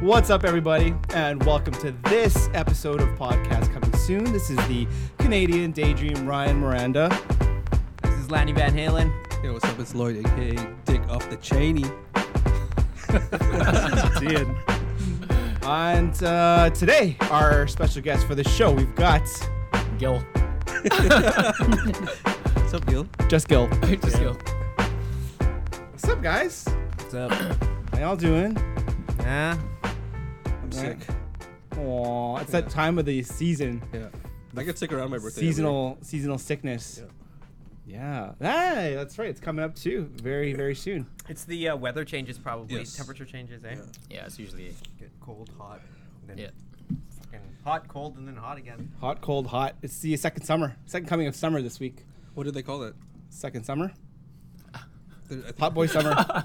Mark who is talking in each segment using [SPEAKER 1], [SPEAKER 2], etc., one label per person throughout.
[SPEAKER 1] What's up, everybody, and welcome to this episode of Podcast Coming Soon. This is the Canadian Daydream Ryan Miranda.
[SPEAKER 2] This is Lanny Van Halen.
[SPEAKER 3] Yo, what's up? It's Lloyd, aka Dick off the Cheney.
[SPEAKER 1] And uh, today, our special guest for the show, we've got
[SPEAKER 4] Gil.
[SPEAKER 3] What's up, Gil?
[SPEAKER 1] Just Gil.
[SPEAKER 4] Just Gil.
[SPEAKER 1] What's up, guys?
[SPEAKER 2] What's up?
[SPEAKER 1] How y'all doing?
[SPEAKER 2] Huh?
[SPEAKER 3] I'm sick.
[SPEAKER 1] Aw, it's that time of the season.
[SPEAKER 3] Yeah. I get sick around my birthday. every
[SPEAKER 1] Seasonal seasonal sickness. Yeah. Hey, that's right. It's coming up too. Very, very soon.
[SPEAKER 2] It's the uh, weather changes, probably.
[SPEAKER 3] Yes.
[SPEAKER 2] Temperature changes, eh?
[SPEAKER 3] year.
[SPEAKER 4] Yeah, it's usually
[SPEAKER 2] Get cold, hot. Then
[SPEAKER 4] yeah.
[SPEAKER 2] Fucking hot, cold, and then hot again.
[SPEAKER 1] Hot, cold, hot. It's the second summer. Second coming of summer this week.
[SPEAKER 3] What did they call it?
[SPEAKER 1] Second summer.
[SPEAKER 3] There- I think-
[SPEAKER 1] Hot boy summer. I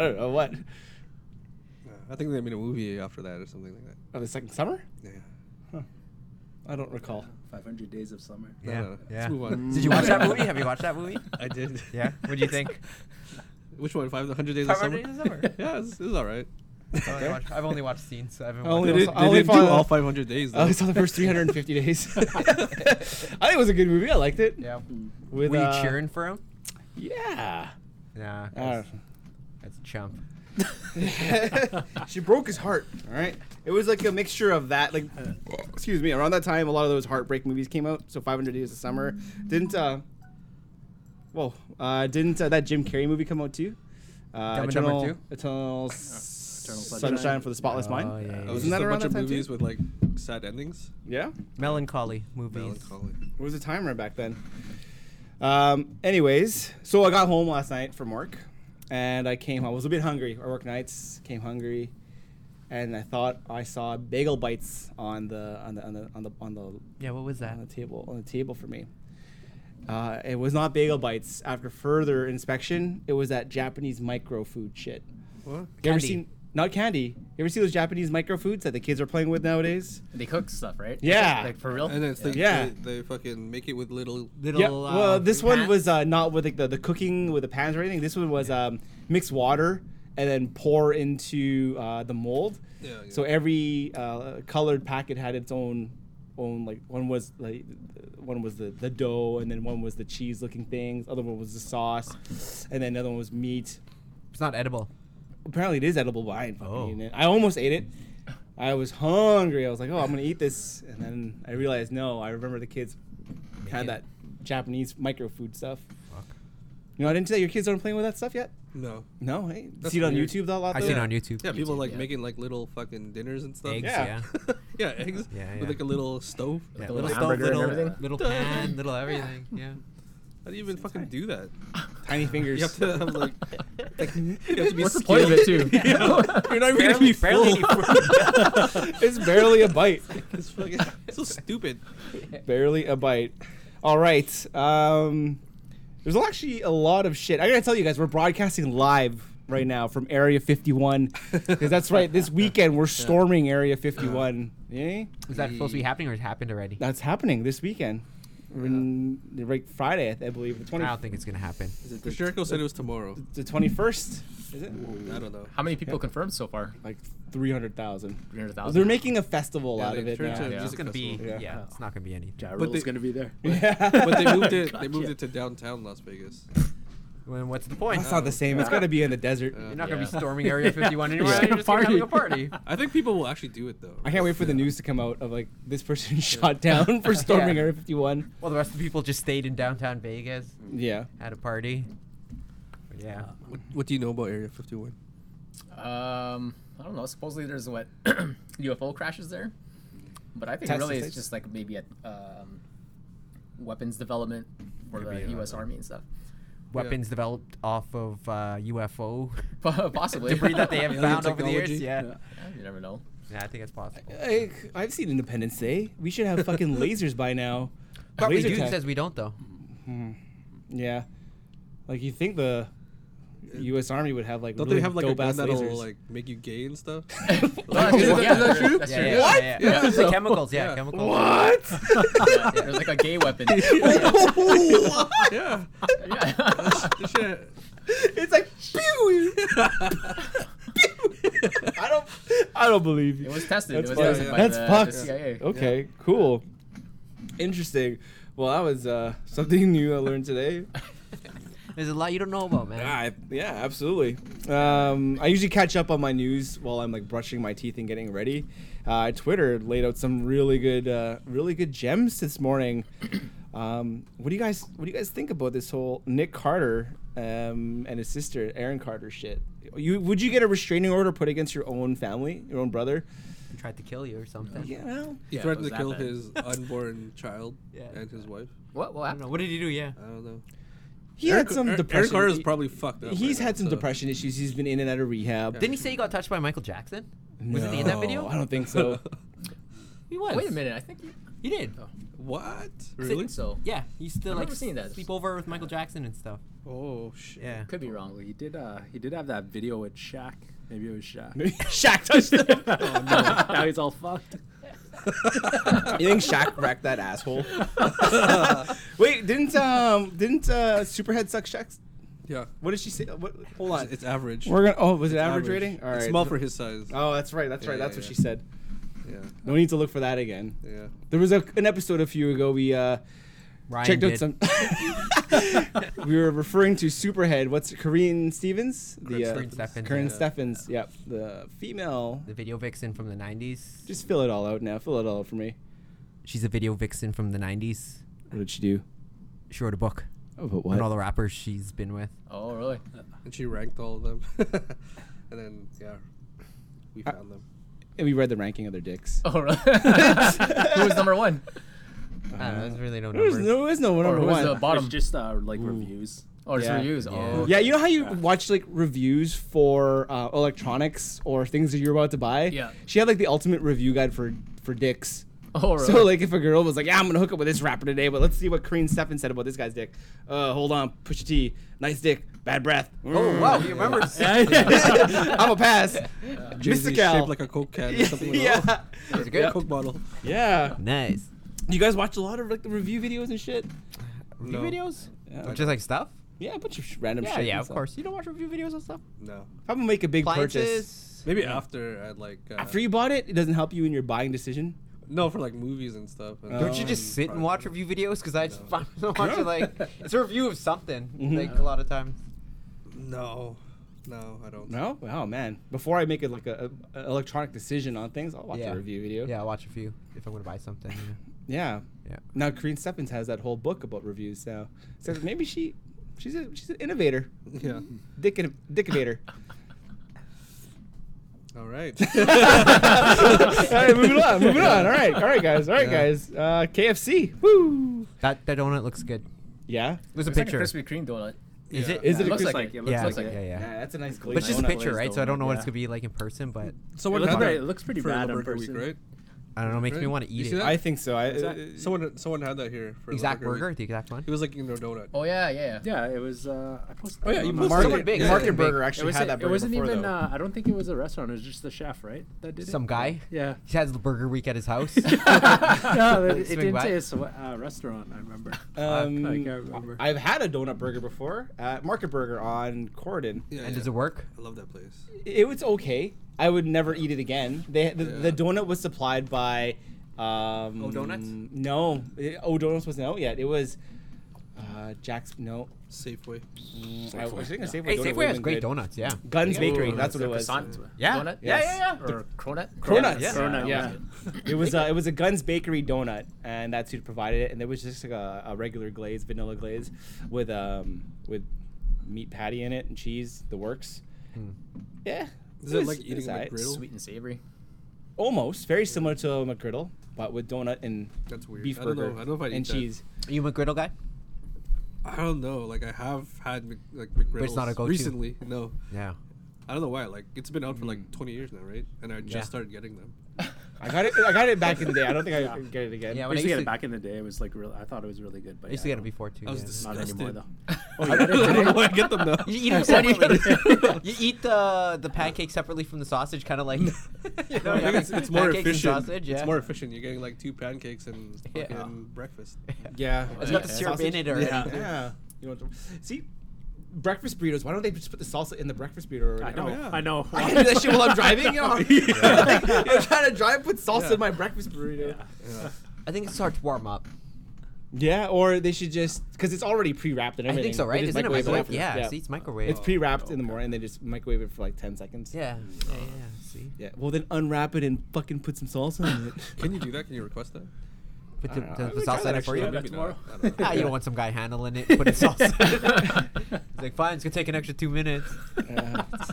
[SPEAKER 1] don't know what.
[SPEAKER 3] Yeah, I think they made a movie after that or something like that.
[SPEAKER 1] Oh, the second summer?
[SPEAKER 3] Yeah.
[SPEAKER 1] I don't recall.
[SPEAKER 5] 500 Days of Summer.
[SPEAKER 3] No,
[SPEAKER 2] Yeah.
[SPEAKER 3] no, no.
[SPEAKER 2] Yeah.
[SPEAKER 3] Let's move on.
[SPEAKER 2] Did you watch that movie? Have you watched that movie?
[SPEAKER 3] I did.
[SPEAKER 2] Yeah. What do you think?
[SPEAKER 3] Which one? Five hundred days of
[SPEAKER 2] 500
[SPEAKER 3] summer.
[SPEAKER 2] Days of Summer.
[SPEAKER 3] yeah, it's, it's all right.
[SPEAKER 2] That's all I watched. I've only watched scenes. I haven't
[SPEAKER 1] I
[SPEAKER 3] They
[SPEAKER 1] only
[SPEAKER 2] watched. Oh,
[SPEAKER 3] did,
[SPEAKER 1] saw- I
[SPEAKER 3] they
[SPEAKER 1] only
[SPEAKER 3] did do
[SPEAKER 1] follow-
[SPEAKER 3] all five hundred days.
[SPEAKER 1] I
[SPEAKER 3] Though.
[SPEAKER 1] only saw the first 350 days. I think it was a good movie. I liked it.
[SPEAKER 2] Yeah.
[SPEAKER 1] With,
[SPEAKER 2] Were you
[SPEAKER 1] uh,
[SPEAKER 2] cheering for him?
[SPEAKER 1] Yeah.
[SPEAKER 2] Nah.
[SPEAKER 1] Uh,
[SPEAKER 2] That's, that's a chump.
[SPEAKER 1] she broke his heart. All right. It was like a mixture of that. Like, uh, excuse me. Around that time, a lot of those heartbreak movies came out. So 500 Days of Summer didn't. uh Whoa. Uh, didn't uh, that Jim Carrey movie come out too? Uh,
[SPEAKER 2] Dumb and Dumber
[SPEAKER 1] Eternal,
[SPEAKER 2] two?
[SPEAKER 1] Eternal,
[SPEAKER 5] Eternal
[SPEAKER 1] Sunshine.
[SPEAKER 5] Sunshine.
[SPEAKER 1] for the Spotless
[SPEAKER 2] Oh,
[SPEAKER 1] Mind.
[SPEAKER 2] yeah, yeah,
[SPEAKER 3] It was
[SPEAKER 2] yeah.
[SPEAKER 1] Wasn't
[SPEAKER 3] just
[SPEAKER 1] that
[SPEAKER 3] a
[SPEAKER 1] around
[SPEAKER 3] bunch
[SPEAKER 1] that
[SPEAKER 3] of
[SPEAKER 1] time
[SPEAKER 3] movies
[SPEAKER 1] too?
[SPEAKER 3] with like sad endings.
[SPEAKER 1] Yeah.
[SPEAKER 2] Melancholy movies.
[SPEAKER 3] Melancholy.
[SPEAKER 1] It was a time right back then. Um, anyways, so I got home last night from work, and I came home. I was a bit hungry. I work nights, came hungry, and I thought I saw bagel bites on the on the on the on the on the,
[SPEAKER 2] Yeah. What was that?
[SPEAKER 1] on the table on the table for me. Uh, it was not bagel bites. After further inspection, it was that Japanese micro food shit.
[SPEAKER 3] What?
[SPEAKER 1] You ever
[SPEAKER 2] Candy.
[SPEAKER 1] seen? Not candy. You ever see those Japanese micro foods that the kids are playing with nowadays?
[SPEAKER 4] They cook stuff, right?
[SPEAKER 1] Yeah.
[SPEAKER 4] Like for real?
[SPEAKER 3] And it's like
[SPEAKER 1] Yeah.
[SPEAKER 3] they, they fucking make it with little.
[SPEAKER 2] Little.
[SPEAKER 1] Yeah.
[SPEAKER 2] uh,
[SPEAKER 1] Well, this one
[SPEAKER 2] pants?
[SPEAKER 1] was uh, not with like, the the cooking with the pans or anything. This one was um, mix water and then pour into uh, the mold.
[SPEAKER 3] Yeah, yeah.
[SPEAKER 1] So every uh, colored packet had its own own like one was like one was the, the dough and then one was the cheese looking things. Other one was the sauce, and then another one was meat.
[SPEAKER 2] It's not edible.
[SPEAKER 1] Apparently, it is edible, but I ain't fucking
[SPEAKER 2] Oh.
[SPEAKER 1] eating it. I almost ate it. I was hungry. I was like, oh, I'm gonna eat this, and then I realized no. I remember the kids had that Japanese micro food stuff. You're not into that? Your kids aren't playing with that stuff yet?
[SPEAKER 3] No.
[SPEAKER 1] No, hey.
[SPEAKER 3] That's
[SPEAKER 1] see it on
[SPEAKER 3] weird.
[SPEAKER 1] YouTube though, a lot
[SPEAKER 2] I
[SPEAKER 1] though?
[SPEAKER 2] seen it on YouTube.
[SPEAKER 3] Yeah, people like
[SPEAKER 4] yeah.
[SPEAKER 3] making like little fucking dinners and stuff.
[SPEAKER 2] Eggs.
[SPEAKER 1] Yeah.
[SPEAKER 2] yeah.
[SPEAKER 3] yeah, eggs
[SPEAKER 2] Yeah, yeah.
[SPEAKER 3] with like a little stove.
[SPEAKER 4] Yeah.
[SPEAKER 2] little
[SPEAKER 4] Little
[SPEAKER 2] stove,
[SPEAKER 4] hamburger and
[SPEAKER 2] little,
[SPEAKER 4] everything.
[SPEAKER 2] little
[SPEAKER 3] Duh.
[SPEAKER 2] pan, little everything. Yeah.
[SPEAKER 3] How do you even fucking do that?
[SPEAKER 1] Tiny fingers.
[SPEAKER 3] You have to have like, like you have to be
[SPEAKER 4] What's the point of it, too?
[SPEAKER 3] skilled. Yeah. You're not even gonna be full.
[SPEAKER 1] it's barely a bite.
[SPEAKER 3] it's fucking so stupid.
[SPEAKER 1] barely a bite. All right. Um, there's actually a lot of shit. I gotta tell you guys, we're broadcasting live right now from Area 51. Because that's right, this weekend we're storming Area 51. Yeah.
[SPEAKER 2] Is that supposed to be happening or it happened already?
[SPEAKER 1] That's happening this weekend. We're in- Right Friday, I believe. The,
[SPEAKER 2] I
[SPEAKER 1] 20,
[SPEAKER 2] don't think it's gonna happen.
[SPEAKER 3] Jericho said it was tomorrow.
[SPEAKER 1] the 21st. Is it?
[SPEAKER 3] I don't know.
[SPEAKER 4] How many people confirmed so far?
[SPEAKER 1] Like 300,000.
[SPEAKER 4] 300,000?
[SPEAKER 1] They're making a festival
[SPEAKER 3] Yeah,
[SPEAKER 1] out
[SPEAKER 3] they
[SPEAKER 1] of it
[SPEAKER 3] turned
[SPEAKER 1] now.
[SPEAKER 3] to
[SPEAKER 4] Yeah.
[SPEAKER 2] It's
[SPEAKER 3] just
[SPEAKER 2] gonna be
[SPEAKER 3] festival.
[SPEAKER 2] yeah.
[SPEAKER 1] Yeah.
[SPEAKER 2] It's not gonna be any.
[SPEAKER 5] Ja
[SPEAKER 3] But
[SPEAKER 5] Rule's
[SPEAKER 3] they-
[SPEAKER 5] going to be there.
[SPEAKER 3] But they moved it. They
[SPEAKER 5] Gotcha.
[SPEAKER 3] moved it to downtown Las Vegas.
[SPEAKER 2] Well, what's the point?
[SPEAKER 1] That's not the same. It's got to be in the desert.
[SPEAKER 2] You're not gonna be
[SPEAKER 4] Yeah.
[SPEAKER 2] storming Area 51 anymore.
[SPEAKER 5] Just
[SPEAKER 2] You're
[SPEAKER 5] gonna
[SPEAKER 2] just gonna having a party.
[SPEAKER 3] I think people will actually do it though.
[SPEAKER 1] I can't wait for the news to come out of like this person shot down for storming
[SPEAKER 2] Yeah.
[SPEAKER 1] Area 51.
[SPEAKER 2] Well, the rest of the people just stayed in downtown Vegas,
[SPEAKER 1] Yeah.
[SPEAKER 2] had a party. But yeah.
[SPEAKER 3] What, what do you know about Area 51?
[SPEAKER 4] Um, I don't know. Supposedly there's what UFO crashes there, but I think
[SPEAKER 1] Test
[SPEAKER 4] really
[SPEAKER 1] sites.
[SPEAKER 4] it's just like maybe a um, weapons development for
[SPEAKER 3] Could be, I
[SPEAKER 4] the
[SPEAKER 3] don't
[SPEAKER 4] U.S.
[SPEAKER 3] know.
[SPEAKER 4] Army and stuff.
[SPEAKER 2] Weapons developed off of uh, UFO
[SPEAKER 4] Possibly.
[SPEAKER 2] debris that they have
[SPEAKER 3] Alien
[SPEAKER 2] found over the years.
[SPEAKER 3] technology. Uh,
[SPEAKER 2] Yeah.
[SPEAKER 5] Yeah.
[SPEAKER 4] You never know.
[SPEAKER 2] Yeah, I think it's possible.
[SPEAKER 1] Like, I've seen Independence Day. We should have fucking lasers by now.
[SPEAKER 2] But we do
[SPEAKER 1] tag.
[SPEAKER 2] says we don't though.
[SPEAKER 1] yeah. Like you think the U.S. Army would have like
[SPEAKER 3] Uh, Don't
[SPEAKER 1] really
[SPEAKER 3] they have like a
[SPEAKER 1] dope
[SPEAKER 3] gun
[SPEAKER 1] ass
[SPEAKER 3] that'll
[SPEAKER 1] lasers?
[SPEAKER 3] like make you gay and stuff?
[SPEAKER 4] Well,
[SPEAKER 3] Is
[SPEAKER 4] yeah.
[SPEAKER 3] that- is that true?
[SPEAKER 4] That's
[SPEAKER 2] Yeah,
[SPEAKER 4] true.
[SPEAKER 2] yeah,
[SPEAKER 4] yeah.
[SPEAKER 2] Yeah, yeah.
[SPEAKER 3] Yeah.
[SPEAKER 2] The chemicals, yeah,
[SPEAKER 3] Yeah.
[SPEAKER 2] chemicals.
[SPEAKER 4] Yeah, There's like a gay weapon.
[SPEAKER 3] yeah.
[SPEAKER 4] Yeah.
[SPEAKER 3] This shit-
[SPEAKER 1] It's like pew. I don't. I don't believe you.
[SPEAKER 4] It was tested.
[SPEAKER 1] That's
[SPEAKER 4] it was
[SPEAKER 1] fucked.
[SPEAKER 4] tested by
[SPEAKER 1] That's
[SPEAKER 4] the,
[SPEAKER 1] fucked.
[SPEAKER 4] the CIA.
[SPEAKER 1] Okay, cool. Interesting. Well, that was uh, something new I learned today.
[SPEAKER 2] There's a lot you don't know about, man.
[SPEAKER 3] Ah.
[SPEAKER 1] Yeah, I- yeah, absolutely. Um, I usually catch up on my news while I'm like brushing my teeth and getting ready. Uh, Twitter laid out some really good, uh, really good gems this morning. Um, what do you guys, what do you guys think about this whole Nick Carter um, and his sister Aaron Carter shit? You would you get a restraining order put against your own family, your own brother?
[SPEAKER 2] They Tried to kill you or something.
[SPEAKER 1] Yeah. well,
[SPEAKER 3] He
[SPEAKER 4] Yeah, it
[SPEAKER 3] threatened
[SPEAKER 4] was
[SPEAKER 3] to
[SPEAKER 4] that
[SPEAKER 3] kill
[SPEAKER 4] bad.
[SPEAKER 3] his unborn child
[SPEAKER 2] Yeah.
[SPEAKER 3] and his wife.
[SPEAKER 4] What? What
[SPEAKER 2] I don't know.
[SPEAKER 4] happened?
[SPEAKER 2] What did you do? Yeah.
[SPEAKER 3] I don't know.
[SPEAKER 1] He
[SPEAKER 3] Eric-
[SPEAKER 1] had some
[SPEAKER 3] Eric-
[SPEAKER 1] depression.
[SPEAKER 3] Eric Carter's
[SPEAKER 1] He-
[SPEAKER 3] probably fucked up.
[SPEAKER 1] He's
[SPEAKER 3] right
[SPEAKER 1] had
[SPEAKER 3] now,
[SPEAKER 1] some
[SPEAKER 3] so-
[SPEAKER 1] depression issues. He's been in and out of rehab.
[SPEAKER 2] Didn't he say he got touched by Michael Jackson? Wasn't he in that
[SPEAKER 1] No,
[SPEAKER 2] video?
[SPEAKER 1] I don't think so.
[SPEAKER 2] He was.
[SPEAKER 4] Wait a minute. I think you,
[SPEAKER 2] He did.
[SPEAKER 3] What?
[SPEAKER 4] I
[SPEAKER 3] Really?
[SPEAKER 4] think so.
[SPEAKER 2] Yeah. He still
[SPEAKER 4] Oh. I've
[SPEAKER 2] like
[SPEAKER 4] never seen that.
[SPEAKER 2] sleep over with Michael Jackson and stuff.
[SPEAKER 3] Oh shit.
[SPEAKER 2] Yeah.
[SPEAKER 4] Could be wrong.
[SPEAKER 5] Well, he did. Uh, he did have that video with Shaq. Maybe it was Shaq.
[SPEAKER 1] Shaq touched him.
[SPEAKER 5] oh no! Now he's all fucked.
[SPEAKER 1] You think Shaq wrecked that asshole? Wait, didn't um didn't uh Superhead suck Shaq's?
[SPEAKER 3] Yeah.
[SPEAKER 1] What did she say? What? Hold on.
[SPEAKER 3] It's, it's average.
[SPEAKER 1] We're gonna. Oh, was it
[SPEAKER 3] It's
[SPEAKER 1] average, rating? All right.
[SPEAKER 3] It's small for his size.
[SPEAKER 1] Oh, that's right. That's
[SPEAKER 3] Yeah,
[SPEAKER 1] right. That's
[SPEAKER 3] yeah,
[SPEAKER 1] what
[SPEAKER 3] yeah.
[SPEAKER 1] she said.
[SPEAKER 3] Yeah.
[SPEAKER 1] No need to look for that again.
[SPEAKER 3] Yeah.
[SPEAKER 1] There was a, an episode a few ago. We uh
[SPEAKER 2] Ryan
[SPEAKER 1] checked
[SPEAKER 2] did.
[SPEAKER 1] out some. we were referring to Superhead. What's Corinne Stevens?
[SPEAKER 3] Corinne
[SPEAKER 1] uh,
[SPEAKER 2] Corinne Steffens,
[SPEAKER 1] Corinne
[SPEAKER 2] yeah.
[SPEAKER 1] Steffens. Yep. The female.
[SPEAKER 2] The video vixen from the 90s.
[SPEAKER 1] Just fill it all out now. Fill it all out for me.
[SPEAKER 2] She's a video vixen from the 90s.
[SPEAKER 1] What did she do?
[SPEAKER 2] She wrote a book
[SPEAKER 1] Oh, but
[SPEAKER 2] on all the rappers she's been with.
[SPEAKER 4] Oh, really?
[SPEAKER 3] And she ranked all of them. and then yeah, we
[SPEAKER 1] I-
[SPEAKER 3] found them.
[SPEAKER 1] And we read the ranking of their dicks.
[SPEAKER 4] Oh, really? Who was number one?
[SPEAKER 2] Uh, I don't know, there's really no
[SPEAKER 1] There was
[SPEAKER 2] numbers.
[SPEAKER 1] no, there was no number
[SPEAKER 4] who was
[SPEAKER 1] one.
[SPEAKER 4] the bottom?
[SPEAKER 5] It's just uh, like reviews.
[SPEAKER 4] Oh, it's
[SPEAKER 1] Yeah.
[SPEAKER 4] reviews.
[SPEAKER 2] Yeah.
[SPEAKER 4] Oh,
[SPEAKER 1] yeah, you know how you watch like reviews for uh, electronics or things that you're about to buy.
[SPEAKER 4] Yeah.
[SPEAKER 1] she had like the ultimate review guide for for dicks.
[SPEAKER 4] Oh, really?
[SPEAKER 1] So like, if a girl was like, "Yeah, I'm gonna hook up with this rapper today," but let's see what Corinne Steffen said about this guy's dick. Uh, hold on, push a T, nice dick, bad breath.
[SPEAKER 2] Oh, wow. You remember?
[SPEAKER 1] I'm a pass.
[SPEAKER 3] Jay-Z
[SPEAKER 1] Mr. Cal.
[SPEAKER 3] shaped like a coke can or
[SPEAKER 1] yeah,
[SPEAKER 3] something. Like that.
[SPEAKER 1] yeah,
[SPEAKER 2] Those are
[SPEAKER 3] Yeah,
[SPEAKER 2] good.
[SPEAKER 3] Coke bottle.
[SPEAKER 1] yeah.
[SPEAKER 2] Nice.
[SPEAKER 1] Do you guys watch a lot of like the review videos and shit?
[SPEAKER 2] Review
[SPEAKER 3] No.
[SPEAKER 2] videos?
[SPEAKER 1] Yeah,
[SPEAKER 2] Just like stuff?
[SPEAKER 1] yeah a bunch of sh- random
[SPEAKER 2] Yeah,
[SPEAKER 1] shit.
[SPEAKER 2] yeah,
[SPEAKER 1] and
[SPEAKER 2] of
[SPEAKER 1] stuff.
[SPEAKER 2] course. You don't watch review videos and stuff?
[SPEAKER 3] No.
[SPEAKER 1] If I'm gonna make a big purchase.
[SPEAKER 2] Appliances?
[SPEAKER 3] Maybe after I'd like. Uh,
[SPEAKER 1] After you bought it, it doesn't help you in your buying decision.
[SPEAKER 3] No, for like movies and stuff. And
[SPEAKER 2] Don't you
[SPEAKER 3] and
[SPEAKER 2] just sit and
[SPEAKER 3] probably-
[SPEAKER 2] watch review videos? Because I just
[SPEAKER 3] No.
[SPEAKER 2] find watch it like it's a review of something.
[SPEAKER 1] Mm-hmm.
[SPEAKER 2] Like a lot of times.
[SPEAKER 3] No, no, I don't.
[SPEAKER 1] No? Oh man! Before I make it like a, a an electronic decision on things, I'll watch
[SPEAKER 2] Yeah.
[SPEAKER 1] a review video.
[SPEAKER 2] Yeah, I watch a few if I'm gonna buy something. you know.
[SPEAKER 1] Yeah.
[SPEAKER 2] Yeah.
[SPEAKER 1] Now Corinne Stephens has that whole book about reviews now. So maybe she, she's a she's an innovator,
[SPEAKER 3] Yeah.
[SPEAKER 1] dick in- dickivator.
[SPEAKER 3] All right.
[SPEAKER 1] all right, moving on, moving on. All right, all right, guys, all right,
[SPEAKER 3] Yeah.
[SPEAKER 1] guys. Uh, KFC, woo.
[SPEAKER 2] That that donut looks good.
[SPEAKER 1] Yeah.
[SPEAKER 2] There's a
[SPEAKER 4] It's like a
[SPEAKER 2] picture.
[SPEAKER 4] Krispy Kreme donut.
[SPEAKER 2] Is it?
[SPEAKER 1] Is
[SPEAKER 4] Yeah,
[SPEAKER 1] it a
[SPEAKER 4] looks
[SPEAKER 1] Krispy-
[SPEAKER 4] like it.
[SPEAKER 5] It looks
[SPEAKER 2] yeah,
[SPEAKER 5] like
[SPEAKER 2] yeah,
[SPEAKER 5] it.
[SPEAKER 2] yeah, yeah.
[SPEAKER 1] that's a nice
[SPEAKER 2] But it's just
[SPEAKER 5] Donut
[SPEAKER 2] picture,
[SPEAKER 5] glazed
[SPEAKER 2] right? So I don't know what it's gonna
[SPEAKER 5] donut,
[SPEAKER 2] be like in person, but
[SPEAKER 3] So
[SPEAKER 5] It looks
[SPEAKER 3] had
[SPEAKER 5] pretty-
[SPEAKER 3] that
[SPEAKER 5] it looks pretty
[SPEAKER 3] for
[SPEAKER 5] bad on
[SPEAKER 3] Labor Week,
[SPEAKER 5] person.
[SPEAKER 3] right?
[SPEAKER 2] I don't know. Makes me
[SPEAKER 3] Right?
[SPEAKER 2] want to
[SPEAKER 3] You
[SPEAKER 2] eat
[SPEAKER 3] see
[SPEAKER 2] it.
[SPEAKER 3] that?
[SPEAKER 1] I think so. I, uh,
[SPEAKER 5] that-
[SPEAKER 3] Someone, someone had that here for
[SPEAKER 2] Exact
[SPEAKER 3] Labor Week.
[SPEAKER 2] burger, the exact one.
[SPEAKER 3] He was like eating a donut.
[SPEAKER 4] Oh, yeah, yeah.
[SPEAKER 5] Yeah, it was. Uh, I posted.
[SPEAKER 3] Oh, yeah,
[SPEAKER 5] it
[SPEAKER 3] you
[SPEAKER 5] on my-
[SPEAKER 3] posted
[SPEAKER 1] Market,
[SPEAKER 2] Someone big,
[SPEAKER 1] Market
[SPEAKER 2] someone big.
[SPEAKER 1] Burger actually
[SPEAKER 5] It, was
[SPEAKER 1] had that burger
[SPEAKER 5] it wasn't
[SPEAKER 1] before,
[SPEAKER 5] even.
[SPEAKER 1] though.
[SPEAKER 5] Uh, I don't think it was a restaurant. It was just the chef, right? That did it.
[SPEAKER 2] Some guy.
[SPEAKER 5] Yeah.
[SPEAKER 2] He has the burger week at his house.
[SPEAKER 5] no, it, it
[SPEAKER 2] Swing
[SPEAKER 5] didn't
[SPEAKER 2] by.
[SPEAKER 5] say it's a uh, restaurant. I remember.
[SPEAKER 1] Um,
[SPEAKER 5] I can't remember.
[SPEAKER 1] I've had a donut burger before at Market Burger on Corridon.
[SPEAKER 3] Yeah,
[SPEAKER 2] and
[SPEAKER 3] yeah.
[SPEAKER 2] does it work?
[SPEAKER 3] I love that place.
[SPEAKER 1] It was okay. I would never eat it again. They the, the
[SPEAKER 3] Yeah.
[SPEAKER 1] donut was supplied by. Um,
[SPEAKER 2] Oh, Donuts?
[SPEAKER 1] No, it, Oh Donuts wasn't out yet. It was uh, Jack's. No,
[SPEAKER 3] Safeway.
[SPEAKER 1] Mm, I was thinking Safeway.
[SPEAKER 2] Hey,
[SPEAKER 1] donut
[SPEAKER 2] Safeway
[SPEAKER 1] would've
[SPEAKER 2] has
[SPEAKER 1] been
[SPEAKER 2] great
[SPEAKER 1] good.
[SPEAKER 2] donuts. Yeah.
[SPEAKER 1] Guns Bakery.
[SPEAKER 4] Ooh,
[SPEAKER 1] That's what
[SPEAKER 4] the
[SPEAKER 1] it was.
[SPEAKER 4] croissant
[SPEAKER 2] Yeah.
[SPEAKER 4] Donut?
[SPEAKER 1] Yes.
[SPEAKER 4] Yeah, yeah, yeah. Or cronut?
[SPEAKER 1] Cronuts.
[SPEAKER 2] Yeah.
[SPEAKER 5] Cronut,
[SPEAKER 1] Yeah. It was uh, it was a Guns Bakery donut, and that's who provided it. And there was just like a, a regular glaze, vanilla glaze, with um with meat patty in it and cheese, the works. Yeah.
[SPEAKER 3] Is it
[SPEAKER 1] was-
[SPEAKER 3] like eating
[SPEAKER 1] was
[SPEAKER 3] a
[SPEAKER 1] alright.
[SPEAKER 3] McGriddle?
[SPEAKER 4] Sweet and savory.
[SPEAKER 1] Almost very similar to a McGriddle, but with donut and
[SPEAKER 3] That's weird.
[SPEAKER 1] beef
[SPEAKER 3] I don't
[SPEAKER 1] burger
[SPEAKER 3] know. I don't know if I'd
[SPEAKER 1] and
[SPEAKER 3] eat that.
[SPEAKER 1] cheese.
[SPEAKER 2] Are you a McGriddle guy?
[SPEAKER 3] I don't know. Like I have had Mc, like McGriddles
[SPEAKER 2] not a go-to.
[SPEAKER 3] recently. No,
[SPEAKER 2] Yeah.
[SPEAKER 3] I don't know why. Like it's been out for like 20 years now, right? And I just
[SPEAKER 2] Yeah.
[SPEAKER 3] started getting them.
[SPEAKER 1] I got it. I got it back in the day. I don't think I can get it again.
[SPEAKER 2] Yeah.
[SPEAKER 5] we
[SPEAKER 2] When I
[SPEAKER 5] used to
[SPEAKER 2] used
[SPEAKER 5] get
[SPEAKER 2] to,
[SPEAKER 5] it back in the day. It was like real. I thought it was really good, but
[SPEAKER 2] I used to
[SPEAKER 5] yeah,
[SPEAKER 2] get it before too.
[SPEAKER 3] I was
[SPEAKER 2] yeah.
[SPEAKER 5] Not anymore
[SPEAKER 3] Disgusted.
[SPEAKER 5] though.
[SPEAKER 2] Oh,
[SPEAKER 3] I don't, I don't know why I get them now.
[SPEAKER 2] You eat them
[SPEAKER 4] Why do you
[SPEAKER 2] separately.
[SPEAKER 4] get
[SPEAKER 2] you eat the the pancake separately from the sausage, kind of like. you know,
[SPEAKER 3] I think it's, it's more
[SPEAKER 2] pancakes and
[SPEAKER 3] efficient.
[SPEAKER 2] Sausage, yeah.
[SPEAKER 3] It's more efficient. You're getting like two pancakes and
[SPEAKER 2] Yeah.
[SPEAKER 3] fucking breakfast.
[SPEAKER 1] Yeah.
[SPEAKER 2] It's got the
[SPEAKER 4] Yeah.
[SPEAKER 2] syrup in
[SPEAKER 1] Sausage.
[SPEAKER 2] it already.
[SPEAKER 1] Yeah. You know, see, breakfast burritos. Why don't they just put the salsa in the breakfast burrito? Already?
[SPEAKER 6] I
[SPEAKER 1] I'm
[SPEAKER 6] know.
[SPEAKER 1] like,
[SPEAKER 6] I know.
[SPEAKER 1] I can do that shit while I'm driving. You know? Like, I'm trying to drive, put salsa in my breakfast burrito. Yeah,
[SPEAKER 2] I think it's hard to warm up.
[SPEAKER 1] or they should just because it's already pre-wrapped and
[SPEAKER 2] I
[SPEAKER 1] everything.
[SPEAKER 2] think so,
[SPEAKER 1] They
[SPEAKER 2] right?
[SPEAKER 1] just
[SPEAKER 2] Isn't it
[SPEAKER 1] microwave it
[SPEAKER 2] microwave?
[SPEAKER 1] after.
[SPEAKER 2] Yeah, see, it's microwave.
[SPEAKER 1] It's pre-wrapped in the morning, and they just microwave it for like ten seconds.
[SPEAKER 2] yeah, yeah, yeah. See,
[SPEAKER 1] Yeah. Well, then unwrap it and fucking put some salsa in it.
[SPEAKER 3] Can you do that? Can you request that?
[SPEAKER 2] put
[SPEAKER 1] I
[SPEAKER 2] the,
[SPEAKER 1] don't know.
[SPEAKER 2] the,
[SPEAKER 1] I'm
[SPEAKER 2] the
[SPEAKER 1] gonna Oh. try
[SPEAKER 2] salsa
[SPEAKER 1] that
[SPEAKER 2] in it for
[SPEAKER 1] actually.
[SPEAKER 2] you.
[SPEAKER 1] Yeah,
[SPEAKER 3] Maybe not. I don't know.
[SPEAKER 2] Ah, you don't want some guy handling it, putting salsa. It's like, fine, it's gonna take an extra two minutes.
[SPEAKER 1] Yeah.
[SPEAKER 4] uh,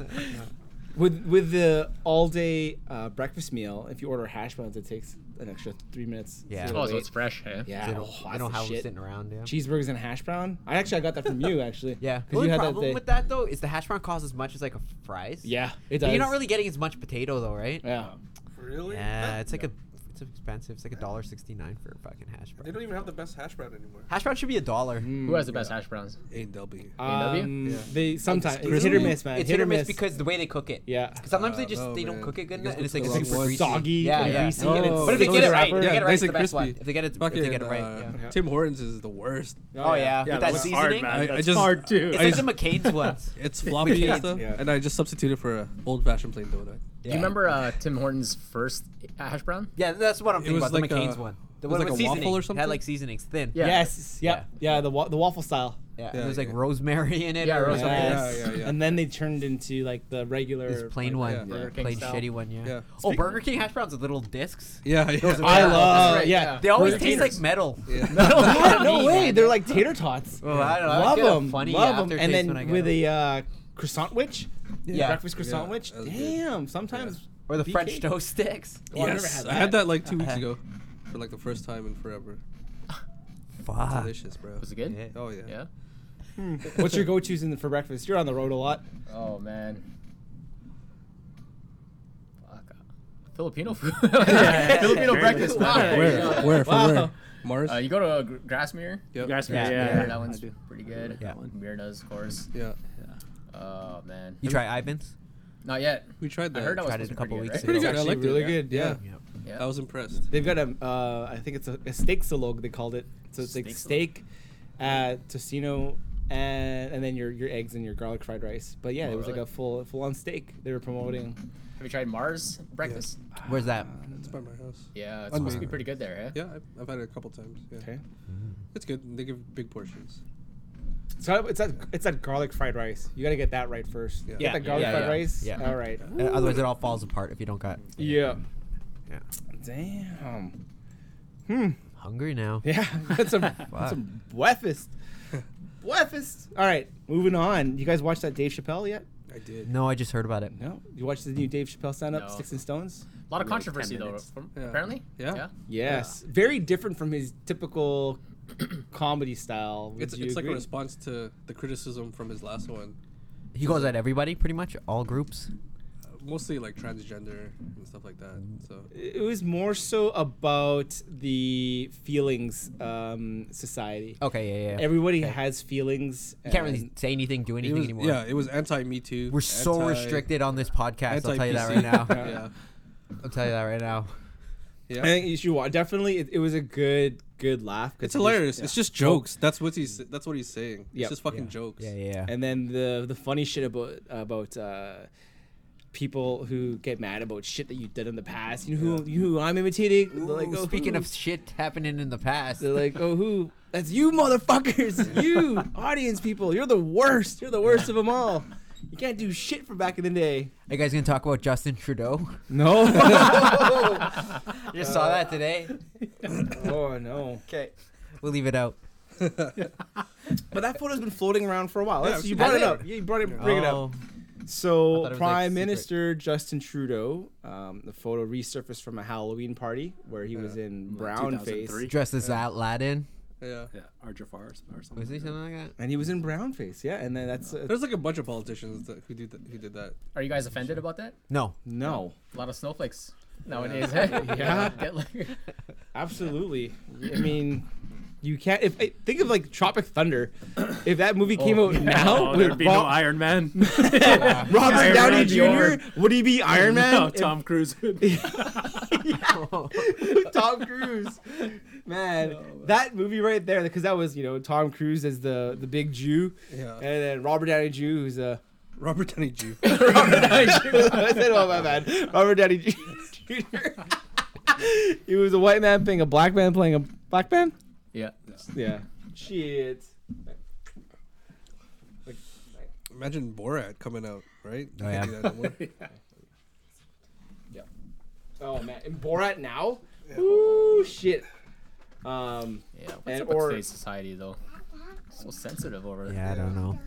[SPEAKER 1] With with the all day uh, breakfast meal, if you order hash browns, it takes an extra three minutes.
[SPEAKER 2] Yeah.
[SPEAKER 1] to
[SPEAKER 4] Oh, so
[SPEAKER 1] wait.
[SPEAKER 4] it's fresh, hey?
[SPEAKER 1] yeah.
[SPEAKER 2] They
[SPEAKER 1] oh,
[SPEAKER 2] don't, they
[SPEAKER 1] that's
[SPEAKER 2] don't
[SPEAKER 1] the
[SPEAKER 2] have them
[SPEAKER 1] shit.
[SPEAKER 2] sitting around. Yeah.
[SPEAKER 1] Cheeseburgers and hash brown. I actually I got that from you actually.
[SPEAKER 2] Yeah. The
[SPEAKER 1] because
[SPEAKER 2] only
[SPEAKER 1] you had that
[SPEAKER 2] problem
[SPEAKER 1] day.
[SPEAKER 2] with that though is the hash brown costs as much as like a fries.
[SPEAKER 1] Yeah, it
[SPEAKER 2] But
[SPEAKER 1] does.
[SPEAKER 2] You're not really getting as much potato though, right?
[SPEAKER 1] Yeah.
[SPEAKER 3] Really?
[SPEAKER 2] Yeah, it's like a it's expensive. It's like a dollar sixty nine for a fucking hash
[SPEAKER 3] They
[SPEAKER 2] brown.
[SPEAKER 3] don't even have the best hash brown anymore.
[SPEAKER 2] Hash Uh, brown should be a dollar.
[SPEAKER 1] Hmm.
[SPEAKER 4] Who has the best hash browns?
[SPEAKER 3] A&W.
[SPEAKER 4] A&W?
[SPEAKER 1] Um,
[SPEAKER 3] Yeah.
[SPEAKER 1] They sometimes
[SPEAKER 2] It's
[SPEAKER 1] it's hit or miss, man.
[SPEAKER 2] It's
[SPEAKER 1] hit or miss
[SPEAKER 2] because the way they cook it.
[SPEAKER 1] yeah.
[SPEAKER 2] 'Cause sometimes they
[SPEAKER 3] Uh,
[SPEAKER 2] just
[SPEAKER 3] no,
[SPEAKER 2] they
[SPEAKER 3] man.
[SPEAKER 2] don't cook it good
[SPEAKER 3] You guys
[SPEAKER 2] enough, and it's
[SPEAKER 3] cook
[SPEAKER 2] like
[SPEAKER 3] the
[SPEAKER 2] super
[SPEAKER 3] wrong ones.
[SPEAKER 2] greasy.
[SPEAKER 1] Soggy
[SPEAKER 2] yeah,
[SPEAKER 1] and
[SPEAKER 2] yeah.
[SPEAKER 1] greasy
[SPEAKER 3] Oh,
[SPEAKER 2] No,
[SPEAKER 1] and it's-
[SPEAKER 2] But if they
[SPEAKER 1] so
[SPEAKER 2] get it
[SPEAKER 1] the
[SPEAKER 2] right,
[SPEAKER 1] wrapper-
[SPEAKER 2] if they
[SPEAKER 1] Yeah,
[SPEAKER 2] get it right,
[SPEAKER 3] nice
[SPEAKER 2] it's the
[SPEAKER 3] and
[SPEAKER 2] best one.
[SPEAKER 3] crispy.
[SPEAKER 2] If they get it, if
[SPEAKER 3] Fucking,
[SPEAKER 2] they get it right, yeah.
[SPEAKER 3] uh, Tim Hortons is the worst.
[SPEAKER 2] Oh yeah,
[SPEAKER 6] Yeah,
[SPEAKER 2] with that
[SPEAKER 6] that's
[SPEAKER 2] seasoning,
[SPEAKER 6] hard, man.
[SPEAKER 3] I- I
[SPEAKER 6] That's
[SPEAKER 3] just-
[SPEAKER 6] hard too.
[SPEAKER 2] it's
[SPEAKER 3] I
[SPEAKER 2] like
[SPEAKER 3] just-
[SPEAKER 2] the McCain's ones.
[SPEAKER 3] It's floppy and stuff,
[SPEAKER 1] Yeah.
[SPEAKER 3] and I just substituted for a old-fashioned plain donut.
[SPEAKER 4] Do you remember uh, Tim Horton's first hash brown?
[SPEAKER 2] Yeah, that's what I'm thinking
[SPEAKER 3] was
[SPEAKER 2] about.
[SPEAKER 3] like
[SPEAKER 2] the McCain's
[SPEAKER 3] a-
[SPEAKER 2] one. The
[SPEAKER 3] it was
[SPEAKER 2] one
[SPEAKER 3] like
[SPEAKER 2] with
[SPEAKER 3] a waffle
[SPEAKER 2] seasoning.
[SPEAKER 3] or
[SPEAKER 2] It
[SPEAKER 3] something?
[SPEAKER 2] had like seasonings, thin.
[SPEAKER 4] Yeah.
[SPEAKER 1] Yes. Yep. Yeah. the wa- the waffle style.
[SPEAKER 2] yeah.
[SPEAKER 3] Yeah,
[SPEAKER 2] It was like
[SPEAKER 3] yeah.
[SPEAKER 2] rosemary in it.
[SPEAKER 4] Yeah,
[SPEAKER 2] or
[SPEAKER 4] rosemary.
[SPEAKER 2] something.
[SPEAKER 1] Yes.
[SPEAKER 3] yeah, yeah.
[SPEAKER 1] And then they turned into like the regular
[SPEAKER 2] This plain
[SPEAKER 1] like,
[SPEAKER 2] one,
[SPEAKER 3] yeah.
[SPEAKER 4] Burger King
[SPEAKER 2] plain
[SPEAKER 4] style.
[SPEAKER 2] shitty one, yeah.
[SPEAKER 3] Yeah.
[SPEAKER 2] Oh,
[SPEAKER 3] Speak-
[SPEAKER 2] Burger King hash browns with little discs.
[SPEAKER 3] Yeah, yeah.
[SPEAKER 1] I
[SPEAKER 4] Yeah,
[SPEAKER 1] love.
[SPEAKER 4] that's right,
[SPEAKER 1] yeah.
[SPEAKER 4] yeah.
[SPEAKER 2] They always
[SPEAKER 4] Burger
[SPEAKER 2] taste
[SPEAKER 4] King's.
[SPEAKER 2] like metal.
[SPEAKER 3] Yeah.
[SPEAKER 1] Yeah, no
[SPEAKER 2] Me,
[SPEAKER 1] way.
[SPEAKER 2] man.
[SPEAKER 1] They're like tater tots.
[SPEAKER 2] Well, I don't know. I
[SPEAKER 1] Love
[SPEAKER 2] get a
[SPEAKER 1] them.
[SPEAKER 2] funny
[SPEAKER 1] Love them.
[SPEAKER 2] aftertaste
[SPEAKER 1] And
[SPEAKER 2] when I
[SPEAKER 1] then
[SPEAKER 2] get
[SPEAKER 1] with
[SPEAKER 2] them.
[SPEAKER 1] a uh, croissant witch.
[SPEAKER 2] Yeah.
[SPEAKER 1] Breakfast croissant
[SPEAKER 3] Yeah,
[SPEAKER 1] witch.
[SPEAKER 3] that was good.
[SPEAKER 1] Damn. Sometimes.
[SPEAKER 2] or the
[SPEAKER 1] BK.
[SPEAKER 2] French toast sticks.
[SPEAKER 1] Oh, I've never
[SPEAKER 3] yes,
[SPEAKER 1] had
[SPEAKER 3] I had
[SPEAKER 1] that.
[SPEAKER 3] that like two weeks ago, for like the first time in forever.
[SPEAKER 2] Fuck.
[SPEAKER 3] Delicious, bro.
[SPEAKER 4] Was it good?
[SPEAKER 2] Yeah.
[SPEAKER 3] Oh yeah.
[SPEAKER 4] Yeah.
[SPEAKER 1] What's your go-to's in the, for breakfast? You're on the road a lot.
[SPEAKER 4] Oh man. Fuck. Filipino food. Filipino
[SPEAKER 6] Very
[SPEAKER 4] breakfast.
[SPEAKER 6] good.
[SPEAKER 4] Wow.
[SPEAKER 6] Where?
[SPEAKER 4] Yeah.
[SPEAKER 3] Where from?
[SPEAKER 1] Wow.
[SPEAKER 3] Where? Mars.
[SPEAKER 4] Uh, you go to uh, Gr- Grassmere.
[SPEAKER 3] Yep.
[SPEAKER 6] Grass-
[SPEAKER 2] Yeah.
[SPEAKER 6] yeah,
[SPEAKER 4] Yeah,
[SPEAKER 6] yeah.
[SPEAKER 4] that one's
[SPEAKER 6] I do.
[SPEAKER 4] pretty good.
[SPEAKER 2] Yeah.
[SPEAKER 4] Myrna's, of course.
[SPEAKER 3] Yeah.
[SPEAKER 4] Oh man.
[SPEAKER 2] You try Ivan's?
[SPEAKER 4] Not yet.
[SPEAKER 3] We tried that.
[SPEAKER 4] I heard that was
[SPEAKER 2] Tried it
[SPEAKER 4] supposed to
[SPEAKER 2] a
[SPEAKER 4] be pretty
[SPEAKER 2] couple weeks
[SPEAKER 4] good,
[SPEAKER 3] Pretty
[SPEAKER 1] It's
[SPEAKER 3] good. I
[SPEAKER 1] actually
[SPEAKER 3] liked it,
[SPEAKER 1] really
[SPEAKER 3] yeah.
[SPEAKER 1] good. Yeah.
[SPEAKER 3] Yeah.
[SPEAKER 4] right? Yeah.
[SPEAKER 3] I was impressed.
[SPEAKER 1] They've got a. Uh, I think it's a, a steak salog. They called it. So it's like
[SPEAKER 4] Steak salog.
[SPEAKER 1] steak, uh, tocino, and and then your your eggs and your garlic fried rice. But yeah,
[SPEAKER 4] Oh,
[SPEAKER 1] it was
[SPEAKER 4] really?
[SPEAKER 1] like a full full on steak. They were promoting. Uh,
[SPEAKER 4] Have you tried Mars breakfast?
[SPEAKER 2] Where's that?
[SPEAKER 3] It's by my house.
[SPEAKER 4] Yeah, it's
[SPEAKER 3] Unbelievable.
[SPEAKER 4] supposed to be pretty good there, eh?
[SPEAKER 3] Yeah, I've, I've had it a couple times. Yeah.
[SPEAKER 1] Okay.
[SPEAKER 3] It's good. They give big portions.
[SPEAKER 1] So it's that it's that garlic fried rice. You gotta get that right first.
[SPEAKER 3] Yeah.
[SPEAKER 1] Yeah. Get that garlic
[SPEAKER 2] Yeah,
[SPEAKER 1] fried
[SPEAKER 2] yeah,
[SPEAKER 1] rice.
[SPEAKER 2] yeah.
[SPEAKER 1] All right.
[SPEAKER 2] Uh, Otherwise, it all falls apart if you don't got.
[SPEAKER 1] Yeah.
[SPEAKER 2] Yeah.
[SPEAKER 1] Damn. Hmm.
[SPEAKER 2] Hungry now.
[SPEAKER 1] Yeah. That's some that's some breakfast. breakfast. All right. Moving on. You guys watch that Dave Chappelle yet?
[SPEAKER 3] I did.
[SPEAKER 2] No, I just heard about it.
[SPEAKER 1] No. You watch the new Dave Chappelle stand up,
[SPEAKER 4] No.
[SPEAKER 1] Sticks and Stones?
[SPEAKER 4] A lot of
[SPEAKER 5] Like 10
[SPEAKER 4] controversy though,
[SPEAKER 5] minutes.
[SPEAKER 4] from,
[SPEAKER 3] Yeah.
[SPEAKER 4] apparently.
[SPEAKER 3] Yeah.
[SPEAKER 1] Yes. Very different from his typical comedy style. Would
[SPEAKER 3] It's,
[SPEAKER 1] you
[SPEAKER 3] it's like a
[SPEAKER 1] agree?
[SPEAKER 3] response to the criticism from his last one,
[SPEAKER 2] He goes at everybody, pretty much all groups.
[SPEAKER 3] Uh, mostly like transgender and stuff like that. So
[SPEAKER 1] it was more so about the feelings um, society.
[SPEAKER 2] Okay, Oh, yeah, yeah.
[SPEAKER 1] Everybody has feelings.
[SPEAKER 2] you can't really
[SPEAKER 1] and-
[SPEAKER 2] say anything, do
[SPEAKER 3] it
[SPEAKER 2] anything
[SPEAKER 3] was,
[SPEAKER 2] anymore.
[SPEAKER 3] yeah, it was anti Me Too.
[SPEAKER 2] We're so
[SPEAKER 3] anti-
[SPEAKER 2] restricted on this podcast. I'll tell you that right
[SPEAKER 3] anti-PC.
[SPEAKER 2] now.
[SPEAKER 3] yeah.
[SPEAKER 2] I'll tell you that right now.
[SPEAKER 3] Yeah.
[SPEAKER 1] I think you should watch. Definitely, it, it was a good, good laugh. 'cause
[SPEAKER 3] It's
[SPEAKER 1] he just-
[SPEAKER 3] hilarious. It's just jokes. That's what he's. That's what he's saying.
[SPEAKER 1] Yep.
[SPEAKER 3] It's just fucking
[SPEAKER 2] Yeah.
[SPEAKER 3] jokes.
[SPEAKER 2] Yeah, yeah. yeah.
[SPEAKER 1] And then the the funny shit about about uh, people who get mad about shit that you did in the past. You know who you know who I'm imitating. They're like,
[SPEAKER 2] Ooh,
[SPEAKER 1] oh,
[SPEAKER 2] speaking
[SPEAKER 1] who?"
[SPEAKER 2] of shit happening in the past,
[SPEAKER 1] They're like, oh, who? That's you, motherfuckers. You, audience people. You're the worst. You're the worst of them all. You can't do shit from back in the day.
[SPEAKER 2] are you guys gonna talk about Justin Trudeau?
[SPEAKER 1] No.
[SPEAKER 2] I just saw that today.
[SPEAKER 1] oh no.
[SPEAKER 2] Okay, we'll leave it out.
[SPEAKER 1] But that photo's been floating around for a while. That's,
[SPEAKER 3] Yeah,
[SPEAKER 1] you brought
[SPEAKER 2] Has
[SPEAKER 1] it
[SPEAKER 2] it?
[SPEAKER 1] up. You brought it. Bring it up.
[SPEAKER 2] Oh, I
[SPEAKER 1] So,
[SPEAKER 2] thought it was, like,
[SPEAKER 1] Prime
[SPEAKER 2] secret.
[SPEAKER 1] Minister Justin Trudeau, um, the photo resurfaced from a Halloween party where he was in brown face,
[SPEAKER 5] 2003.
[SPEAKER 2] dressed as Aladdin.
[SPEAKER 3] Yeah.
[SPEAKER 5] Yeah, Arjafar or something.
[SPEAKER 2] Was he something like that?
[SPEAKER 1] and he was in brown face. Yeah, and then that's uh,
[SPEAKER 3] There's like a bunch of politicians that, who did that, who did that.
[SPEAKER 4] Are you guys offended about that?
[SPEAKER 2] No.
[SPEAKER 1] no,
[SPEAKER 4] A lot of snowflakes nowadays, eh?
[SPEAKER 1] Yeah.
[SPEAKER 4] Get like,
[SPEAKER 1] absolutely. I mean, you can't. If I- think of like Tropic Thunder, if that movie came
[SPEAKER 4] Oh,
[SPEAKER 1] out
[SPEAKER 4] no,
[SPEAKER 1] now
[SPEAKER 4] there'd
[SPEAKER 1] with
[SPEAKER 5] There'd be no
[SPEAKER 1] Bob-
[SPEAKER 5] Iron Man.
[SPEAKER 1] Robert
[SPEAKER 4] Iron
[SPEAKER 1] Downey
[SPEAKER 4] Man,
[SPEAKER 1] Jr.,
[SPEAKER 4] you're-
[SPEAKER 1] would he be Iron Man?
[SPEAKER 5] no,
[SPEAKER 1] If-
[SPEAKER 5] Tom Cruise.
[SPEAKER 1] Tom Cruise, man, that movie right there, because that was you know Tom Cruise as the the big Jew,
[SPEAKER 3] Yeah.
[SPEAKER 1] and then Robert Downey Jr. who's a
[SPEAKER 3] Robert Downey Jr.
[SPEAKER 1] I said all my bad. Robert Downey Jr. he was a white man playing a black man playing a black man.
[SPEAKER 4] Yeah.
[SPEAKER 1] Yeah. Shit.
[SPEAKER 3] Imagine Borat coming out, right? You
[SPEAKER 2] Oh,
[SPEAKER 3] can't
[SPEAKER 2] yeah.
[SPEAKER 3] do that anymore.
[SPEAKER 1] Oh man, and Borat now. Ooh shit. Um,
[SPEAKER 4] Yeah. What's
[SPEAKER 1] And-
[SPEAKER 4] up
[SPEAKER 1] or-
[SPEAKER 4] with today's society though? So sensitive over
[SPEAKER 2] Yeah, I don't know.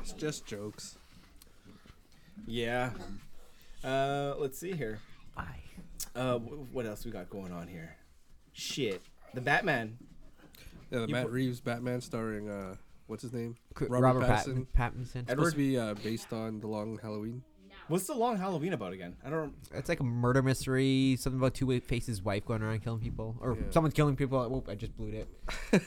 [SPEAKER 3] it's just jokes.
[SPEAKER 1] yeah. Uh, let's see here. Uh, wh- what else we got going on here? Shit. The Batman.
[SPEAKER 3] Yeah, the Matt Reeves Batman starring uh, what's his name?
[SPEAKER 2] Qu-
[SPEAKER 3] Robert Pattinson.
[SPEAKER 2] Pattinson.
[SPEAKER 3] Supposed to be uh, based on the Long Halloween.
[SPEAKER 1] What's the long Halloween about again? I don't.
[SPEAKER 2] It's like a murder mystery, something about two faces wife going around killing people, or
[SPEAKER 3] Yeah.
[SPEAKER 2] someone's killing people. Whoop! I just blew it.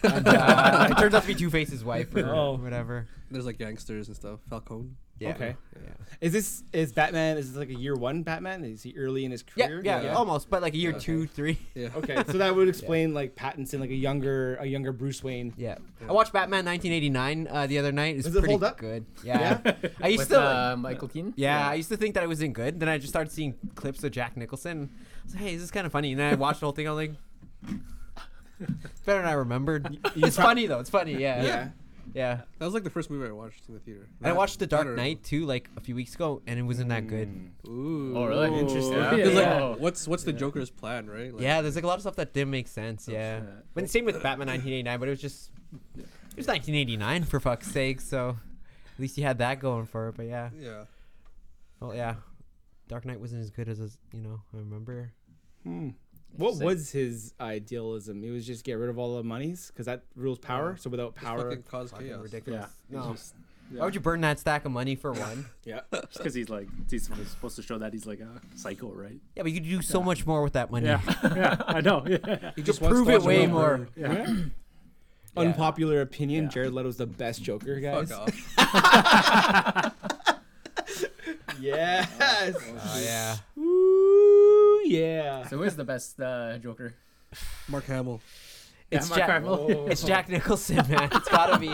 [SPEAKER 2] And, uh, it turns out to be two faces wife or
[SPEAKER 1] Oh.
[SPEAKER 2] whatever.
[SPEAKER 3] There's like gangsters and stuff. Falcone.
[SPEAKER 2] Yeah.
[SPEAKER 1] Okay.
[SPEAKER 2] Yeah.
[SPEAKER 1] Is this is Batman? Is this like a year one Batman? Is he early in his
[SPEAKER 2] Yeah,
[SPEAKER 1] career?
[SPEAKER 2] yeah, almost, but like a year
[SPEAKER 3] Yeah.
[SPEAKER 2] two, three.
[SPEAKER 3] Yeah.
[SPEAKER 1] Okay, so that would explain like Pattinson, like a younger, a younger Bruce Wayne.
[SPEAKER 2] Yeah. I watched Batman 1989 uh, the other night. It's
[SPEAKER 1] Does it
[SPEAKER 2] pretty
[SPEAKER 1] hold up?
[SPEAKER 2] good. Yeah. I used
[SPEAKER 4] With
[SPEAKER 2] to.
[SPEAKER 4] uh, Michael Keaton.
[SPEAKER 2] yeah, I used to think that it wasn't good. Then I just started seeing clips of Jack Nicholson. I was like, hey, this is kind of funny. And then I watched the whole thing. I was like, it's better than I remembered. it's funny though. It's funny. Yeah.
[SPEAKER 1] Yeah.
[SPEAKER 2] Yeah.
[SPEAKER 3] That was like the first movie I watched in the theater.
[SPEAKER 2] And I
[SPEAKER 3] That-
[SPEAKER 2] watched The
[SPEAKER 3] that
[SPEAKER 2] Dark
[SPEAKER 3] or-
[SPEAKER 2] Knight too, like a few weeks ago, and it wasn't that good.
[SPEAKER 3] Ooh.
[SPEAKER 4] Oh, really?
[SPEAKER 3] Interesting.
[SPEAKER 4] Yeah.
[SPEAKER 3] 'Cause, like,
[SPEAKER 4] Yeah.
[SPEAKER 3] what's what's the Joker's plan, right? Like,
[SPEAKER 2] yeah, there's like a lot of stuff that didn't make sense. Yeah.
[SPEAKER 4] shit.
[SPEAKER 2] But same with Batman 1989, but it was just it was 1989 for fuck's sake. So at least you had that going for it. But yeah,
[SPEAKER 3] Yeah.
[SPEAKER 2] well, yeah. Dark Knight wasn't as good as you know I remember.
[SPEAKER 1] What
[SPEAKER 4] Interesting.
[SPEAKER 1] was his idealism? It was just get rid of all the monies because that rules power. So without
[SPEAKER 3] Just
[SPEAKER 1] power,
[SPEAKER 3] fucking cause chaos.
[SPEAKER 2] ridiculous.
[SPEAKER 5] Yeah.
[SPEAKER 2] No.
[SPEAKER 5] It's just-
[SPEAKER 2] Why would you burn that stack of money for one?
[SPEAKER 1] yeah,
[SPEAKER 5] Just because he's like, he's supposed to show that he's like a psycho, right?
[SPEAKER 2] yeah, but you could do so much more with that money.
[SPEAKER 5] Yeah, yeah, I know. Yeah.
[SPEAKER 3] He just
[SPEAKER 2] prove it way more.
[SPEAKER 5] yeah.
[SPEAKER 1] unpopular opinion.
[SPEAKER 5] Yeah.
[SPEAKER 1] Jared Leto's the best Joker, guys.
[SPEAKER 3] Fuck off.
[SPEAKER 1] Yes.
[SPEAKER 2] Oh yeah.
[SPEAKER 1] Ooh, yeah.
[SPEAKER 4] So who's the best uh, Joker?
[SPEAKER 3] Mark Hamill.
[SPEAKER 2] It's
[SPEAKER 4] Mark
[SPEAKER 2] Jack.
[SPEAKER 4] Hamill.
[SPEAKER 1] Oh.
[SPEAKER 2] It's Jack Nicholson, man. It's gotta be.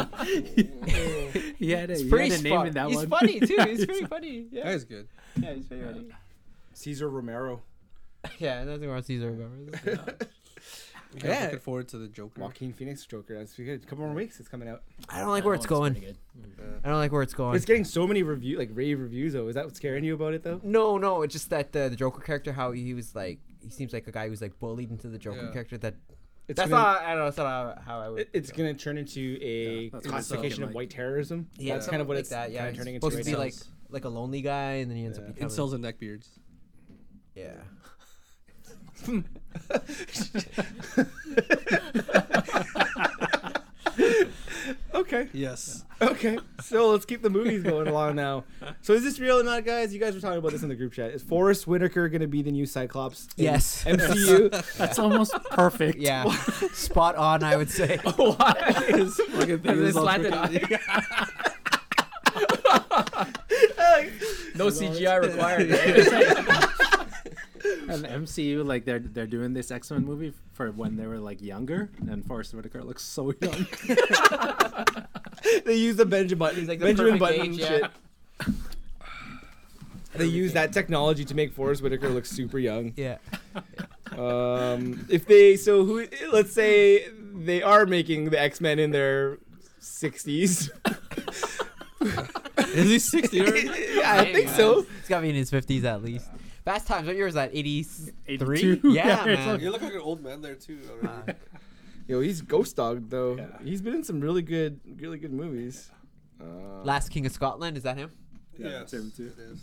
[SPEAKER 5] He had a,
[SPEAKER 2] It's
[SPEAKER 5] he
[SPEAKER 2] pretty
[SPEAKER 5] had a name
[SPEAKER 2] spot-
[SPEAKER 5] in that
[SPEAKER 2] He's
[SPEAKER 5] one.
[SPEAKER 2] funny too. He's pretty funny.
[SPEAKER 3] That
[SPEAKER 2] Yeah.
[SPEAKER 3] is good.
[SPEAKER 2] Yeah, he's pretty funny.
[SPEAKER 1] Caesar Romero,
[SPEAKER 2] Yeah, nothing wrong with Caesar Romero.
[SPEAKER 3] You guys
[SPEAKER 1] Yeah.
[SPEAKER 3] Looking forward to the Joker.
[SPEAKER 1] Joaquin Phoenix Joker. That's pretty good. A couple more weeks, it's coming out.
[SPEAKER 2] I don't like where it's going. I don't like where it's going.
[SPEAKER 1] It's getting so many review, like rave reviews though. Is that what's scaring you about it though?
[SPEAKER 2] no, no, it's just that uh, the Joker character, how he was like, he seems like a guy who's like bullied into the Joker
[SPEAKER 3] Yeah.
[SPEAKER 2] character. That
[SPEAKER 1] It's
[SPEAKER 2] that's
[SPEAKER 1] gonna-
[SPEAKER 2] not, I don't know, that's not how, how I would.
[SPEAKER 1] It- It's gonna turn into a
[SPEAKER 5] that's what it sounds
[SPEAKER 1] classification of
[SPEAKER 5] like.
[SPEAKER 1] white terrorism.
[SPEAKER 2] yeah,
[SPEAKER 1] that's kind of what
[SPEAKER 2] like
[SPEAKER 1] it's
[SPEAKER 2] that, yeah,
[SPEAKER 1] kind
[SPEAKER 2] he's
[SPEAKER 1] of turning into
[SPEAKER 2] supposed
[SPEAKER 1] right
[SPEAKER 2] to be
[SPEAKER 1] now.
[SPEAKER 2] like like a lonely guy, and then he ends
[SPEAKER 1] Yeah.
[SPEAKER 2] up becoming
[SPEAKER 3] Incels and neckbeards.
[SPEAKER 2] yeah.
[SPEAKER 1] okay,
[SPEAKER 3] Yes.
[SPEAKER 1] okay. So let's keep the movies going along now. So is this real or not, guys? You guys were talking about this in the group chat. Is Forrest Whitaker gonna be the new Cyclops? in
[SPEAKER 2] Yes.
[SPEAKER 1] MCU.
[SPEAKER 5] That's almost perfect.
[SPEAKER 2] Yeah, spot on, I would say.
[SPEAKER 5] His fucking thing
[SPEAKER 4] They
[SPEAKER 5] is all
[SPEAKER 4] slanted
[SPEAKER 5] crooked.
[SPEAKER 4] No CGI required.
[SPEAKER 5] And MCU, like they're they're doing this X Men movie for when they were like younger, and Forrest Whitaker looks so young.
[SPEAKER 1] they use the Benjamin Button.
[SPEAKER 2] He's like the
[SPEAKER 1] Benjamin
[SPEAKER 2] perfect
[SPEAKER 1] Button
[SPEAKER 2] age, yeah.
[SPEAKER 1] shit. They use that technology to make Forrest Whitaker look super young.
[SPEAKER 2] Yeah,
[SPEAKER 1] Um, if they so who let's say they are making the X Men in their sixties.
[SPEAKER 3] Is he 60 already?
[SPEAKER 1] yeah, I think so.
[SPEAKER 2] He's got to be in his fifties at least. Fast times. What year was that? Eighty-three.
[SPEAKER 5] 82.
[SPEAKER 2] Yeah,
[SPEAKER 5] Yeah, it's
[SPEAKER 2] man.
[SPEAKER 5] like-
[SPEAKER 3] You look like an old man there too. Already.
[SPEAKER 1] Yo, he's Ghost Dog though.
[SPEAKER 5] Yeah.
[SPEAKER 1] He's been in some really good, really good movies. Uh,
[SPEAKER 2] Last King of Scotland. Is that him?
[SPEAKER 5] Yeah, that's him too.
[SPEAKER 3] It is.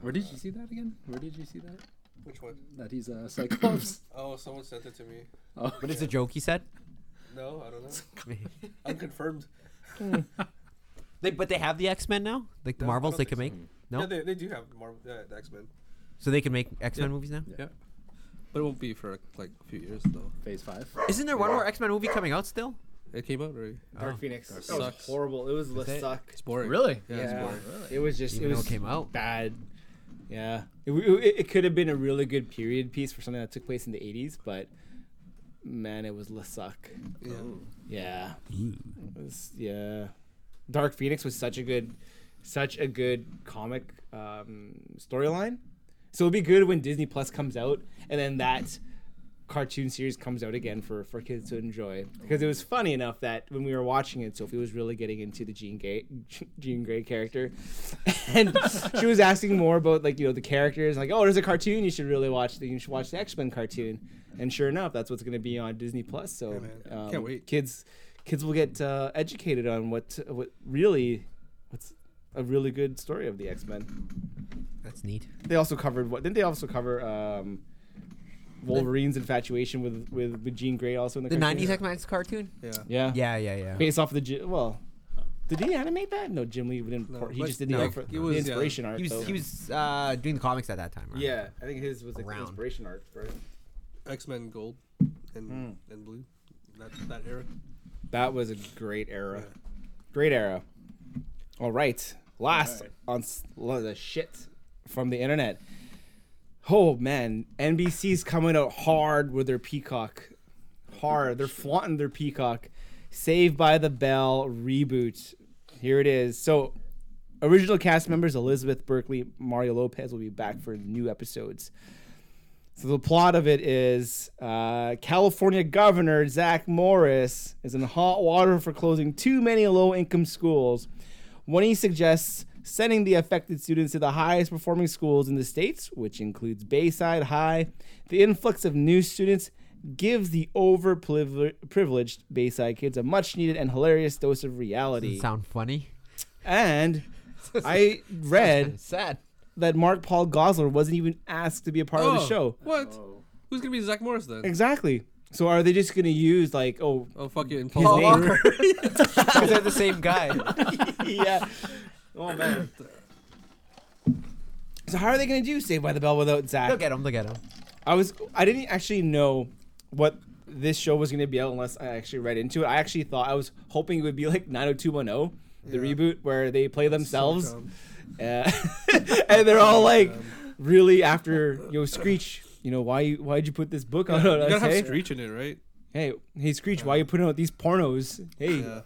[SPEAKER 5] Where did you see that again? Where did you see that?
[SPEAKER 3] Which one?
[SPEAKER 5] That he's a Cyclops.
[SPEAKER 3] Oh, someone sent it to me.
[SPEAKER 5] oh,
[SPEAKER 2] But it's a joke. He said.
[SPEAKER 3] No, I don't know. Unconfirmed.
[SPEAKER 2] They, but they have the X Men now, like the
[SPEAKER 3] No, I
[SPEAKER 2] Marvels
[SPEAKER 3] don't
[SPEAKER 2] they
[SPEAKER 3] think
[SPEAKER 2] can
[SPEAKER 3] so.
[SPEAKER 2] make. No,
[SPEAKER 3] uh, Yeah, they, they do have Marvel, yeah, X Men.
[SPEAKER 2] so they can make X Men
[SPEAKER 3] Yeah.
[SPEAKER 2] movies now.
[SPEAKER 5] Yeah.
[SPEAKER 3] But it won't be for like a few years though.
[SPEAKER 5] Phase five.
[SPEAKER 2] Isn't there one more X Men movie coming out still? Oh,
[SPEAKER 3] It came out already.
[SPEAKER 1] Dark Phoenix. That was
[SPEAKER 3] sucks.
[SPEAKER 1] horrible. It was
[SPEAKER 2] it?
[SPEAKER 1] the suck.
[SPEAKER 3] It's boring.
[SPEAKER 4] Really?
[SPEAKER 3] Yeah. It's
[SPEAKER 1] Yeah,
[SPEAKER 3] boring.
[SPEAKER 1] it was just
[SPEAKER 2] Even
[SPEAKER 1] it
[SPEAKER 2] though
[SPEAKER 1] was
[SPEAKER 2] it came out?
[SPEAKER 1] bad. Yeah, it, w- it, it could have been a really good period piece for something that took place in the '80s, but man, it was le suck.
[SPEAKER 3] Yeah.
[SPEAKER 1] Yeah, It was- yeah. Dark Phoenix was such a good, such a good comic um, storyline. So it'd be good when Disney Plus comes out, and then that cartoon series comes out again for, for kids to enjoy because it was funny enough that when we were watching it sophie was really getting into the jean gray jean gray character and she was asking more about like you know the characters like oh there's a cartoon you should really watch the you should watch the x-men cartoon and sure enough that's what's going to be on disney plus so
[SPEAKER 3] man.
[SPEAKER 1] um,
[SPEAKER 3] Can't wait.
[SPEAKER 1] kids kids will get uh, educated on what what really what's a really good story of the x-men
[SPEAKER 2] That's neat.
[SPEAKER 1] they also covered what? Didn't they also cover um, Wolverine's infatuation with with, with Jean Grey also in the
[SPEAKER 2] The
[SPEAKER 1] cartoon?
[SPEAKER 2] '90s X Men cartoon.
[SPEAKER 3] Yeah.
[SPEAKER 1] Yeah.
[SPEAKER 2] Yeah, yeah, yeah.
[SPEAKER 1] Based off of the Ji- well, did he animate that? No, Jim Lee didn't.
[SPEAKER 3] No,
[SPEAKER 1] por- he
[SPEAKER 3] but-
[SPEAKER 1] just did the,
[SPEAKER 2] no.
[SPEAKER 1] outfit-
[SPEAKER 3] It was,
[SPEAKER 1] the
[SPEAKER 3] yeah.
[SPEAKER 1] inspiration art.
[SPEAKER 2] He was
[SPEAKER 1] though.
[SPEAKER 2] he was uh, doing the comics at that time. Right?
[SPEAKER 1] yeah, I think his was like the
[SPEAKER 2] Around.
[SPEAKER 1] inspiration art, right?
[SPEAKER 3] X Men Gold and and Blue. That that era.
[SPEAKER 1] That was a great era, great era. All right, last on s- lo- the shit from the internet. Oh man, NBC's coming out hard with their peacock. Hard, they're flaunting their peacock. Saved by the Bell reboot. Here it is. So, original cast members Elizabeth Berkley, Mario Lopez will be back for new episodes. So the plot of it is uh, California Governor Zach Morris is in hot water for closing too many low-income schools. When he suggests sending the affected students to the highest-performing schools in the states, which includes Bayside High, the influx of new students gives the over-privileged Bayside kids a much-needed and hilarious dose of
[SPEAKER 2] Doesn't
[SPEAKER 1] reality.
[SPEAKER 2] sound funny.
[SPEAKER 1] And I read
[SPEAKER 2] It's sad.
[SPEAKER 1] that Mark Paul Gosler wasn't even asked to be a part
[SPEAKER 3] Oh.
[SPEAKER 1] of Oh, the show.
[SPEAKER 3] What? Who's gonna be Zach Morris then?
[SPEAKER 1] Exactly. So are they just gonna use like oh
[SPEAKER 3] oh fuck it. And
[SPEAKER 1] his
[SPEAKER 3] Paul
[SPEAKER 1] name?
[SPEAKER 3] Walker.
[SPEAKER 2] Because they're the same guy.
[SPEAKER 1] yeah. Oh man. So how are they gonna do Saved by the Bell without
[SPEAKER 2] They'll
[SPEAKER 1] Zach?
[SPEAKER 2] get him. They'll get him.
[SPEAKER 1] I was I didn't actually know what this show was gonna be out unless I actually read into it. I actually thought I was hoping it would be like 90210, the
[SPEAKER 3] Yeah.
[SPEAKER 1] reboot where they play themselves,
[SPEAKER 3] dumb.
[SPEAKER 1] uh, and they're all like really after yo Screech. You know why? you- Why'd you put this book out?
[SPEAKER 3] You
[SPEAKER 1] on us,
[SPEAKER 3] gotta have
[SPEAKER 1] hey?
[SPEAKER 3] Screech in it, right?
[SPEAKER 1] Hey, hey, Screech, why you putting out these pornos? Hey,
[SPEAKER 3] Yeah.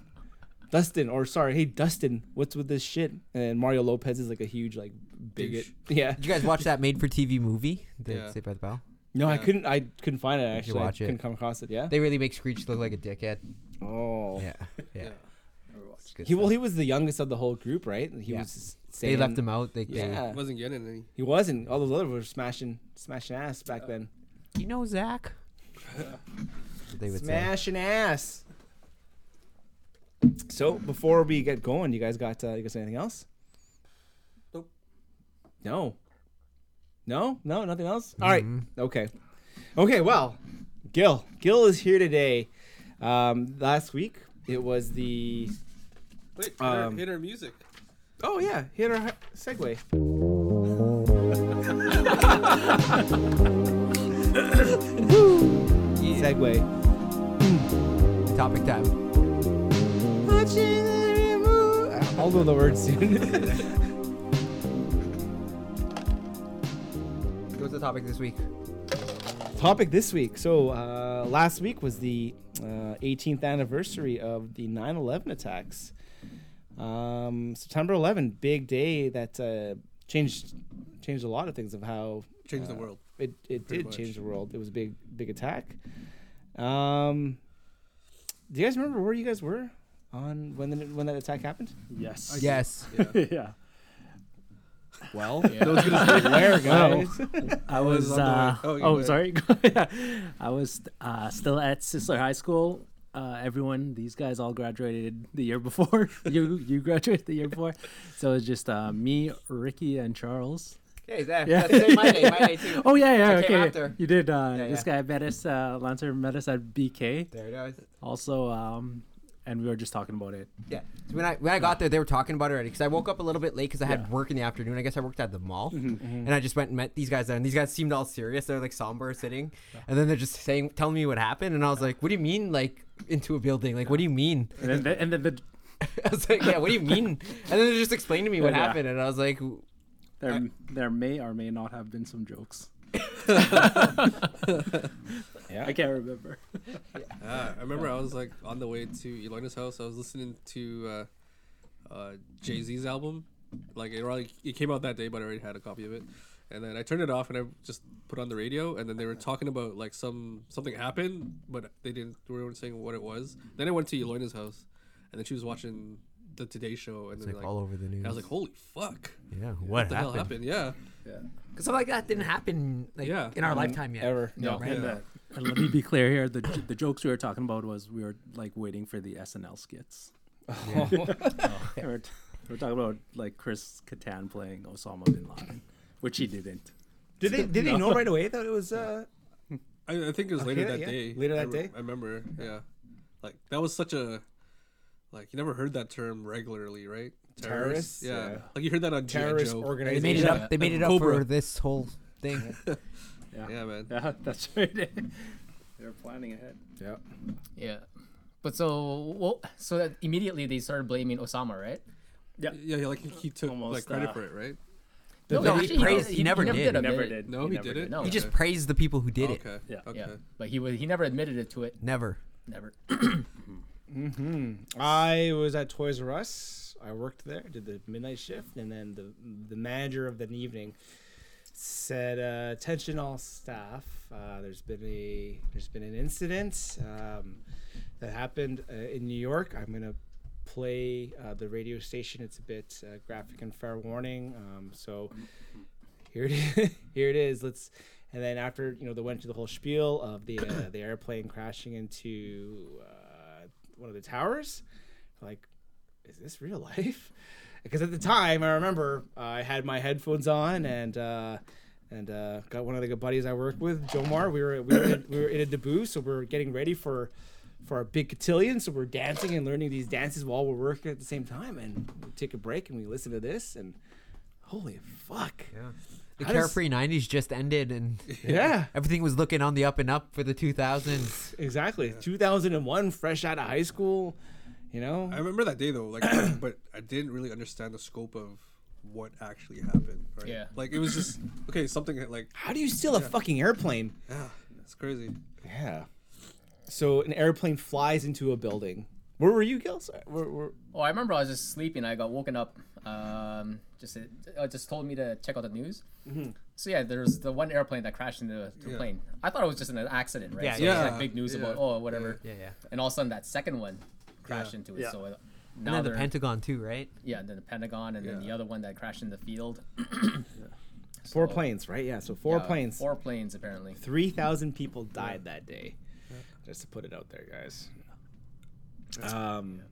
[SPEAKER 1] Dustin, or sorry, hey, Dustin, what's with this shit? And Mario Lopez is like a huge, like, bigot. Yeah.
[SPEAKER 2] Did you guys watch that made-for-TV movie, The
[SPEAKER 3] Yeah.
[SPEAKER 2] Saved by the Bell?
[SPEAKER 1] No, I
[SPEAKER 3] Yeah.
[SPEAKER 1] couldn't. I couldn't find it. Actually,
[SPEAKER 2] watch
[SPEAKER 1] I
[SPEAKER 2] it.
[SPEAKER 1] couldn't come across it. Yeah.
[SPEAKER 2] They really make Screech look like a dickhead.
[SPEAKER 1] oh.
[SPEAKER 2] Yeah, yeah.
[SPEAKER 3] Yeah.
[SPEAKER 2] It's good
[SPEAKER 1] He well,
[SPEAKER 2] stuff.
[SPEAKER 1] he was the youngest of the whole group, right? He
[SPEAKER 2] Yeah.
[SPEAKER 1] was.
[SPEAKER 2] they
[SPEAKER 1] Saying,
[SPEAKER 2] left him out. They, they-
[SPEAKER 1] Yeah.
[SPEAKER 3] Wasn't getting any.
[SPEAKER 1] He wasn't. All those others were smashing, smashing ass back then.
[SPEAKER 2] you know Zach. they would say.
[SPEAKER 1] Smashing ass. So before we get going, you guys got uh, you guys got anything else?
[SPEAKER 3] Nope.
[SPEAKER 1] No. No, no, nothing else. All right.
[SPEAKER 2] Mm-hmm.
[SPEAKER 1] Okay. Okay. Well, Gil. Gil is here today. Um, last week it was the.
[SPEAKER 3] Wait, hit,
[SPEAKER 1] our- Um,
[SPEAKER 3] her,
[SPEAKER 1] hit
[SPEAKER 3] music.
[SPEAKER 1] Oh yeah, hit our hi- segue. Segue.
[SPEAKER 2] Topic time.
[SPEAKER 1] I'll know the words soon.
[SPEAKER 2] What's the topic this week?
[SPEAKER 1] topic this week. So uh, last week was the uh, 18th anniversary of the 9/11 attacks. Um, September 11, big day that uh, changed changed a lot of things of how
[SPEAKER 3] Change the
[SPEAKER 1] uh,
[SPEAKER 3] world.
[SPEAKER 1] It it
[SPEAKER 3] pretty
[SPEAKER 1] did
[SPEAKER 3] much.
[SPEAKER 1] change the world. It was a big big attack. Um, do you guys remember where you guys were on when the, when that attack happened?
[SPEAKER 5] Yes.
[SPEAKER 2] Yes.
[SPEAKER 5] yeah.
[SPEAKER 1] Well,
[SPEAKER 4] Yeah.
[SPEAKER 1] where guys?
[SPEAKER 2] Oh.
[SPEAKER 5] I was.
[SPEAKER 3] on the
[SPEAKER 5] Uh,
[SPEAKER 3] way- oh,
[SPEAKER 5] oh,
[SPEAKER 3] you go
[SPEAKER 5] sorry. Yeah. I was uh, still at Sisler High School. Uh, everyone, these guys all graduated the year before. you you graduated the year before, so it's just uh, me, Ricky, and Charles.
[SPEAKER 2] Okay, there.
[SPEAKER 5] Yeah.
[SPEAKER 2] That's it, my day. My day too.
[SPEAKER 5] Oh yeah, yeah.
[SPEAKER 2] I
[SPEAKER 5] okay,
[SPEAKER 2] came after.
[SPEAKER 5] you did. Uh,
[SPEAKER 2] Yeah,
[SPEAKER 5] This guy met us. Uh, Lancer met us at BK.
[SPEAKER 2] There it is.
[SPEAKER 5] Also, um, and we were just talking about it.
[SPEAKER 2] Yeah. So when I when I got there, they were talking about it already because I woke up a little bit late because I had work in the afternoon. I guess I worked at the mall, and I just went and met these guys there, and these guys seemed all serious. They're like somber sitting, and then they're just saying, telling me what happened, and I was like, "What do you mean, like into a building? Like, what do you mean?"
[SPEAKER 5] And then, the, and then the,
[SPEAKER 2] I was like, "Yeah, what do you mean?" And then they just explained to me what
[SPEAKER 5] Yeah.
[SPEAKER 2] happened, and I was like,
[SPEAKER 5] there there may or may not have been some jokes.
[SPEAKER 3] Yeah.
[SPEAKER 5] I can't remember.
[SPEAKER 3] Uh, I remember I was like on the way to Elena's house. I was listening to uh, uh, Jay Z's album. Like it, already, it came out that day, but I already had a copy of it. And then I turned it off and I just put on the radio. And then they were talking about like some something happened, but they didn't. They weren't saying what it was. Then I went to Elena's house, and then she was watching the Today Show. And then
[SPEAKER 2] like, all over the news.
[SPEAKER 3] and I was like, holy fuck!
[SPEAKER 2] "Yeah, what,
[SPEAKER 3] What the hell happened? Yeah,
[SPEAKER 2] Because something like that didn't happen like
[SPEAKER 3] Yeah.
[SPEAKER 2] in our lifetime yet.
[SPEAKER 1] Ever.
[SPEAKER 4] No.
[SPEAKER 3] yeah.
[SPEAKER 5] And let me be clear here: the j- the jokes we were talking about was we were like waiting for the SNL skits.
[SPEAKER 1] Oh.
[SPEAKER 5] we, were t- we were talking about like Chris Kattan playing Osama bin Laden, which he didn't.
[SPEAKER 1] Did they did they know right away that it was uh
[SPEAKER 3] I, I think it was later
[SPEAKER 1] Okay,
[SPEAKER 3] that
[SPEAKER 1] Oh, yeah.
[SPEAKER 3] day.
[SPEAKER 1] Later
[SPEAKER 3] I
[SPEAKER 1] that
[SPEAKER 3] re-
[SPEAKER 1] day?
[SPEAKER 3] I remember. Yeah, like that was such a like you never heard that term regularly, right?
[SPEAKER 1] Terrorists?
[SPEAKER 3] Yeah.
[SPEAKER 1] Yeah.
[SPEAKER 3] like you heard that on G.I.
[SPEAKER 1] terrorist
[SPEAKER 3] Joe.
[SPEAKER 2] They
[SPEAKER 1] organization?
[SPEAKER 2] made it up. They made it up
[SPEAKER 3] Cobra.
[SPEAKER 2] for this whole thing.
[SPEAKER 3] Yeah, man.
[SPEAKER 5] Yeah, that's right. They're planning ahead.
[SPEAKER 1] Yeah.
[SPEAKER 4] Yeah. But so, well, so that immediately they started blaming Osama, right?
[SPEAKER 3] Yeah, yeah like he, he took like
[SPEAKER 5] Almost,
[SPEAKER 3] credit
[SPEAKER 5] uh,
[SPEAKER 3] for it, right?
[SPEAKER 2] No, he praised- he never did.
[SPEAKER 4] admit
[SPEAKER 5] Never
[SPEAKER 4] it.
[SPEAKER 5] did.
[SPEAKER 3] No, he, did Uh-huh. it.
[SPEAKER 4] No.
[SPEAKER 2] He just
[SPEAKER 3] Okay.
[SPEAKER 2] praised the people who did it.
[SPEAKER 3] Okay.
[SPEAKER 5] Yeah.
[SPEAKER 3] Okay.
[SPEAKER 4] Yeah, but he was he never admitted it to it.
[SPEAKER 2] Never.
[SPEAKER 4] Never.
[SPEAKER 1] Mm-hmm. I was at Toys R Us. I worked there, did the midnight shift, and then the the manager of the evening said, uh, "Attention, all staff. Uh, there's been a there's been an incident um, that happened uh, in New York. I'm gonna play uh, the radio station. It's a bit uh, graphic and fair warning. Um, so here it is. here it is. Let's." And then after you know they went through the whole spiel of the uh, the airplane crashing into uh, one of the towers, like, is this real life? Because at the time, I remember uh, I had my headphones on and uh, and uh, got one of the good buddies I worked with, Jomar. We were we were in, we were in a debut, so we are getting ready for for our big cotillion. So we're dancing and learning these dances while we're working at the same time, and we take a break and we listen to this and. Holy fuck! Yeah,
[SPEAKER 2] The
[SPEAKER 1] How does-
[SPEAKER 2] carefree '90s just ended, and everything was looking on the up and up for the 2000s.
[SPEAKER 1] exactly. Two thousand and one, fresh out of high school, you know.
[SPEAKER 3] I remember that day though, like, but I didn't really understand the scope of what actually happened. Right?
[SPEAKER 4] Yeah.
[SPEAKER 3] Like it was just okay. Something that, like
[SPEAKER 1] How do you steal a fucking airplane?
[SPEAKER 3] yeah, it's crazy.
[SPEAKER 1] Yeah. So an airplane flies into a building. Where were you, Gil? Sorry, Where, where,
[SPEAKER 4] Oh, I remember I was just sleeping. I got woken up. Um, just it uh, just told me to check out the news. So yeah, there was the one airplane that crashed into the the
[SPEAKER 3] Yeah.
[SPEAKER 4] plane. I thought it was just an accident, right?
[SPEAKER 2] Yeah,
[SPEAKER 4] so it was,
[SPEAKER 3] yeah.
[SPEAKER 4] like, big news
[SPEAKER 3] Yeah.
[SPEAKER 4] about oh whatever.
[SPEAKER 2] Yeah, yeah.
[SPEAKER 4] And all of a sudden that second one crashed into it.
[SPEAKER 5] Yeah.
[SPEAKER 4] So uh,
[SPEAKER 2] And
[SPEAKER 4] now
[SPEAKER 2] then the
[SPEAKER 4] they're
[SPEAKER 2] Pentagon too, right?
[SPEAKER 4] yeah, and then the Pentagon, and then the
[SPEAKER 3] Yeah.
[SPEAKER 4] other one that crashed in the field.
[SPEAKER 1] four
[SPEAKER 4] So-
[SPEAKER 1] planes, right? Yeah. So four
[SPEAKER 4] Yeah,
[SPEAKER 1] planes.
[SPEAKER 4] Four planes apparently.
[SPEAKER 1] Three thousand people died that day. Just to put it out there, guys. Um.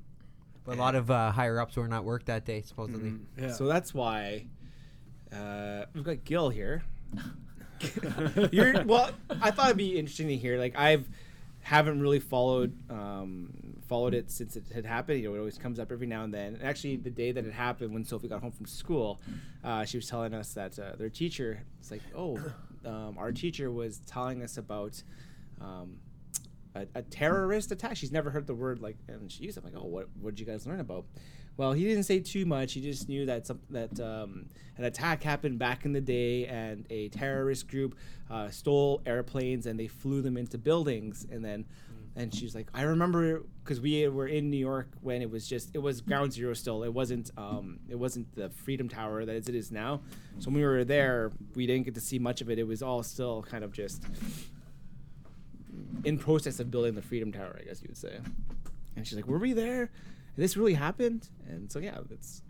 [SPEAKER 2] But a lot of uh, higher ups were not worked that day, supposedly.
[SPEAKER 3] Yeah.
[SPEAKER 1] So that's why uh, we've got Gil here. You're well. I thought it'd be interesting to hear. Like I've haven't really followed um, followed it since it had happened. You know, it always comes up every now and then. And actually, the day that it happened, when Sophie got home from school, uh, she was telling us that uh, their teacher. It's like, oh, um, our teacher was telling us about. Um, a, a terrorist attack. She's never heard the word like, and she used. It. I'm like, oh, what what did you guys learn about? Well, he didn't say too much. He just knew that some, that um, an attack happened back in the day, and a terrorist group uh, stole airplanes and they flew them into buildings, and then. And she's like, I remember because we were in New York when it was just it was Ground Zero still. It wasn't um it wasn't the Freedom Tower that it is now. So when we were there, we didn't get to see much of it. It was all still kind of just in process of building the Freedom Tower, I guess you would say. And she's like, "Were we there? And this really happened?" And so yeah, that's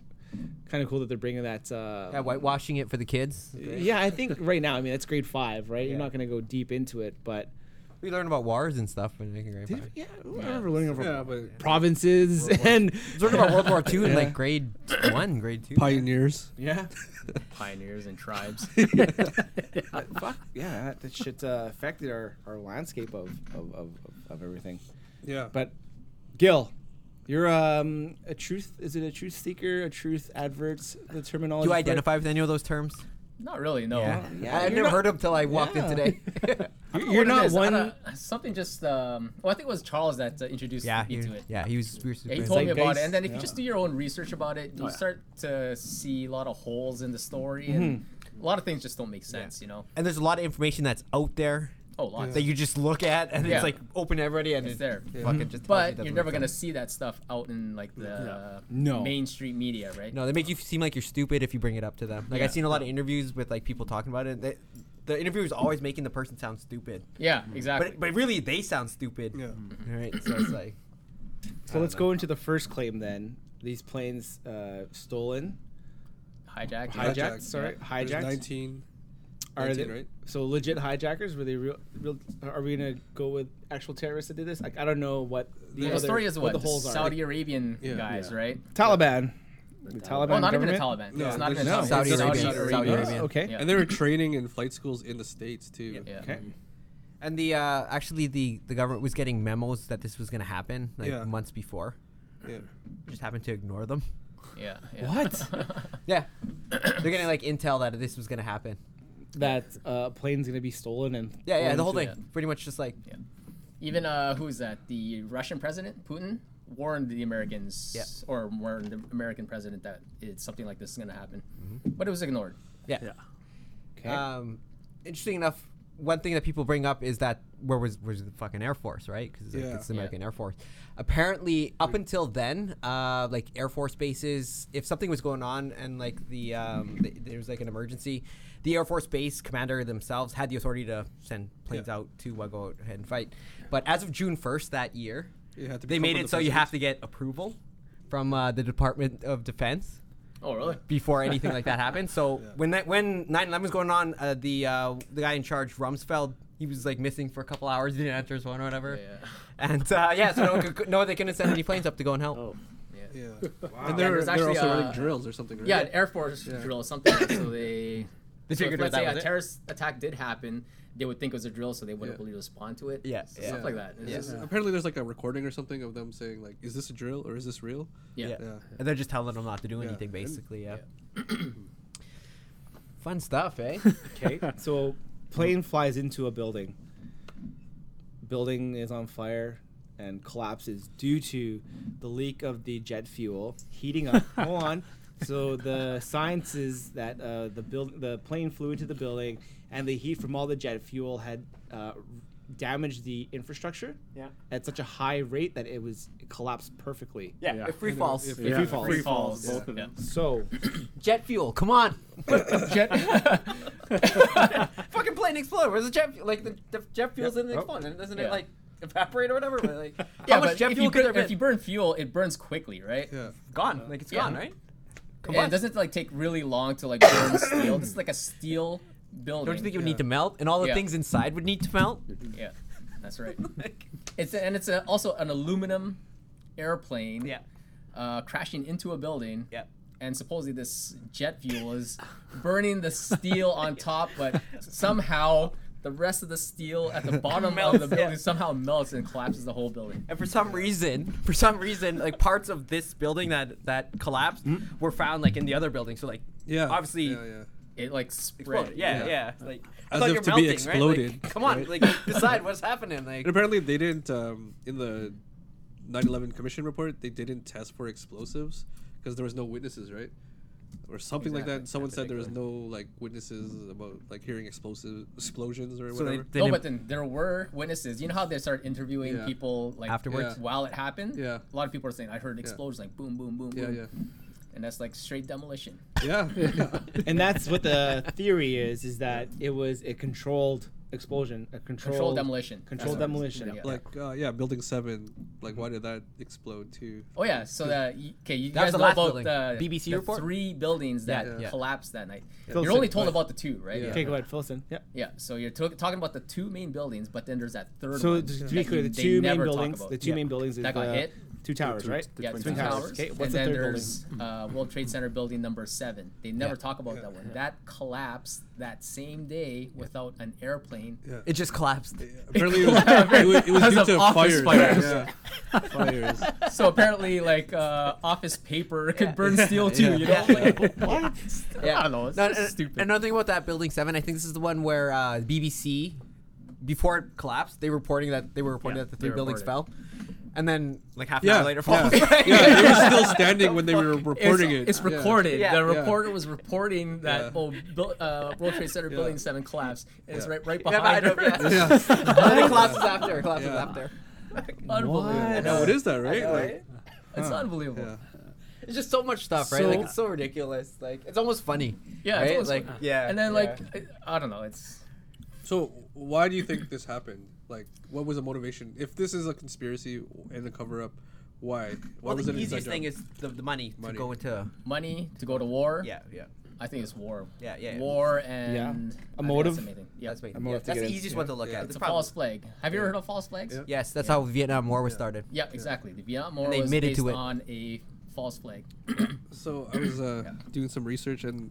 [SPEAKER 1] kind of cool that they're bringing that. Uh,
[SPEAKER 2] Yeah, whitewashing it for the kids.
[SPEAKER 1] yeah, I think right now, I mean, that's grade five, right? You're not going to go deep into it, but
[SPEAKER 2] We learned about wars and stuff when making grade
[SPEAKER 1] did,
[SPEAKER 2] five.
[SPEAKER 1] yeah, I remember learning about
[SPEAKER 3] Yeah, but
[SPEAKER 1] provinces and
[SPEAKER 2] We learned about World War II in
[SPEAKER 1] Yeah.
[SPEAKER 2] like grade one, grade two.
[SPEAKER 3] pioneers.
[SPEAKER 1] yeah,
[SPEAKER 4] Pioneers and tribes.
[SPEAKER 1] fuck yeah, that, that shit uh, affected our, our landscape of of, of of of everything.
[SPEAKER 3] Yeah.
[SPEAKER 1] But Gil, You're um a truth. Is it a truth seeker? A truth adverts? The terminology.
[SPEAKER 2] Do you
[SPEAKER 1] for it?
[SPEAKER 2] identify with any of those terms?
[SPEAKER 4] Not really, no.
[SPEAKER 1] Oh, Yeah,
[SPEAKER 2] I've
[SPEAKER 1] you're
[SPEAKER 2] never
[SPEAKER 1] not-
[SPEAKER 2] heard of them till I walked
[SPEAKER 1] Yeah.
[SPEAKER 2] in today.
[SPEAKER 1] You're,
[SPEAKER 4] I
[SPEAKER 1] you're
[SPEAKER 4] don't know what it
[SPEAKER 1] not
[SPEAKER 4] is. I
[SPEAKER 1] one.
[SPEAKER 4] don't- uh, Something just. Um, well, I think it was Charles that uh, introduced
[SPEAKER 2] yeah,
[SPEAKER 4] me
[SPEAKER 2] he,
[SPEAKER 4] to it.
[SPEAKER 2] yeah, he was. We were
[SPEAKER 4] Yeah, he
[SPEAKER 2] surprised.
[SPEAKER 4] told me
[SPEAKER 1] like
[SPEAKER 4] about
[SPEAKER 1] guys-
[SPEAKER 4] it, and then if
[SPEAKER 1] yeah.
[SPEAKER 4] you just do your own research about it, you
[SPEAKER 5] yeah.
[SPEAKER 4] start to see a lot of holes in the story, and
[SPEAKER 1] Hmm. Mm-hmm.
[SPEAKER 4] a lot of things just don't make sense, you know.
[SPEAKER 2] and there's a lot of information that's out there
[SPEAKER 4] Oh, lots.
[SPEAKER 2] that you just look at and
[SPEAKER 4] Yeah.
[SPEAKER 2] it's like open to everybody and
[SPEAKER 4] It's
[SPEAKER 2] it
[SPEAKER 4] there.
[SPEAKER 2] Fucking just tells you
[SPEAKER 4] But
[SPEAKER 2] that's
[SPEAKER 4] you're
[SPEAKER 2] what
[SPEAKER 4] never
[SPEAKER 2] it's
[SPEAKER 4] gonna see that stuff out in like the
[SPEAKER 1] No.
[SPEAKER 4] mainstream media, right?
[SPEAKER 2] No, they make you seem like you're stupid if you bring it up to them. Like I've seen a lot of interviews with like people talking about it. They, the interviewer is always making the person sound stupid,
[SPEAKER 4] Yeah, exactly.
[SPEAKER 2] but but really they sound stupid.
[SPEAKER 3] Yeah.
[SPEAKER 2] All right, so it's like
[SPEAKER 1] So let's go into the first claim then. These planes uh, stolen,
[SPEAKER 4] hijacked.
[SPEAKER 1] hijacked.
[SPEAKER 3] Hijacked,
[SPEAKER 1] sorry,
[SPEAKER 3] There's
[SPEAKER 1] hijacked.
[SPEAKER 3] 19.
[SPEAKER 1] are
[SPEAKER 3] 19,
[SPEAKER 1] they,
[SPEAKER 3] right?
[SPEAKER 1] So legit hijackers? Were they real? real are we gonna go with actual terrorists that did this? Like I don't know what the,
[SPEAKER 4] The
[SPEAKER 1] other,
[SPEAKER 4] story is what,
[SPEAKER 1] the
[SPEAKER 4] the
[SPEAKER 1] holes are.
[SPEAKER 4] Saudi Arabian
[SPEAKER 3] Yeah.
[SPEAKER 4] guys,
[SPEAKER 5] Yeah.
[SPEAKER 4] right?
[SPEAKER 1] Taliban. The Taliban.
[SPEAKER 4] Well, not
[SPEAKER 1] government?
[SPEAKER 4] even the Taliban.
[SPEAKER 3] No,
[SPEAKER 4] it's not even
[SPEAKER 3] there's
[SPEAKER 4] the
[SPEAKER 3] no-
[SPEAKER 4] Saudi,
[SPEAKER 2] Saudi
[SPEAKER 4] Saudi,
[SPEAKER 2] Arabia.
[SPEAKER 4] Arabia.
[SPEAKER 2] Saudi Arabia.
[SPEAKER 1] Oh, okay.
[SPEAKER 4] Yeah.
[SPEAKER 3] And they were training in flight schools in the states too.
[SPEAKER 4] Yeah.
[SPEAKER 1] Okay.
[SPEAKER 2] and the uh, actually the the government was getting memos that this was gonna happen like
[SPEAKER 3] Yeah.
[SPEAKER 2] months before.
[SPEAKER 3] Yeah.
[SPEAKER 2] We Just happened to ignore them.
[SPEAKER 4] Yeah. yeah.
[SPEAKER 1] What?
[SPEAKER 2] Yeah, they're getting like intel that this was gonna happen.
[SPEAKER 1] That uh, plane's gonna be stolen and
[SPEAKER 2] Yeah, yeah, the whole thing.
[SPEAKER 4] Yeah.
[SPEAKER 2] Pretty much just like
[SPEAKER 4] Even uh, who is that? The Russian president Putin warned the Americans,
[SPEAKER 2] Yeah.
[SPEAKER 4] or warned the American president that it's something like this is going to happen, but it was ignored.
[SPEAKER 2] yeah.
[SPEAKER 5] Yeah.
[SPEAKER 1] Okay.
[SPEAKER 2] Um, interesting enough, one thing that people bring up is that where was was the fucking Air Force, right? Because
[SPEAKER 3] Yeah.
[SPEAKER 2] it's the
[SPEAKER 4] Yeah.
[SPEAKER 2] American Air Force. Apparently, up until then, uh, like Air Force bases, if something was going on and like the um, th- there was like an emergency, the Air Force base commander themselves had the authority to send planes
[SPEAKER 3] Yeah.
[SPEAKER 2] out to uh, go out ahead and fight. But as of June first that year,
[SPEAKER 3] It had to be
[SPEAKER 2] they made
[SPEAKER 3] from
[SPEAKER 2] it
[SPEAKER 3] the
[SPEAKER 2] so you have
[SPEAKER 3] president.
[SPEAKER 2] to get approval from uh, the Department of Defense
[SPEAKER 4] Oh, really?
[SPEAKER 2] before anything like that happened. So
[SPEAKER 3] Yeah.
[SPEAKER 2] when that when 9/11 was going on, uh, the uh, the guy in charge, Rumsfeld, he was like missing for a couple hours. He didn't answer his phone or whatever.
[SPEAKER 4] Yeah.
[SPEAKER 2] And uh, yeah, so no, one could, no, they couldn't send any planes up to go and help.
[SPEAKER 5] Oh.
[SPEAKER 3] Yeah. And they
[SPEAKER 4] Yeah,
[SPEAKER 3] were,
[SPEAKER 4] there's
[SPEAKER 3] they were
[SPEAKER 4] actually,
[SPEAKER 3] also
[SPEAKER 4] uh,
[SPEAKER 3] running drills or something. Right?
[SPEAKER 4] Yeah, an Air Force drill or something. so they.
[SPEAKER 2] They
[SPEAKER 4] so if,
[SPEAKER 2] figured
[SPEAKER 4] let's
[SPEAKER 2] that
[SPEAKER 4] say
[SPEAKER 2] was
[SPEAKER 4] a
[SPEAKER 2] it.
[SPEAKER 4] terrorist attack did happen, they would think it was a drill, so they wouldn't
[SPEAKER 3] Yeah.
[SPEAKER 4] really respond to it.
[SPEAKER 2] Yeah,
[SPEAKER 4] So
[SPEAKER 2] yeah.
[SPEAKER 4] stuff
[SPEAKER 3] Yeah.
[SPEAKER 4] like that. It's
[SPEAKER 2] Yeah.
[SPEAKER 4] just-
[SPEAKER 3] Apparently, there's like a recording or something of them saying like, "Is this a drill or is this real?"
[SPEAKER 4] yeah.
[SPEAKER 2] Yeah.
[SPEAKER 3] Yeah.
[SPEAKER 2] And they're just telling them not to do
[SPEAKER 3] Yeah.
[SPEAKER 2] anything, basically. Yeah.
[SPEAKER 4] Yeah.
[SPEAKER 2] Fun stuff, eh?
[SPEAKER 1] Okay, so plane flies into a building. Building is on fire and collapses due to the leak of the jet fuel heating up. Hold on. So the science is that uh, the build the plane flew into the building and the heat from all the jet fuel had uh, damaged the infrastructure
[SPEAKER 5] Yeah.
[SPEAKER 1] at such a high rate that it was it collapsed perfectly.
[SPEAKER 2] yeah.
[SPEAKER 5] Yeah.
[SPEAKER 2] If free falls,
[SPEAKER 3] If-
[SPEAKER 1] If
[SPEAKER 5] Yeah.
[SPEAKER 1] he falls.
[SPEAKER 4] Free falls.
[SPEAKER 5] Both of
[SPEAKER 4] yeah.
[SPEAKER 5] them.
[SPEAKER 1] So
[SPEAKER 2] jet fuel. Come on.
[SPEAKER 1] jet
[SPEAKER 2] Fucking plane explode. Where's the jet fuel? Like the, the jet fuel's in the
[SPEAKER 1] Oh.
[SPEAKER 2] explode, and doesn't
[SPEAKER 4] Yeah.
[SPEAKER 2] it like evaporate or whatever? But, like,
[SPEAKER 4] Yeah,
[SPEAKER 2] how much
[SPEAKER 4] but
[SPEAKER 2] jet
[SPEAKER 4] if
[SPEAKER 2] fuel
[SPEAKER 4] you,
[SPEAKER 2] could
[SPEAKER 4] burn,
[SPEAKER 2] there
[SPEAKER 4] if
[SPEAKER 2] be?
[SPEAKER 4] you burn fuel, it burns quickly, right?
[SPEAKER 3] Yeah.
[SPEAKER 2] Gone. Like it's
[SPEAKER 4] Yeah.
[SPEAKER 2] gone, right?
[SPEAKER 4] And it doesn't like take really long to like burn steel. This is like a steel building.
[SPEAKER 2] Don't you think it would
[SPEAKER 3] Yeah.
[SPEAKER 2] need to melt, and all the
[SPEAKER 4] Yeah.
[SPEAKER 2] things inside would need to melt?
[SPEAKER 4] Yeah, that's right. It's and it's a, also an aluminum airplane.
[SPEAKER 2] yeah,
[SPEAKER 4] uh, crashing into a building.
[SPEAKER 2] yeah.
[SPEAKER 4] And supposedly this jet fuel is burning the steel on top, but somehow the rest of the steel at the bottom
[SPEAKER 2] Melts,
[SPEAKER 4] of the building
[SPEAKER 2] yeah.
[SPEAKER 4] somehow melts and collapses the whole building.
[SPEAKER 2] And for some reason, for some reason, like parts of this building that that collapsed were found like in the other building. So like,
[SPEAKER 3] Yeah.
[SPEAKER 2] obviously.
[SPEAKER 3] Yeah, yeah.
[SPEAKER 4] It like spread.
[SPEAKER 2] exploded. Yeah,
[SPEAKER 3] Yeah.
[SPEAKER 2] yeah. Like I
[SPEAKER 3] As
[SPEAKER 2] thought
[SPEAKER 3] if
[SPEAKER 2] you're
[SPEAKER 3] to be
[SPEAKER 2] melting, Right?
[SPEAKER 3] exploded,
[SPEAKER 2] Like, come on, like decide what's happening. Like
[SPEAKER 3] And apparently, they didn't um, in the 9/11 Commission report. They didn't test for explosives because there was no witnesses, right? Or something like
[SPEAKER 4] Exactly.
[SPEAKER 3] that. Someone said there was no like witnesses about like hearing explosive explosions or
[SPEAKER 2] so they,
[SPEAKER 3] whatever.
[SPEAKER 2] they
[SPEAKER 4] No,
[SPEAKER 2] didn't-
[SPEAKER 4] but then there were witnesses. You know how they start interviewing
[SPEAKER 3] Yeah.
[SPEAKER 4] people like
[SPEAKER 2] Afterwards?
[SPEAKER 3] Yeah.
[SPEAKER 4] while it happened.
[SPEAKER 3] Yeah.
[SPEAKER 4] A lot of people are saying, "I heard explosions, like boom, boom, boom,
[SPEAKER 3] yeah,
[SPEAKER 4] boom,"
[SPEAKER 3] yeah,
[SPEAKER 4] and that's like straight demolition.
[SPEAKER 3] yeah, yeah.
[SPEAKER 1] and that's what the theory is is that it was a controlled explosion a controlled,
[SPEAKER 4] Controlled demolition.
[SPEAKER 1] controlled
[SPEAKER 4] That's what it is.
[SPEAKER 1] demolition
[SPEAKER 4] Yeah.
[SPEAKER 3] Like uh, yeah, Building Seven. Like why did that explode too?
[SPEAKER 4] Oh yeah, so that okay, you
[SPEAKER 2] That
[SPEAKER 4] guys
[SPEAKER 2] was the
[SPEAKER 4] know
[SPEAKER 2] last
[SPEAKER 4] about
[SPEAKER 2] building.
[SPEAKER 4] the
[SPEAKER 2] BBC
[SPEAKER 4] the
[SPEAKER 2] report?
[SPEAKER 4] three buildings that
[SPEAKER 2] Yeah, yeah.
[SPEAKER 4] collapsed that night.
[SPEAKER 1] Those
[SPEAKER 4] You're only
[SPEAKER 1] things,
[SPEAKER 4] told about the two, right?
[SPEAKER 3] Yeah.
[SPEAKER 1] okay go ahead Philson yeah
[SPEAKER 4] Yeah, so you're to- talking about the two main buildings, but then there's that third
[SPEAKER 1] so
[SPEAKER 4] one.
[SPEAKER 1] just to
[SPEAKER 4] that
[SPEAKER 1] be clear
[SPEAKER 4] you-
[SPEAKER 1] the
[SPEAKER 4] they
[SPEAKER 1] two main
[SPEAKER 4] never talk
[SPEAKER 1] buildings
[SPEAKER 4] about.
[SPEAKER 1] the two
[SPEAKER 2] Yeah.
[SPEAKER 1] main buildings is uh,
[SPEAKER 4] that got
[SPEAKER 1] the
[SPEAKER 4] hit.
[SPEAKER 1] Two towers, right?
[SPEAKER 5] The
[SPEAKER 4] yeah,
[SPEAKER 5] Twin
[SPEAKER 4] Twin
[SPEAKER 5] Towers.
[SPEAKER 4] Towers.
[SPEAKER 1] Okay, what's
[SPEAKER 4] and
[SPEAKER 1] the
[SPEAKER 4] then
[SPEAKER 1] third
[SPEAKER 4] there's uh, World Trade Center building number seven. They never talk about that one. That collapsed that same day without an airplane.
[SPEAKER 2] It just collapsed.
[SPEAKER 3] Apparently, it was, it was, it was
[SPEAKER 4] Because
[SPEAKER 3] due
[SPEAKER 4] of
[SPEAKER 3] to
[SPEAKER 4] office
[SPEAKER 3] fires.
[SPEAKER 4] fires.
[SPEAKER 3] Yeah. fires.
[SPEAKER 4] So apparently, like uh, office paper could burn steel too. You know, like, what?
[SPEAKER 2] Yeah.
[SPEAKER 4] I don't know. It's
[SPEAKER 2] No,
[SPEAKER 4] just
[SPEAKER 2] and-
[SPEAKER 4] stupid.
[SPEAKER 2] Another thing about that building seven, I think this is the one where uh, BBC, before it collapsed, they were reporting that they were reporting
[SPEAKER 4] Yeah,
[SPEAKER 2] that the
[SPEAKER 4] they
[SPEAKER 2] three buildings fell,
[SPEAKER 4] reported.
[SPEAKER 2] and then like half an
[SPEAKER 3] Yeah.
[SPEAKER 2] hour later,
[SPEAKER 3] yeah.
[SPEAKER 2] falls. right?
[SPEAKER 3] yeah, they were still standing when they were reporting
[SPEAKER 4] it's,
[SPEAKER 3] it.
[SPEAKER 4] It's recorded.
[SPEAKER 2] Yeah.
[SPEAKER 4] The
[SPEAKER 2] Yeah.
[SPEAKER 4] reporter was reporting that
[SPEAKER 3] Yeah.
[SPEAKER 4] oh, buil- uh, World Trade Center Building Seven collapsed. And It's
[SPEAKER 3] Yeah.
[SPEAKER 4] right right
[SPEAKER 2] Yeah, but I
[SPEAKER 4] behind her.
[SPEAKER 2] don't-
[SPEAKER 3] Yeah.
[SPEAKER 2] yeah.
[SPEAKER 3] yeah.
[SPEAKER 2] And then it collapses after. It collapses
[SPEAKER 3] Yeah.
[SPEAKER 2] after.
[SPEAKER 4] unbelievable.
[SPEAKER 3] I know it is that right? Like,
[SPEAKER 4] It's unbelievable.
[SPEAKER 3] yeah.
[SPEAKER 2] It's just so much stuff, right?
[SPEAKER 1] So-
[SPEAKER 2] like it's so ridiculous. Like it's almost funny.
[SPEAKER 4] Yeah, it's
[SPEAKER 2] right?
[SPEAKER 4] almost
[SPEAKER 2] like
[SPEAKER 4] funny.
[SPEAKER 2] yeah.
[SPEAKER 4] And then
[SPEAKER 2] yeah.
[SPEAKER 4] like I, I don't know. It's
[SPEAKER 3] So why do you think this happened? Like, what was the motivation? If this is a conspiracy and a cover up, why? Why
[SPEAKER 2] well,
[SPEAKER 3] was
[SPEAKER 2] the
[SPEAKER 3] it an
[SPEAKER 2] easiest
[SPEAKER 3] inside
[SPEAKER 2] thing
[SPEAKER 3] job?
[SPEAKER 2] is the, the money,
[SPEAKER 3] Money.
[SPEAKER 2] to go into
[SPEAKER 4] money to go to war.
[SPEAKER 2] yeah yeah.
[SPEAKER 4] I think it's war.
[SPEAKER 2] Yeah, yeah, yeah.
[SPEAKER 4] War and
[SPEAKER 1] Yeah. A
[SPEAKER 4] I think that's
[SPEAKER 1] motive?
[SPEAKER 4] the main thing. Yeah,
[SPEAKER 2] That's, what,
[SPEAKER 1] I'm gonna
[SPEAKER 2] yeah,
[SPEAKER 1] have to
[SPEAKER 2] that's the
[SPEAKER 1] get in-
[SPEAKER 2] easiest one to look
[SPEAKER 3] yeah.
[SPEAKER 2] at.
[SPEAKER 4] it's
[SPEAKER 2] That's
[SPEAKER 4] a
[SPEAKER 2] probably-
[SPEAKER 4] false flag. Have you ever heard of false flags? Yeah,
[SPEAKER 2] Yes, that's how Vietnam War was started.
[SPEAKER 4] exactly. The Vietnam War
[SPEAKER 2] they
[SPEAKER 4] was
[SPEAKER 2] admitted
[SPEAKER 4] based
[SPEAKER 2] to it.
[SPEAKER 4] on a false flag.
[SPEAKER 3] So I was uh, doing some research and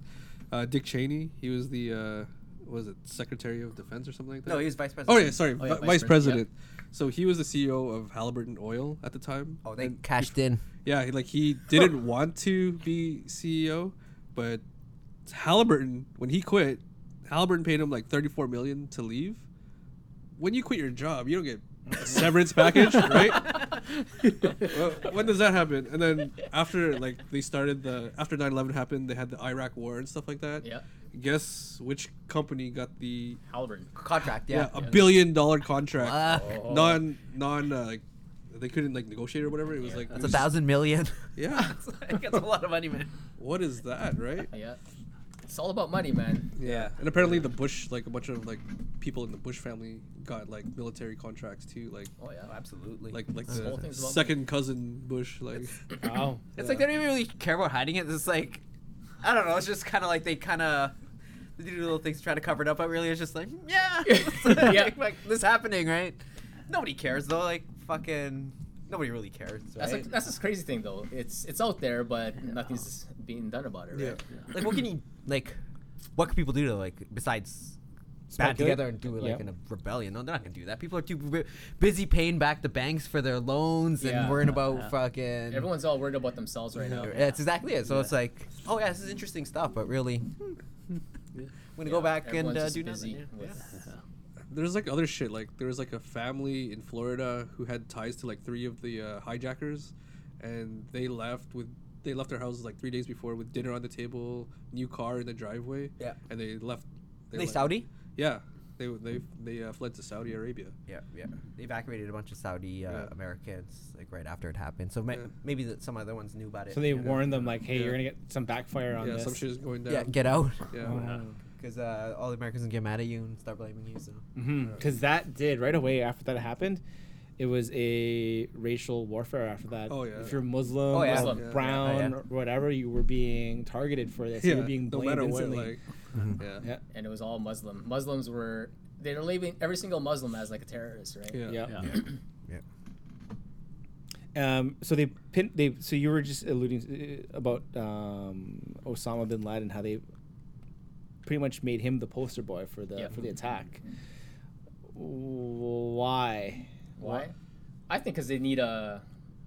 [SPEAKER 3] uh, Dick Cheney, he was the uh, was it Secretary of Defense or something like that?
[SPEAKER 2] No, he was vice
[SPEAKER 3] Oh
[SPEAKER 2] president.
[SPEAKER 3] yeah, sorry,
[SPEAKER 4] Oh, yeah,
[SPEAKER 3] vi-
[SPEAKER 4] Vice
[SPEAKER 3] Vice
[SPEAKER 4] Pres- yeah.
[SPEAKER 3] President. So he was the CEO of Halliburton Oil at the time.
[SPEAKER 2] Oh, they
[SPEAKER 3] And
[SPEAKER 2] cashed in.
[SPEAKER 3] Yeah, he- like he didn't want to be CEO, but Halliburton, when he quit, Halliburton paid him like thirty-four million to leave. When you quit your job, you don't get a severance package, right? well, when does that happen? And then after like they started the after 9/11 happened, they had the Iraq War and stuff like that.
[SPEAKER 4] Yeah.
[SPEAKER 3] Guess which company got the
[SPEAKER 4] Halliburton.
[SPEAKER 2] Contract,
[SPEAKER 3] yeah, Oh.
[SPEAKER 2] yeah.
[SPEAKER 3] a billion dollar contract,
[SPEAKER 2] Uh,
[SPEAKER 3] non non uh, like they couldn't like negotiate or whatever. It was like it
[SPEAKER 2] that's a
[SPEAKER 3] was-
[SPEAKER 2] thousand million.
[SPEAKER 3] Yeah,
[SPEAKER 2] that's a lot of money, man.
[SPEAKER 3] what is that, right?
[SPEAKER 4] Yeah. It's all about money, man.
[SPEAKER 3] Yeah, and apparently the Bush, like a bunch of like people in the Bush family, got like military contracts too, like
[SPEAKER 4] Oh yeah.
[SPEAKER 2] Absolutely.
[SPEAKER 3] like like
[SPEAKER 4] whole
[SPEAKER 3] the
[SPEAKER 4] thing's about
[SPEAKER 3] second cousin Bush, like
[SPEAKER 1] Wow.
[SPEAKER 2] it's like they don't even really care about hiding it. It's like, I don't know. It's just kind of like they kind of they do little things to try to cover it up, but really it's just like, yeah,
[SPEAKER 4] Yeah.
[SPEAKER 2] Like, like, this happening, right? Nobody cares though. Like fucking, nobody really cares, right?
[SPEAKER 4] That's like, that's this crazy thing though. It's it's out there, but nothing's being done about it. Right?
[SPEAKER 2] like what can you like what can people do to like besides
[SPEAKER 1] Speculate?
[SPEAKER 2] band together and do it like
[SPEAKER 1] Yeah.
[SPEAKER 2] in a rebellion no they're not gonna do that people are too bu- busy paying back the banks for their loans
[SPEAKER 4] Yeah.
[SPEAKER 2] and worrying about
[SPEAKER 5] Yeah.
[SPEAKER 2] fucking
[SPEAKER 4] Everyone's all worried about themselves right now.
[SPEAKER 2] that's exactly it so it's like oh yeah this is interesting stuff but really hmm, i'm gonna go
[SPEAKER 4] Yeah,
[SPEAKER 2] back and
[SPEAKER 4] everyone's
[SPEAKER 2] uh,
[SPEAKER 4] just
[SPEAKER 2] do
[SPEAKER 4] busy
[SPEAKER 2] nothing Yeah.
[SPEAKER 4] with-
[SPEAKER 3] there's like other shit. Like there was like a family in Florida who had ties to like three of the uh, hijackers, and they left with they left their houses like three days before with dinner on the table, new car in the driveway.
[SPEAKER 2] Yeah.
[SPEAKER 3] and they left.
[SPEAKER 2] Are they
[SPEAKER 3] left-
[SPEAKER 2] saudi
[SPEAKER 3] Yeah, they they they uh, fled to Saudi Arabia.
[SPEAKER 2] yeah yeah they evacuated a bunch of saudi uh,
[SPEAKER 3] Yeah.
[SPEAKER 2] americans like right after it happened so ma-
[SPEAKER 3] Yeah.
[SPEAKER 2] maybe that some other ones knew about it
[SPEAKER 1] So they
[SPEAKER 2] you know?
[SPEAKER 1] warned them like, hey,
[SPEAKER 3] Yeah.
[SPEAKER 1] you're gonna get some backfire on
[SPEAKER 3] yeah,
[SPEAKER 1] this.
[SPEAKER 3] some shit is going down.
[SPEAKER 2] yeah get out
[SPEAKER 3] Yeah.
[SPEAKER 2] because uh, all the americans gonna get mad at you and start blaming you so
[SPEAKER 1] Because Mm-hmm. that did right away after that happened. It was a racial warfare after that.
[SPEAKER 3] Oh, yeah.
[SPEAKER 1] If you're Muslim,
[SPEAKER 2] Oh, yeah.
[SPEAKER 1] or
[SPEAKER 4] Muslim.
[SPEAKER 3] Yeah.
[SPEAKER 1] brown,
[SPEAKER 2] Oh, yeah.
[SPEAKER 1] or whatever, you were being targeted for this.
[SPEAKER 3] yeah.
[SPEAKER 1] You were being
[SPEAKER 3] no
[SPEAKER 1] blamed
[SPEAKER 3] matter
[SPEAKER 1] instantly.
[SPEAKER 3] what, like,
[SPEAKER 2] Mm-hmm.
[SPEAKER 3] yeah.
[SPEAKER 1] yeah.
[SPEAKER 4] and it was all Muslim. Muslims were they're labeling every single Muslim as like a terrorist, right?
[SPEAKER 3] yeah,
[SPEAKER 1] Yeah.
[SPEAKER 5] Yeah.
[SPEAKER 1] Um, so they pin they. So you were just alluding uh, about um, Osama bin Laden, how they pretty much made him the poster boy for the
[SPEAKER 4] Yeah.
[SPEAKER 1] for the attack. Why?
[SPEAKER 4] Why? I think because they need a,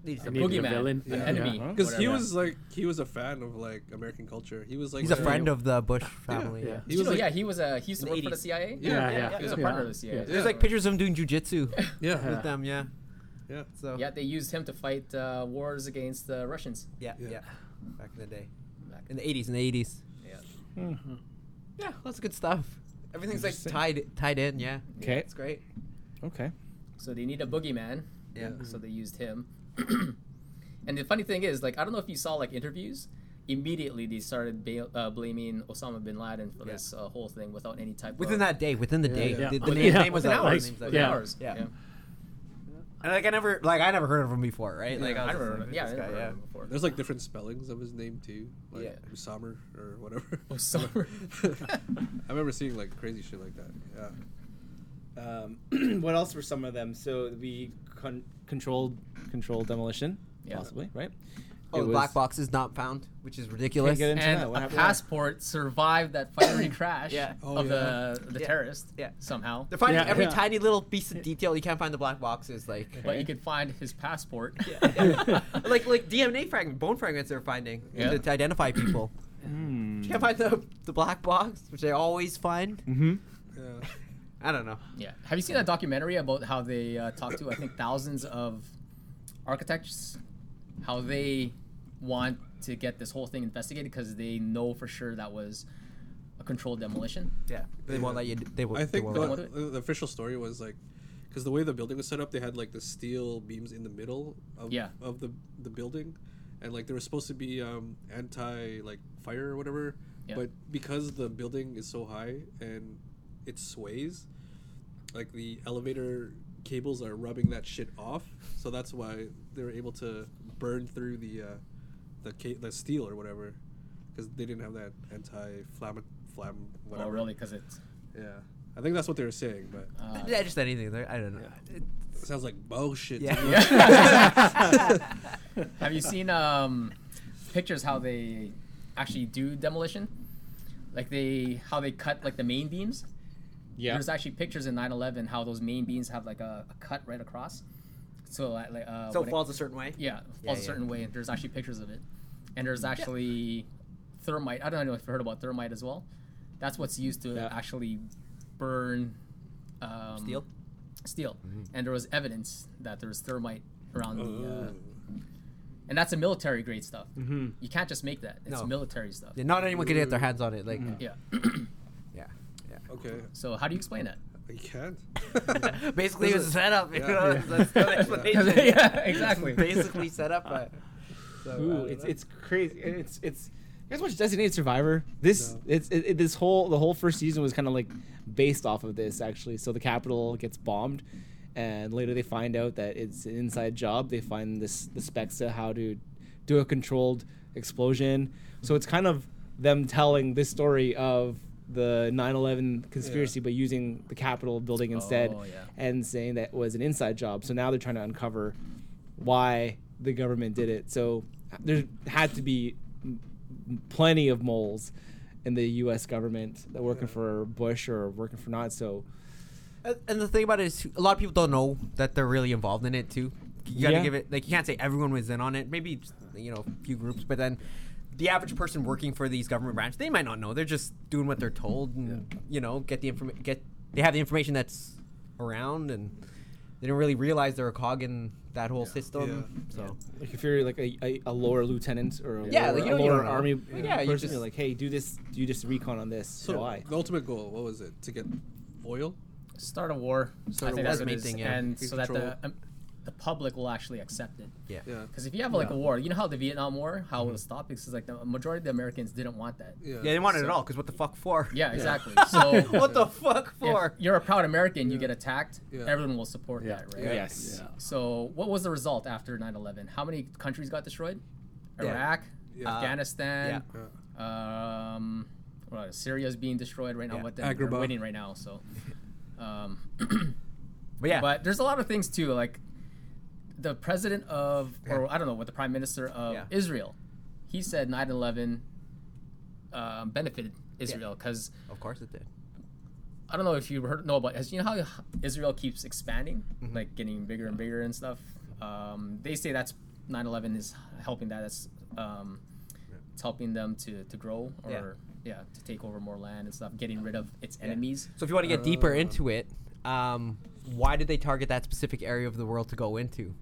[SPEAKER 2] Needs
[SPEAKER 4] a
[SPEAKER 2] to be-
[SPEAKER 5] Needed a
[SPEAKER 4] boogeyman,
[SPEAKER 5] villain.
[SPEAKER 4] an
[SPEAKER 3] Yeah.
[SPEAKER 4] enemy.
[SPEAKER 1] Yeah.
[SPEAKER 3] Because he
[SPEAKER 4] whatever.
[SPEAKER 3] was like he was a fan of like American culture. He was like
[SPEAKER 2] He's a
[SPEAKER 3] very-
[SPEAKER 2] friend of the Bush family.
[SPEAKER 5] Yeah.
[SPEAKER 2] yeah.
[SPEAKER 4] Did
[SPEAKER 3] He
[SPEAKER 4] you
[SPEAKER 3] was
[SPEAKER 4] know,
[SPEAKER 3] like,
[SPEAKER 4] yeah, he was a he used to
[SPEAKER 2] In the
[SPEAKER 4] work for the
[SPEAKER 2] 80s.
[SPEAKER 4] CIA.
[SPEAKER 3] Yeah,
[SPEAKER 5] Yeah,
[SPEAKER 4] he
[SPEAKER 5] yeah.
[SPEAKER 4] was a
[SPEAKER 5] Yeah.
[SPEAKER 4] partner of the CIA.
[SPEAKER 5] Yeah.
[SPEAKER 4] so-
[SPEAKER 2] There's like pictures of him doing jujitsu
[SPEAKER 3] yeah,
[SPEAKER 5] Yeah.
[SPEAKER 2] with them. Yeah.
[SPEAKER 3] yeah.
[SPEAKER 2] So
[SPEAKER 4] Yeah, they used him to fight uh, wars against the Russians.
[SPEAKER 2] yeah,
[SPEAKER 3] Yeah.
[SPEAKER 2] yeah. Back in the day,
[SPEAKER 4] Back-
[SPEAKER 2] in the 80s, in the 80s.
[SPEAKER 4] Yeah.
[SPEAKER 2] Yeah, lots of good stuff. Everything's like
[SPEAKER 1] Interesting.
[SPEAKER 2] tied tied in. Yeah.
[SPEAKER 1] Okay.
[SPEAKER 2] It's great.
[SPEAKER 1] Okay.
[SPEAKER 4] So they need a boogeyman.
[SPEAKER 2] Yeah.
[SPEAKER 4] So they used him. and the funny thing is, like, I don't know if you saw like interviews. Immediately, they started ba- uh, blaming Osama bin Laden for
[SPEAKER 2] Yeah.
[SPEAKER 4] this uh, whole thing without any type
[SPEAKER 2] Within
[SPEAKER 4] of
[SPEAKER 2] that day, within the day,
[SPEAKER 3] yeah.
[SPEAKER 2] The, the
[SPEAKER 4] Within-
[SPEAKER 2] name,
[SPEAKER 5] yeah.
[SPEAKER 2] name was
[SPEAKER 4] within
[SPEAKER 2] out. the
[SPEAKER 4] hours.
[SPEAKER 2] name's out.
[SPEAKER 4] within
[SPEAKER 5] Yeah.
[SPEAKER 4] hours.
[SPEAKER 2] Yeah.
[SPEAKER 4] yeah.
[SPEAKER 2] And like I never, like I never heard of him before, right? Like
[SPEAKER 4] I
[SPEAKER 2] was just
[SPEAKER 4] remember.
[SPEAKER 2] like,
[SPEAKER 4] yeah, I
[SPEAKER 2] this
[SPEAKER 4] never
[SPEAKER 2] guy,
[SPEAKER 4] heard
[SPEAKER 2] yeah.
[SPEAKER 4] of him before.
[SPEAKER 3] There's like different spellings of his name too, like
[SPEAKER 2] Yeah.
[SPEAKER 3] Usamer or whatever.
[SPEAKER 4] Osama.
[SPEAKER 3] I remember seeing like crazy shit like that. Yeah.
[SPEAKER 1] Um, what else were some of them? So we con- controlled controlled demolition.
[SPEAKER 4] Yeah.
[SPEAKER 1] possibly, right?
[SPEAKER 2] Oh,
[SPEAKER 1] It
[SPEAKER 2] the black
[SPEAKER 1] was-
[SPEAKER 2] box is not found, which is ridiculous.
[SPEAKER 1] Can't get into
[SPEAKER 4] and
[SPEAKER 1] that. What
[SPEAKER 4] a
[SPEAKER 1] happened there?
[SPEAKER 4] passport survived that fiery crash
[SPEAKER 2] Yeah.
[SPEAKER 3] Oh,
[SPEAKER 4] of
[SPEAKER 3] yeah.
[SPEAKER 4] the the
[SPEAKER 2] Yeah.
[SPEAKER 4] terrorist
[SPEAKER 2] Yeah.
[SPEAKER 4] somehow.
[SPEAKER 2] They're finding
[SPEAKER 5] Yeah,
[SPEAKER 2] every
[SPEAKER 5] yeah.
[SPEAKER 2] tiny little piece of detail. You can't find the black boxes, like
[SPEAKER 4] But you could find his passport.
[SPEAKER 2] like like DNA fragment, bone fragments they're finding
[SPEAKER 4] Yeah.
[SPEAKER 2] to, to identify people. You can't find the, the black box, which they always find.
[SPEAKER 3] Yeah.
[SPEAKER 2] I don't know.
[SPEAKER 4] Yeah. Have you seen that documentary about how they uh, talked to I think thousands of architects, how they want to get this whole thing investigated because they know for sure that was a controlled demolition.
[SPEAKER 2] Yeah, they won't let you. d- They will.
[SPEAKER 3] I think
[SPEAKER 2] They won't let-
[SPEAKER 3] the, the official story was like, because the way the building was set up, they had like the steel beams in the middle of,
[SPEAKER 4] Yeah.
[SPEAKER 3] of the the building, and like there was supposed to be um, anti like fire or whatever,
[SPEAKER 4] Yeah.
[SPEAKER 3] but because the building is so high and it sways, like the elevator cables are rubbing that shit off, so that's why they were able to burn through the uh, the ca- the steel or whatever, because they didn't have that anti flam flam whatever.
[SPEAKER 4] Oh, really? Because it's
[SPEAKER 3] Yeah. I think that's what they were saying, but
[SPEAKER 4] uh,
[SPEAKER 2] Yeah, just anything. They're- I don't know.
[SPEAKER 3] it sounds like bullshit. to
[SPEAKER 2] Yeah.
[SPEAKER 3] me.
[SPEAKER 4] Have you seen um, pictures how they actually do demolition? Like they how they cut like the main beams.
[SPEAKER 1] Yeah.
[SPEAKER 4] There's actually pictures in 9/11 how those main beams have like a, a cut right across. So like like, uh,
[SPEAKER 2] So
[SPEAKER 4] when
[SPEAKER 2] it
[SPEAKER 4] it-
[SPEAKER 2] falls a certain way.
[SPEAKER 4] yeah, it falls
[SPEAKER 2] Yeah,
[SPEAKER 4] a
[SPEAKER 2] yeah.
[SPEAKER 4] certain way. And there's actually pictures of it, and there's actually thermite. I don't know if you heard about thermite as well. That's what's used to
[SPEAKER 1] Yeah.
[SPEAKER 4] actually burn um,
[SPEAKER 2] Steel.
[SPEAKER 4] Steel,
[SPEAKER 1] Mm-hmm.
[SPEAKER 4] and there was evidence that there was thermite around the. Uh,
[SPEAKER 3] Oh.
[SPEAKER 4] and that's a military grade stuff.
[SPEAKER 3] Mm-hmm.
[SPEAKER 4] You can't just make that. It's
[SPEAKER 2] No.
[SPEAKER 4] military stuff.
[SPEAKER 2] Yeah, Not anyone can get their hands on it. Like,
[SPEAKER 4] Yeah.
[SPEAKER 2] yeah. yeah.
[SPEAKER 3] Okay.
[SPEAKER 4] So how do you explain that?
[SPEAKER 3] You can't.
[SPEAKER 2] Basically, it was a setup. You
[SPEAKER 3] Yeah.
[SPEAKER 2] know,
[SPEAKER 3] Yeah.
[SPEAKER 2] that's no explanation.
[SPEAKER 4] yeah, exactly.
[SPEAKER 2] Basically, set up. uh, so, I
[SPEAKER 1] Ooh,
[SPEAKER 2] don't
[SPEAKER 1] it's
[SPEAKER 2] know.
[SPEAKER 1] it's crazy. And It's it's. You guys watch Designated Survivor? This
[SPEAKER 3] No.
[SPEAKER 1] it's it, it- this whole the whole first season was kind of like based off of this actually. So the Capitol gets bombed, and later they find out that it's an inside job. They find this the specs to how to do a controlled explosion. So it's kind of them telling this story of the 9/11 conspiracy, but using the Capitol building instead,
[SPEAKER 4] Oh, yeah.
[SPEAKER 1] and saying that was an inside job. So now they're trying to uncover why the government did it. So uh, there had to be m- m- plenty of moles in the U.S. government that working for Bush or working for not. So
[SPEAKER 2] And- And the thing about it is, a lot of people don't know that they're really involved in it too. You gotta
[SPEAKER 1] Yeah.
[SPEAKER 2] give it like you can't say everyone was in on it. Maybe you know a few groups, but then the average person working for these government branches, they might not know. They're just doing what they're told, and you know, get the inform get they have the information that's around, and they don't really realize they're a cog in that whole system. So
[SPEAKER 1] like if you're like a, a, a lower lieutenant or a
[SPEAKER 2] Yeah,
[SPEAKER 1] lower,
[SPEAKER 2] like, you don't-
[SPEAKER 1] a
[SPEAKER 2] you
[SPEAKER 1] lower
[SPEAKER 2] don't know.
[SPEAKER 1] army uh,
[SPEAKER 2] Yeah. Yeah, you
[SPEAKER 1] person,
[SPEAKER 2] just-
[SPEAKER 1] you're like, hey, do this, do this recon on this.
[SPEAKER 3] So
[SPEAKER 1] why?
[SPEAKER 3] the ultimate goal, what was it? To get oil?
[SPEAKER 4] Start a war.
[SPEAKER 2] Start
[SPEAKER 4] I
[SPEAKER 2] a
[SPEAKER 4] think
[SPEAKER 2] war.
[SPEAKER 4] that's what
[SPEAKER 2] Main
[SPEAKER 4] it is.
[SPEAKER 2] thing, yeah.
[SPEAKER 4] And
[SPEAKER 3] Create
[SPEAKER 4] so that
[SPEAKER 3] control.
[SPEAKER 4] the um, the public will actually accept it.
[SPEAKER 2] yeah,
[SPEAKER 3] Yeah. Mm-hmm.
[SPEAKER 4] Because if you have like a war, you know how the Vietnam War, how it was stopped, because like the majority of the Americans didn't want that.
[SPEAKER 3] Yeah.
[SPEAKER 2] they didn't want it at all because what the fuck for?
[SPEAKER 4] Yeah, Oh. exactly. So
[SPEAKER 2] what the fuck
[SPEAKER 4] if
[SPEAKER 2] for?
[SPEAKER 4] you're a proud American, you get attacked,
[SPEAKER 3] Yeah.
[SPEAKER 4] everyone will support
[SPEAKER 5] Yeah.
[SPEAKER 4] that, right?
[SPEAKER 3] Yeah.
[SPEAKER 1] Yes.
[SPEAKER 4] So what was the result after 9/11? How many countries got destroyed?
[SPEAKER 2] Yeah.
[SPEAKER 4] Iraq,
[SPEAKER 3] Yeah. Uh,
[SPEAKER 4] Afghanistan.
[SPEAKER 3] Yeah.
[SPEAKER 4] Um, well, Syria's being destroyed right now.
[SPEAKER 2] Yeah.
[SPEAKER 4] What they're
[SPEAKER 3] Agrabah.
[SPEAKER 4] winning right now. So, um,
[SPEAKER 2] But yeah,
[SPEAKER 4] but there's a lot of things too, like the president of, or I don't know, what the prime minister of
[SPEAKER 2] Yeah.
[SPEAKER 4] Israel, he said 9/11 um, benefited Israel because
[SPEAKER 2] of course it did.
[SPEAKER 4] I don't know if you heard know about. You know how Israel keeps expanding, like getting bigger and bigger and stuff. Um, they say that's 9/11 is helping that. That's um, it's helping them to to grow or
[SPEAKER 2] Yeah.
[SPEAKER 4] yeah. to take over more land and stuff, getting rid of its enemies.
[SPEAKER 2] So if you want to get deeper
[SPEAKER 3] Uh.
[SPEAKER 2] into it, um, why did they target that specific area of the world to go into?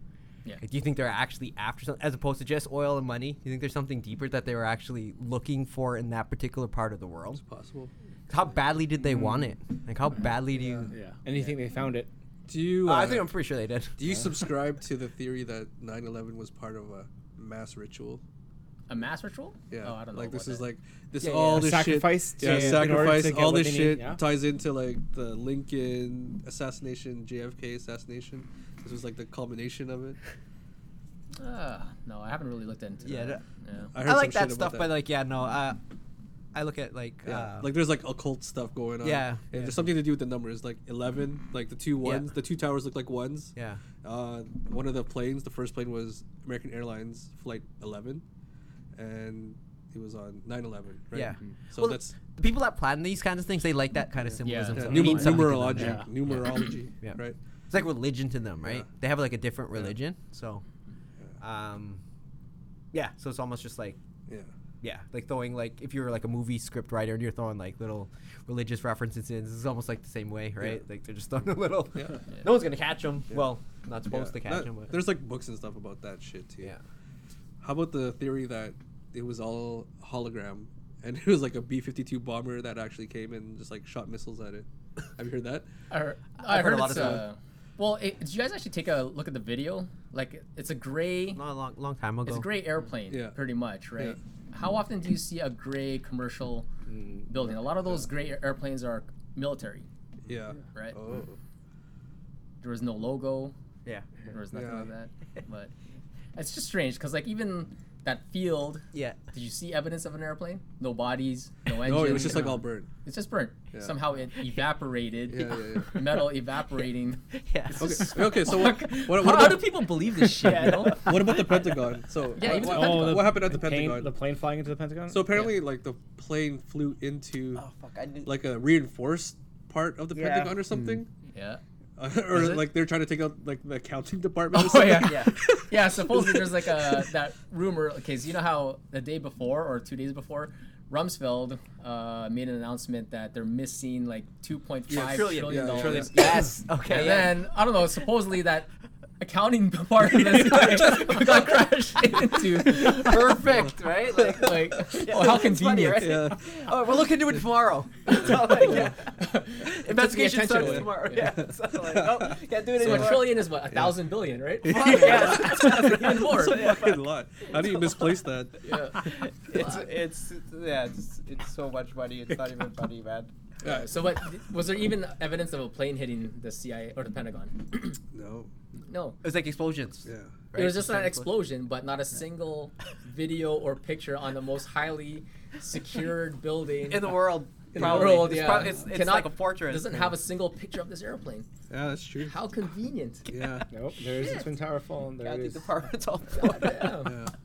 [SPEAKER 4] Yeah.
[SPEAKER 2] Like, do you think they're actually after something, as opposed to just oil and money? Do you think there's something deeper that they were actually looking for in that particular part of the world?
[SPEAKER 3] Possible.
[SPEAKER 2] How badly did they want it? Like, how badly do you?
[SPEAKER 5] Yeah.
[SPEAKER 1] And you think they found it?
[SPEAKER 3] Do you?
[SPEAKER 2] Uh,
[SPEAKER 3] Uh,
[SPEAKER 2] I think I'm pretty sure they did.
[SPEAKER 3] do you subscribe to the theory that 9/11 was part of a mass ritual?
[SPEAKER 4] A mass ritual?
[SPEAKER 3] Yeah.
[SPEAKER 4] Oh, I don't know.
[SPEAKER 3] Like this
[SPEAKER 4] about
[SPEAKER 3] is
[SPEAKER 4] that.
[SPEAKER 3] like this
[SPEAKER 2] Yeah, yeah,
[SPEAKER 3] all
[SPEAKER 2] yeah.
[SPEAKER 3] this
[SPEAKER 1] Sacrifice
[SPEAKER 3] shit. Yeah,
[SPEAKER 1] to- in order to
[SPEAKER 3] sacrifice.
[SPEAKER 1] get
[SPEAKER 3] All
[SPEAKER 1] what
[SPEAKER 3] this
[SPEAKER 1] they need,
[SPEAKER 3] shit
[SPEAKER 1] yeah.
[SPEAKER 3] ties into like the Lincoln assassination, JFK assassination. This was like the culmination of it.
[SPEAKER 4] Ah, no, I haven't really looked into.
[SPEAKER 2] Yeah,
[SPEAKER 4] that.
[SPEAKER 2] that-
[SPEAKER 4] Yeah.
[SPEAKER 2] I like
[SPEAKER 3] some
[SPEAKER 2] that
[SPEAKER 3] shit
[SPEAKER 2] stuff,
[SPEAKER 3] about
[SPEAKER 2] but like, yeah, no, uh, I look at like uh,
[SPEAKER 3] like there's like occult stuff going on.
[SPEAKER 2] Yeah.
[SPEAKER 3] And there's something to do with the numbers, like eleven, like the two ones, the two towers look like ones.
[SPEAKER 2] yeah.
[SPEAKER 3] Uh, one of the planes, the first plane was American Airlines Flight 11, and it was on 9/11, right? Mm-hmm.
[SPEAKER 2] Yeah.
[SPEAKER 3] So
[SPEAKER 2] Well,
[SPEAKER 3] that's
[SPEAKER 2] The people that plan these kinds of things, they like that kind of symbolism.
[SPEAKER 4] Yeah.
[SPEAKER 2] so
[SPEAKER 3] uh,
[SPEAKER 2] it
[SPEAKER 3] numer-
[SPEAKER 2] means something to them.
[SPEAKER 3] numerology,
[SPEAKER 5] Yeah.
[SPEAKER 3] numerology,
[SPEAKER 2] Yeah.
[SPEAKER 3] right?
[SPEAKER 2] It's like religion to them, right?
[SPEAKER 3] Yeah.
[SPEAKER 2] They have like a different religion, so, um, yeah. So it's almost just like
[SPEAKER 3] Yeah.
[SPEAKER 2] yeah, like throwing like if you're like a movie script writer and you're throwing like little religious references in, it's almost like the same way, right? Like they're just throwing a little.
[SPEAKER 3] Yeah. Yeah.
[SPEAKER 2] No one's gonna catch them. Well, not
[SPEAKER 3] Yeah.
[SPEAKER 2] supposed to catch
[SPEAKER 3] That-
[SPEAKER 2] them. But
[SPEAKER 3] There's like books and stuff about that shit too.
[SPEAKER 2] yeah,
[SPEAKER 3] How about the theory that it was all hologram and it was like a B-52 bomber that actually came and just like shot missiles at it? Have you heard that?
[SPEAKER 4] I heard,
[SPEAKER 2] I've
[SPEAKER 4] I
[SPEAKER 2] heard a
[SPEAKER 4] heard,
[SPEAKER 2] lot
[SPEAKER 4] it's
[SPEAKER 2] of
[SPEAKER 4] uh, well. It, did you guys actually take a look at the video? Like, it's a gray,
[SPEAKER 2] not a long, long time ago.
[SPEAKER 4] it's a gray airplane,
[SPEAKER 3] Yeah.
[SPEAKER 4] pretty much, right? How often do you see a gray commercial
[SPEAKER 2] Mm.
[SPEAKER 4] building? A lot of those gray airplanes are military,
[SPEAKER 3] Yeah.
[SPEAKER 4] right?
[SPEAKER 3] Oh.
[SPEAKER 4] There was no logo.
[SPEAKER 2] Yeah,
[SPEAKER 4] There was nothing
[SPEAKER 3] Yeah.
[SPEAKER 4] like that. But it's just strange because like even that field,
[SPEAKER 2] yeah.
[SPEAKER 4] did you see evidence of an airplane? No bodies, no engine.
[SPEAKER 3] No, it was just like all burnt.
[SPEAKER 4] It's just burnt.
[SPEAKER 3] Yeah.
[SPEAKER 4] Somehow it evaporated.
[SPEAKER 3] Yeah, yeah, yeah.
[SPEAKER 4] Metal evaporating.
[SPEAKER 2] Yeah.
[SPEAKER 3] Okay. Okay. So what? What,
[SPEAKER 4] How,
[SPEAKER 3] what
[SPEAKER 4] how
[SPEAKER 3] about
[SPEAKER 4] do people believe this shit? You know?
[SPEAKER 3] what about the Pentagon? So
[SPEAKER 4] Yeah,
[SPEAKER 3] what,
[SPEAKER 4] even the
[SPEAKER 3] what-
[SPEAKER 4] Pentagon.
[SPEAKER 3] what happened at the,
[SPEAKER 1] plane,
[SPEAKER 3] Pentagon?
[SPEAKER 1] The plane flying into the Pentagon.
[SPEAKER 3] so apparently, like the plane flew into
[SPEAKER 2] fuck, I knew.
[SPEAKER 3] like a reinforced part of the
[SPEAKER 1] Yeah.
[SPEAKER 3] Pentagon or something,
[SPEAKER 4] Yeah.
[SPEAKER 3] Uh, or
[SPEAKER 4] Is it?
[SPEAKER 3] like they're trying to take out like the accounting department. or
[SPEAKER 4] Oh
[SPEAKER 3] something.
[SPEAKER 4] yeah, yeah. Yeah, supposedly there's like a that rumor because you know how the day before or two days before, Rumsfeld uh, made an announcement that they're missing like 2.5
[SPEAKER 3] Yeah,
[SPEAKER 4] trillion,
[SPEAKER 3] trillion, yeah,
[SPEAKER 4] dollars.
[SPEAKER 3] trillion.
[SPEAKER 2] Yes. Okay.
[SPEAKER 4] And
[SPEAKER 2] yeah.
[SPEAKER 4] then I don't know. Supposedly that accounting part of this got crashed into.
[SPEAKER 2] Perfect, right? Like,
[SPEAKER 4] Like, oh, how
[SPEAKER 2] it's funny,
[SPEAKER 4] convenient.
[SPEAKER 2] right?
[SPEAKER 3] Yeah.
[SPEAKER 2] oh, we'll look into it tomorrow. So, like, yeah. Investigation
[SPEAKER 4] attention
[SPEAKER 2] starts
[SPEAKER 4] away.
[SPEAKER 2] tomorrow. Yeah. So, like, oh, can't do it
[SPEAKER 4] So a
[SPEAKER 2] anymore.
[SPEAKER 4] trillion is what a thousand billion, right?
[SPEAKER 2] Yeah.
[SPEAKER 4] Even more.
[SPEAKER 3] Fucking lot. How do you misplace that?
[SPEAKER 2] it's, it's it's- yeah, it's, it's so much money. It's not even funny, man.
[SPEAKER 4] Uh, so what was there even evidence of a plane hitting the CIA or the Pentagon?
[SPEAKER 3] No.
[SPEAKER 4] No.
[SPEAKER 2] It was like explosions.
[SPEAKER 3] Yeah.
[SPEAKER 4] It was just an explosion, but not a single video or picture on the most highly secured building
[SPEAKER 2] in the world.
[SPEAKER 4] in the
[SPEAKER 2] probably.
[SPEAKER 4] world,
[SPEAKER 2] It's,
[SPEAKER 4] yeah.
[SPEAKER 2] prob- it's, it's
[SPEAKER 4] Cannot-
[SPEAKER 2] like a fortress.
[SPEAKER 4] Doesn't have a single picture of this airplane.
[SPEAKER 3] Yeah, that's true.
[SPEAKER 4] How convenient.
[SPEAKER 3] Yeah.
[SPEAKER 1] nope, there is a twin tower fall. and There
[SPEAKER 2] Yeah,
[SPEAKER 1] it
[SPEAKER 2] the
[SPEAKER 1] is.
[SPEAKER 2] department's all.
[SPEAKER 4] Damn.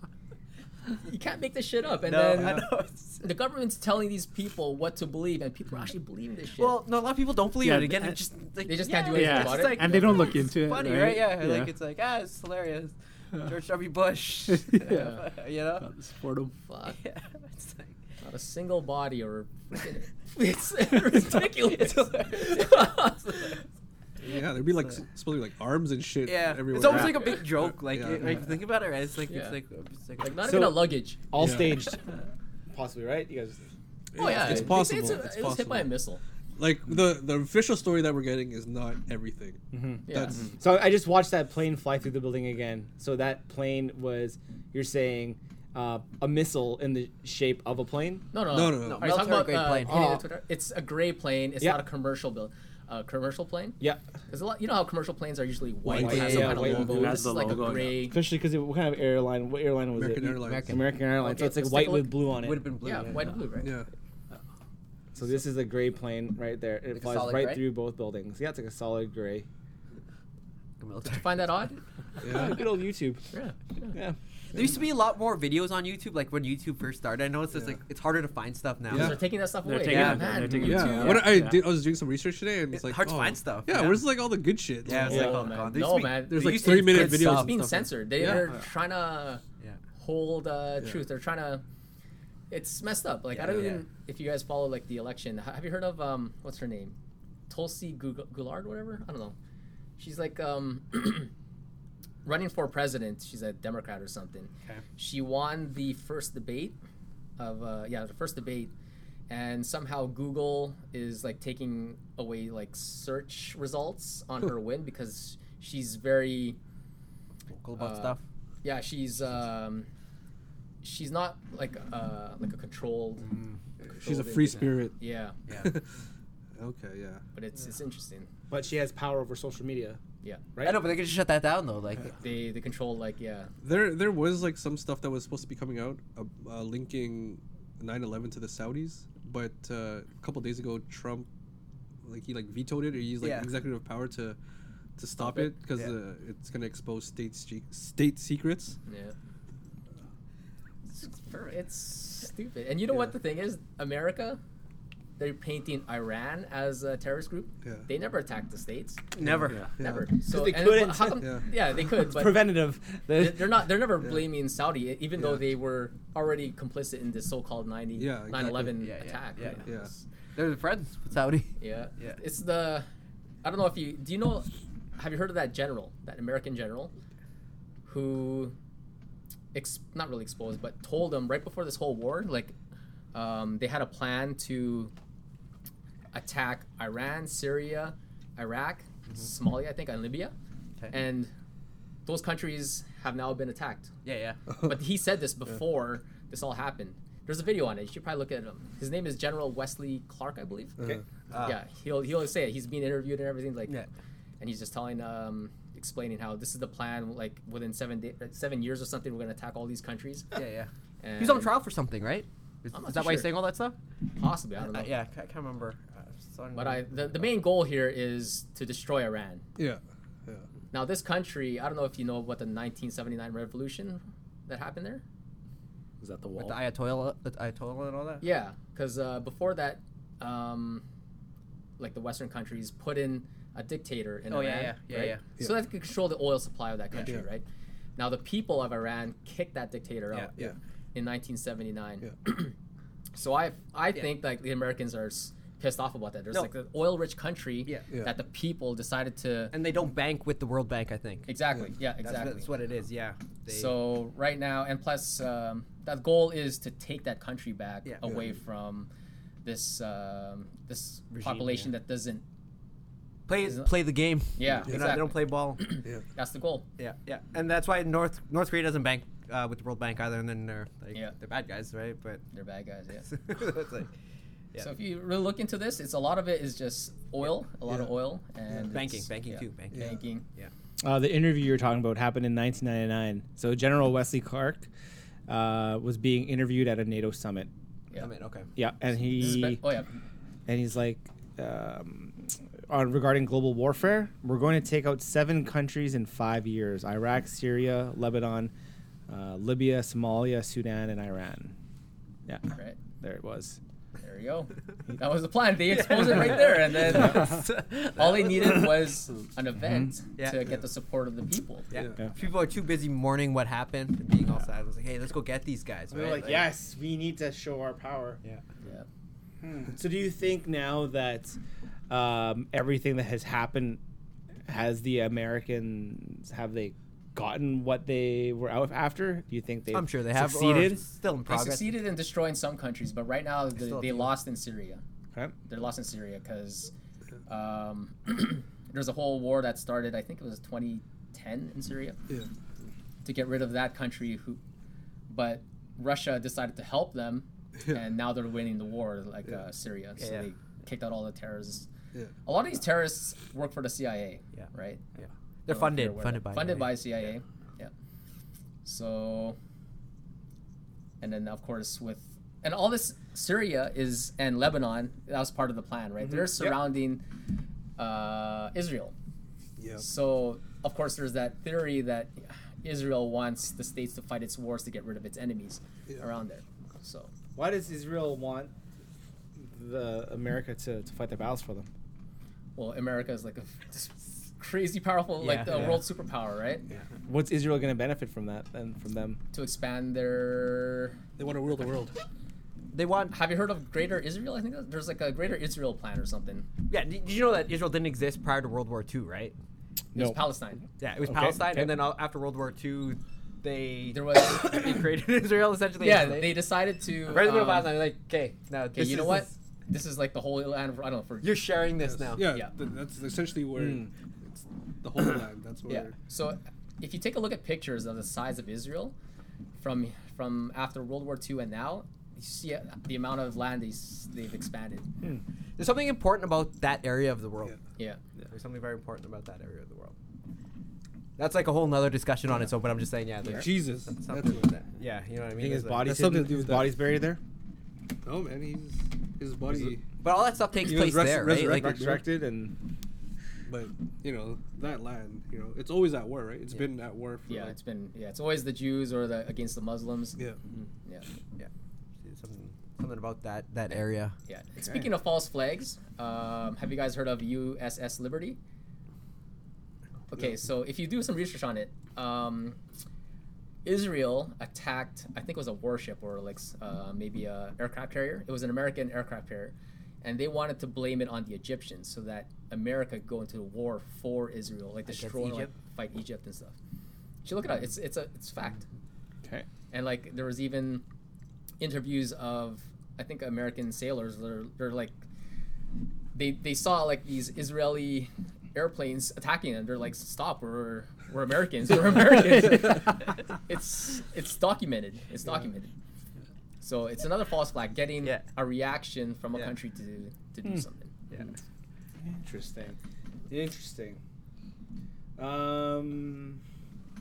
[SPEAKER 3] Yeah.
[SPEAKER 4] You can't make this shit up. And
[SPEAKER 2] no, I
[SPEAKER 4] then
[SPEAKER 2] know. It's,
[SPEAKER 4] the government's telling these people what to believe, and people are actually believing this shit.
[SPEAKER 2] well, no, a lot of people don't believe
[SPEAKER 5] Yeah,
[SPEAKER 2] it. Again,
[SPEAKER 5] th-
[SPEAKER 2] it just like,
[SPEAKER 4] They just can't do
[SPEAKER 2] yeah,
[SPEAKER 4] anything
[SPEAKER 5] Yeah.
[SPEAKER 2] it's
[SPEAKER 4] about
[SPEAKER 2] just
[SPEAKER 4] it.
[SPEAKER 2] like-
[SPEAKER 5] and they don't look
[SPEAKER 2] it's
[SPEAKER 5] into it.
[SPEAKER 2] Funny,
[SPEAKER 5] right?
[SPEAKER 2] right? Yeah, like it's like ah, it's hilarious. George W. Bush.
[SPEAKER 5] Yeah.
[SPEAKER 2] you know.
[SPEAKER 5] Support 'em.
[SPEAKER 4] Fuck.
[SPEAKER 2] Yeah, it's like
[SPEAKER 4] Not a single body or. it's ridiculous.
[SPEAKER 3] Yeah. There'd be like s- supposed to be like arms and shit.
[SPEAKER 2] yeah,
[SPEAKER 3] Everywhere.
[SPEAKER 2] it's almost like a big joke. Like,
[SPEAKER 3] Yeah.
[SPEAKER 2] it, like think about it, right? It's like
[SPEAKER 4] Yeah.
[SPEAKER 2] it's like it's like,
[SPEAKER 4] like, not
[SPEAKER 1] So-
[SPEAKER 4] even a luggage.
[SPEAKER 1] All
[SPEAKER 3] Yeah.
[SPEAKER 1] staged, possibly right? You guys.
[SPEAKER 4] Oh, yeah.
[SPEAKER 3] It's
[SPEAKER 4] They say
[SPEAKER 3] possible.
[SPEAKER 4] It's, a,
[SPEAKER 3] It's
[SPEAKER 4] it was hit by a
[SPEAKER 3] possible.
[SPEAKER 4] missile.
[SPEAKER 3] Like the the official story that we're getting is not everything.
[SPEAKER 2] Mm-hmm.
[SPEAKER 4] Yeah.
[SPEAKER 3] That's
[SPEAKER 1] So I just watched that plane fly through the building again. So that plane was, you're saying, uh, a missile in the shape of a plane.
[SPEAKER 4] No, no,
[SPEAKER 3] No, no, no.
[SPEAKER 4] Are you talking
[SPEAKER 2] Military
[SPEAKER 4] about uh,
[SPEAKER 2] grade plane.
[SPEAKER 4] hitting the
[SPEAKER 1] Oh.
[SPEAKER 4] Twitter? It's a gray plane. It's
[SPEAKER 1] Yeah.
[SPEAKER 4] not a commercial bill. Uh, commercial plane?
[SPEAKER 1] Yeah,
[SPEAKER 4] Because a lot, you know how commercial planes are usually white,
[SPEAKER 3] White,
[SPEAKER 4] or have some
[SPEAKER 1] yeah,
[SPEAKER 4] kind of
[SPEAKER 1] white
[SPEAKER 4] logo.
[SPEAKER 1] logo.
[SPEAKER 4] This
[SPEAKER 5] Has
[SPEAKER 4] is
[SPEAKER 5] the
[SPEAKER 4] like
[SPEAKER 5] logo,
[SPEAKER 4] a gray.
[SPEAKER 1] especially because what kind of airline? What airline was
[SPEAKER 3] American
[SPEAKER 1] it?
[SPEAKER 3] Airlines.
[SPEAKER 1] American Airlines.
[SPEAKER 4] Okay,
[SPEAKER 1] so it's like
[SPEAKER 4] let's
[SPEAKER 1] white
[SPEAKER 4] take a look.
[SPEAKER 1] with blue on it.
[SPEAKER 2] would have been blue.
[SPEAKER 4] Yeah, white and blue, right?
[SPEAKER 3] Yeah.
[SPEAKER 1] So this is a gray plane right there. It
[SPEAKER 2] Like a
[SPEAKER 1] flies
[SPEAKER 2] solid
[SPEAKER 1] right
[SPEAKER 2] gray?
[SPEAKER 1] through both buildings. Yeah, it's like a solid gray.
[SPEAKER 4] Did you find that odd?
[SPEAKER 3] Yeah.
[SPEAKER 1] Good old YouTube.
[SPEAKER 4] Yeah.
[SPEAKER 1] Yeah.
[SPEAKER 2] There used to be a lot more videos on YouTube, like when YouTube first started. I know it's just like it's harder to find stuff now.
[SPEAKER 3] Yeah.
[SPEAKER 4] They're taking that stuff
[SPEAKER 5] They're
[SPEAKER 4] away.
[SPEAKER 5] taking
[SPEAKER 2] Yeah,
[SPEAKER 5] it.
[SPEAKER 4] man.
[SPEAKER 5] They're taking
[SPEAKER 3] Yeah,
[SPEAKER 5] it.
[SPEAKER 3] When I
[SPEAKER 5] Yeah.
[SPEAKER 3] did, I was doing some research today, and it's
[SPEAKER 2] It's
[SPEAKER 3] like
[SPEAKER 2] hard to
[SPEAKER 3] oh,
[SPEAKER 2] find stuff,
[SPEAKER 3] Yeah,
[SPEAKER 2] yeah.
[SPEAKER 3] where's like all the good shit?
[SPEAKER 2] Yeah, it's
[SPEAKER 1] Yeah.
[SPEAKER 2] like
[SPEAKER 4] Oh,
[SPEAKER 2] oh,
[SPEAKER 4] man.
[SPEAKER 2] god, there
[SPEAKER 4] No,
[SPEAKER 2] used to be-
[SPEAKER 4] man.
[SPEAKER 2] there
[SPEAKER 4] There's,
[SPEAKER 3] like,
[SPEAKER 2] used to be
[SPEAKER 3] three minute
[SPEAKER 2] good
[SPEAKER 3] videos
[SPEAKER 2] stuff.
[SPEAKER 4] It's being
[SPEAKER 3] stuff, right?
[SPEAKER 4] censored. They
[SPEAKER 3] Yeah.
[SPEAKER 4] are trying to
[SPEAKER 2] Yeah.
[SPEAKER 4] hold uh, truth. They're trying to. It's messed up. Like I don't
[SPEAKER 2] Yeah.
[SPEAKER 4] even. If you guys follow like the election, ha- have you heard of um what's her name, Tulsi Gu- Goulard, whatever? I don't know. She's like um. Running for president, she's a Democrat or something.
[SPEAKER 2] Okay.
[SPEAKER 4] She won the first debate of uh, yeah the first debate, and somehow Google is like taking away like search results on her win because she's very
[SPEAKER 2] Cool about
[SPEAKER 4] Uh,
[SPEAKER 2] stuff.
[SPEAKER 4] yeah she's um she's not like uh like a controlled
[SPEAKER 1] Mm-hmm.
[SPEAKER 3] She's a
[SPEAKER 4] controlled
[SPEAKER 3] free
[SPEAKER 4] entity.
[SPEAKER 3] spirit.
[SPEAKER 4] yeah
[SPEAKER 3] Okay, yeah.
[SPEAKER 4] but it's it's interesting
[SPEAKER 1] But she has power over social media.
[SPEAKER 4] yeah
[SPEAKER 1] Right?
[SPEAKER 2] I know, but they could just shut that down though. Like,
[SPEAKER 4] they they control like yeah
[SPEAKER 3] There, there was like some stuff that was supposed to be coming out, uh, uh, linking 9/11 to the Saudis, but uh, a couple days ago Trump, like he like vetoed it or he used like
[SPEAKER 2] Yeah.
[SPEAKER 3] executive power to to stop it because
[SPEAKER 2] Yeah.
[SPEAKER 3] uh, it's gonna expose state se- state secrets.
[SPEAKER 4] Yeah. It's, per- it's stupid. And you know what the thing is? America, they're painting Iran as a terrorist group.
[SPEAKER 3] Yeah.
[SPEAKER 4] They never attacked the states.
[SPEAKER 5] Never.
[SPEAKER 4] Never. So
[SPEAKER 1] they
[SPEAKER 4] and
[SPEAKER 1] couldn't.
[SPEAKER 4] how come,
[SPEAKER 3] Yeah.
[SPEAKER 4] yeah. they could, but
[SPEAKER 5] Preventative.
[SPEAKER 4] they- they're not. They're never blaming Saudi, e- even though
[SPEAKER 3] Yeah.
[SPEAKER 4] they were already complicit in this so-called 90,
[SPEAKER 3] Yeah, exactly.
[SPEAKER 4] 9/11
[SPEAKER 2] Yeah, yeah,
[SPEAKER 4] attack.
[SPEAKER 2] yeah,
[SPEAKER 4] you know?
[SPEAKER 3] Yeah.
[SPEAKER 4] It's-
[SPEAKER 2] They're the friends, with Saudi.
[SPEAKER 4] Yeah.
[SPEAKER 2] Yeah.
[SPEAKER 4] It's the I don't know if you do you know have you heard of that general, that American general who ex, not really exposed but told them right before this whole war like um, they had a plan to attack Iran, Syria, Iraq, Somalia, I think, and Libya.
[SPEAKER 2] Mm-hmm. Okay.
[SPEAKER 4] And those countries have now been attacked.
[SPEAKER 2] Yeah, yeah.
[SPEAKER 4] But he said this before this all happened. There's a video on it. You should probably look at him. His name is General Wesley Clark, I believe
[SPEAKER 1] Okay.
[SPEAKER 2] Uh,
[SPEAKER 4] yeah, he'll he'll say it. He's being interviewed and everything like,
[SPEAKER 2] Yeah.
[SPEAKER 4] and he's just telling, um, explaining how this is the plan. Like within seven day, seven years or something, we're gonna attack all these countries.
[SPEAKER 2] Yeah, yeah.
[SPEAKER 4] And
[SPEAKER 2] He's on trial for something, right? Is,
[SPEAKER 4] I'm not
[SPEAKER 2] is that
[SPEAKER 4] too
[SPEAKER 2] why he's
[SPEAKER 4] sure.
[SPEAKER 2] saying all that stuff?
[SPEAKER 4] Possibly, I don't know.
[SPEAKER 2] Uh, yeah, I can't remember. Uh, it's on-
[SPEAKER 4] But I the, the main goal here is to destroy Iran.
[SPEAKER 3] Yeah, yeah.
[SPEAKER 4] Now this country, I don't know if you know about the 1979 revolution that happened there.
[SPEAKER 5] Is that the
[SPEAKER 2] with
[SPEAKER 5] wall?
[SPEAKER 2] the Ayatollah, the Ayatollah and all that.
[SPEAKER 4] Yeah, because uh, before that, um, like the Western countries put in a dictator in
[SPEAKER 2] Oh, yeah,
[SPEAKER 4] Iran.
[SPEAKER 2] yeah, yeah,
[SPEAKER 4] right?
[SPEAKER 2] yeah.
[SPEAKER 4] So that could control the oil supply of that country,
[SPEAKER 3] Yeah.
[SPEAKER 4] right? Now the people of Iran kicked that dictator
[SPEAKER 2] Yeah,
[SPEAKER 4] out
[SPEAKER 3] yeah.
[SPEAKER 4] in 1979. so I I think like the Americans are s- pissed off about that. There's
[SPEAKER 2] No.
[SPEAKER 4] like an oil-rich country
[SPEAKER 2] Yeah.
[SPEAKER 3] Yeah.
[SPEAKER 4] that the people decided to
[SPEAKER 2] And they don't bank with the World Bank, I think.
[SPEAKER 4] exactly yeah,
[SPEAKER 2] That's,
[SPEAKER 4] exactly.
[SPEAKER 2] that's what it is. Yeah. They-
[SPEAKER 4] So right now, and plus um, that goal is to take that country back
[SPEAKER 2] Yeah.
[SPEAKER 4] away from this um, this
[SPEAKER 2] Regime,
[SPEAKER 4] population that doesn't.
[SPEAKER 2] play
[SPEAKER 4] Is it-
[SPEAKER 2] play the game.
[SPEAKER 4] Yeah,
[SPEAKER 2] They're not-
[SPEAKER 4] exactly.
[SPEAKER 2] They don't play ball.
[SPEAKER 4] That's the goal.
[SPEAKER 2] yeah, yeah. And that's why North North Korea doesn't bank uh, with the World Bank either. And then they're like,
[SPEAKER 4] Yeah.
[SPEAKER 2] they're bad guys, right? But
[SPEAKER 4] They're bad guys. Yeah.
[SPEAKER 2] it's like Yeah.
[SPEAKER 4] So if you really look into this, it's a lot of it is just oil, a lot of oil and
[SPEAKER 2] banking,
[SPEAKER 4] it's-
[SPEAKER 2] banking
[SPEAKER 4] yeah,
[SPEAKER 2] too, banking.
[SPEAKER 4] Banking.
[SPEAKER 1] Uh, the interview you're talking about happened in 1999. So General Wesley Clark uh, was being interviewed at a NATO summit.
[SPEAKER 4] Yeah.
[SPEAKER 2] I mean, okay.
[SPEAKER 1] Yeah, and
[SPEAKER 4] This is
[SPEAKER 1] he
[SPEAKER 4] ba- oh yeah.
[SPEAKER 1] and he's like, um, on regarding global warfare, we're going to take out seven countries in five years: Iraq, Syria, Lebanon, uh, Libya, Somalia, Sudan, and Iran. Yeah,
[SPEAKER 4] Right.
[SPEAKER 1] there it was.
[SPEAKER 4] There you go. That was the plan. They exposed it right there, and then all they needed was an event
[SPEAKER 2] Mm-hmm. Yeah.
[SPEAKER 4] to get the support of the people.
[SPEAKER 2] Yeah.
[SPEAKER 1] Yeah.
[SPEAKER 2] People are too busy mourning what happened and being all sad. I was like, hey, let's go get these guys. Right?
[SPEAKER 1] yes, we need to show our power. Hmm.
[SPEAKER 2] Yeah.
[SPEAKER 4] Yeah.
[SPEAKER 1] So, do you think now that um, everything that has happened has the Americans have they gotten what they were out after? Do you think they?
[SPEAKER 2] I'm sure they have or
[SPEAKER 1] succeeded.
[SPEAKER 2] it's Still in
[SPEAKER 4] They
[SPEAKER 2] progress.
[SPEAKER 4] succeeded in destroying some countries, but right now
[SPEAKER 2] still
[SPEAKER 4] they,
[SPEAKER 2] have
[SPEAKER 4] they
[SPEAKER 2] people.
[SPEAKER 4] lost in Syria.
[SPEAKER 1] Okay.
[SPEAKER 4] They're lost in Syria because um, there's a whole war that started. I think it was 2010 in Syria
[SPEAKER 3] Yeah.
[SPEAKER 4] to get rid of that country. Who, but Russia decided to help them, and now they're winning the war, like uh, Syria. So
[SPEAKER 2] Yeah.
[SPEAKER 4] they kicked out all the terrorists.
[SPEAKER 3] Yeah.
[SPEAKER 4] A lot of these terrorists work for the CIA,
[SPEAKER 2] Yeah.
[SPEAKER 4] right? I
[SPEAKER 2] They're
[SPEAKER 4] don't know if
[SPEAKER 2] funded,
[SPEAKER 4] you're aware
[SPEAKER 2] funded
[SPEAKER 4] of that.
[SPEAKER 2] by
[SPEAKER 4] funded
[SPEAKER 2] right?
[SPEAKER 4] by CIA. Yeah. So, and then of course with and all this Syria is and Lebanon that was part of the plan,
[SPEAKER 2] Mm-hmm.
[SPEAKER 4] right? They're surrounding uh, Israel.
[SPEAKER 3] Yeah.
[SPEAKER 4] So of course there's that theory that Israel wants the states to fight its wars to get rid of its enemies around there. So
[SPEAKER 1] Why does Israel want the America to, to fight their battles for them?
[SPEAKER 4] well, America is like a just crazy powerful, like
[SPEAKER 2] Yeah.
[SPEAKER 4] the world superpower, right?
[SPEAKER 1] What's Israel going to benefit from that and from them?
[SPEAKER 4] To expand their
[SPEAKER 3] They want to rule the world.
[SPEAKER 2] They want.
[SPEAKER 4] Have you heard of Greater Israel? I think that- there's like a Greater Israel plan or something.
[SPEAKER 2] Yeah. Did did you know that Israel didn't exist prior to World War II, right?
[SPEAKER 4] It's
[SPEAKER 1] No.
[SPEAKER 4] Palestine.
[SPEAKER 2] Yeah, it was
[SPEAKER 1] Okay,
[SPEAKER 2] Palestine,
[SPEAKER 1] okay.
[SPEAKER 2] and then uh, after World War II, they
[SPEAKER 4] There was
[SPEAKER 2] they created Israel essentially.
[SPEAKER 4] yeah.
[SPEAKER 2] as a
[SPEAKER 4] They
[SPEAKER 2] state.
[SPEAKER 4] decided to.
[SPEAKER 2] right in the middle of
[SPEAKER 4] um,
[SPEAKER 2] Palestine. Like, okay, now
[SPEAKER 4] okay,
[SPEAKER 2] this
[SPEAKER 4] you know
[SPEAKER 2] is-
[SPEAKER 4] what? This is like the whole land. Of, I don't know for
[SPEAKER 2] You're sharing this now.
[SPEAKER 3] Yeah,
[SPEAKER 4] Yeah.
[SPEAKER 3] Th- that's essentially where it's the whole land. That's where.
[SPEAKER 4] yeah. So if you take a look at pictures of the size of Israel from from after World War II and now, you see uh, the amount of land they s- they've expanded.
[SPEAKER 2] There's something important about that area of the world.
[SPEAKER 3] Yeah.
[SPEAKER 4] Yeah.
[SPEAKER 2] There's something very important about that area of the world. That's like a whole nother discussion on its own, but I'm just saying, yeah. There's
[SPEAKER 3] Jesus. That's
[SPEAKER 2] something
[SPEAKER 3] what.
[SPEAKER 2] Yeah, you know what I mean?
[SPEAKER 1] You think his
[SPEAKER 2] There's a-
[SPEAKER 1] body's
[SPEAKER 3] something to
[SPEAKER 1] hidden-
[SPEAKER 3] do with
[SPEAKER 1] his
[SPEAKER 3] that.
[SPEAKER 1] body's buried there?
[SPEAKER 3] No man, he's his buddy,
[SPEAKER 2] But all that stuff takes
[SPEAKER 1] He
[SPEAKER 2] place
[SPEAKER 1] was res-
[SPEAKER 2] there, right?
[SPEAKER 1] resurrect-
[SPEAKER 2] Like,
[SPEAKER 1] resurrected and
[SPEAKER 3] but you know that land. You know it's always at war, right? It's been at war for
[SPEAKER 4] Yeah,
[SPEAKER 3] like,
[SPEAKER 4] it's been yeah, it's always the Jews or the against the Muslims.
[SPEAKER 3] yeah.
[SPEAKER 4] Yeah.
[SPEAKER 2] something, something about that that area.
[SPEAKER 4] Yeah. And Speaking of false flags, um, have you guys heard of USS Liberty? Okay, so if you do some research on it, um, Israel attacked. I think it was a warship or like s- uh, maybe a aircraft carrier. It was an American aircraft carrier, and they wanted to blame it on the Egyptians so that America could go into war for Israel, like destroy, and, like,
[SPEAKER 2] Egypt?
[SPEAKER 4] fight Egypt and stuff. You should look it up. It's it's a it's fact
[SPEAKER 1] okay.
[SPEAKER 4] and like there was even interviews of I think American sailors they're they're like they they saw like these Israeli airplanes attacking them they're like stop we're we're Americans we're Americans it's it's documented it's documented so it's another false flag getting
[SPEAKER 2] Yeah.
[SPEAKER 4] a reaction from a
[SPEAKER 2] Yeah.
[SPEAKER 4] country to to do something
[SPEAKER 2] Yeah.
[SPEAKER 1] Interesting. Interesting. Um,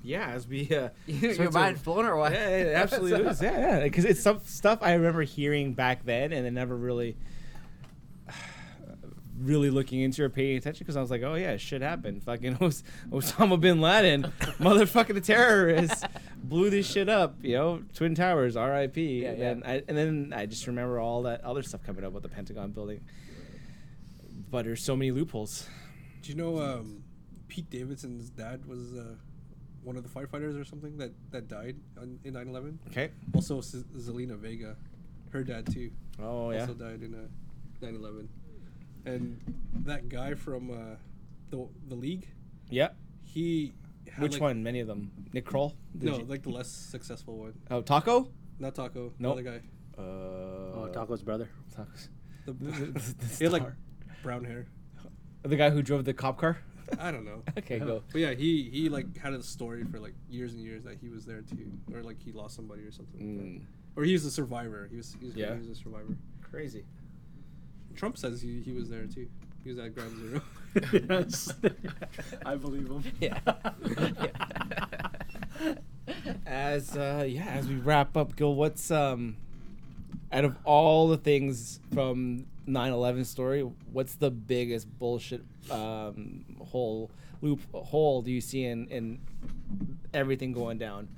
[SPEAKER 1] yeah, as we uh,
[SPEAKER 2] Your
[SPEAKER 1] sort
[SPEAKER 2] mind
[SPEAKER 1] of-
[SPEAKER 2] blown or what?
[SPEAKER 1] Yeah, it absolutely is. Yeah, because it's some stuff I remember hearing back then, and then never really, really looking into or paying attention because I was like, oh yeah, shit happened. Fucking Os- Osama bin Laden, motherfucking the terrorist, blew this shit up. You know, Twin Towers, R.I.P.
[SPEAKER 2] Yeah,
[SPEAKER 1] and
[SPEAKER 2] yeah.
[SPEAKER 1] then I and then I just remember all that other stuff coming up with the Pentagon building. But there's so many loopholes.
[SPEAKER 3] Do you know um, Pete Davidson's dad was uh, one of the firefighters or something that that died on, in 9/11?
[SPEAKER 1] Okay.
[SPEAKER 3] Also, Ce- Zelina Vega, her dad too,
[SPEAKER 1] Oh yeah.
[SPEAKER 3] also died in a 9/11. And that guy from uh, the the league,
[SPEAKER 1] Yeah.
[SPEAKER 3] he had,
[SPEAKER 1] Which
[SPEAKER 3] like-
[SPEAKER 1] one? Many of them. Nick Kroll. Did
[SPEAKER 3] No,
[SPEAKER 1] you-
[SPEAKER 3] like the less successful one.
[SPEAKER 1] oh, Taco.
[SPEAKER 3] Not Taco.
[SPEAKER 1] Nope.
[SPEAKER 3] Another guy.
[SPEAKER 1] Uh,
[SPEAKER 5] Oh, Taco's brother.
[SPEAKER 1] Tacos.
[SPEAKER 3] The, he
[SPEAKER 1] the,
[SPEAKER 3] had like brown hair.
[SPEAKER 1] the guy who drove the cop car.
[SPEAKER 3] I don't know.
[SPEAKER 1] Okay, go.
[SPEAKER 3] But yeah, he he like had a story for like years and years that he was there too, or like he lost somebody or something. like that.
[SPEAKER 1] Hmm.
[SPEAKER 3] or he was a survivor. He was, he was,
[SPEAKER 1] Yeah.
[SPEAKER 3] he was a survivor.
[SPEAKER 1] Crazy.
[SPEAKER 3] Trump says he, he was there too. He was at Ground Zero.
[SPEAKER 5] yes. I believe him.
[SPEAKER 2] Yeah.
[SPEAKER 1] As uh, yeah, as we wrap up, Gil, what's um, out of all the things from 9/11 story, what's the biggest bullshit um hole loop hole do you see in in everything going down?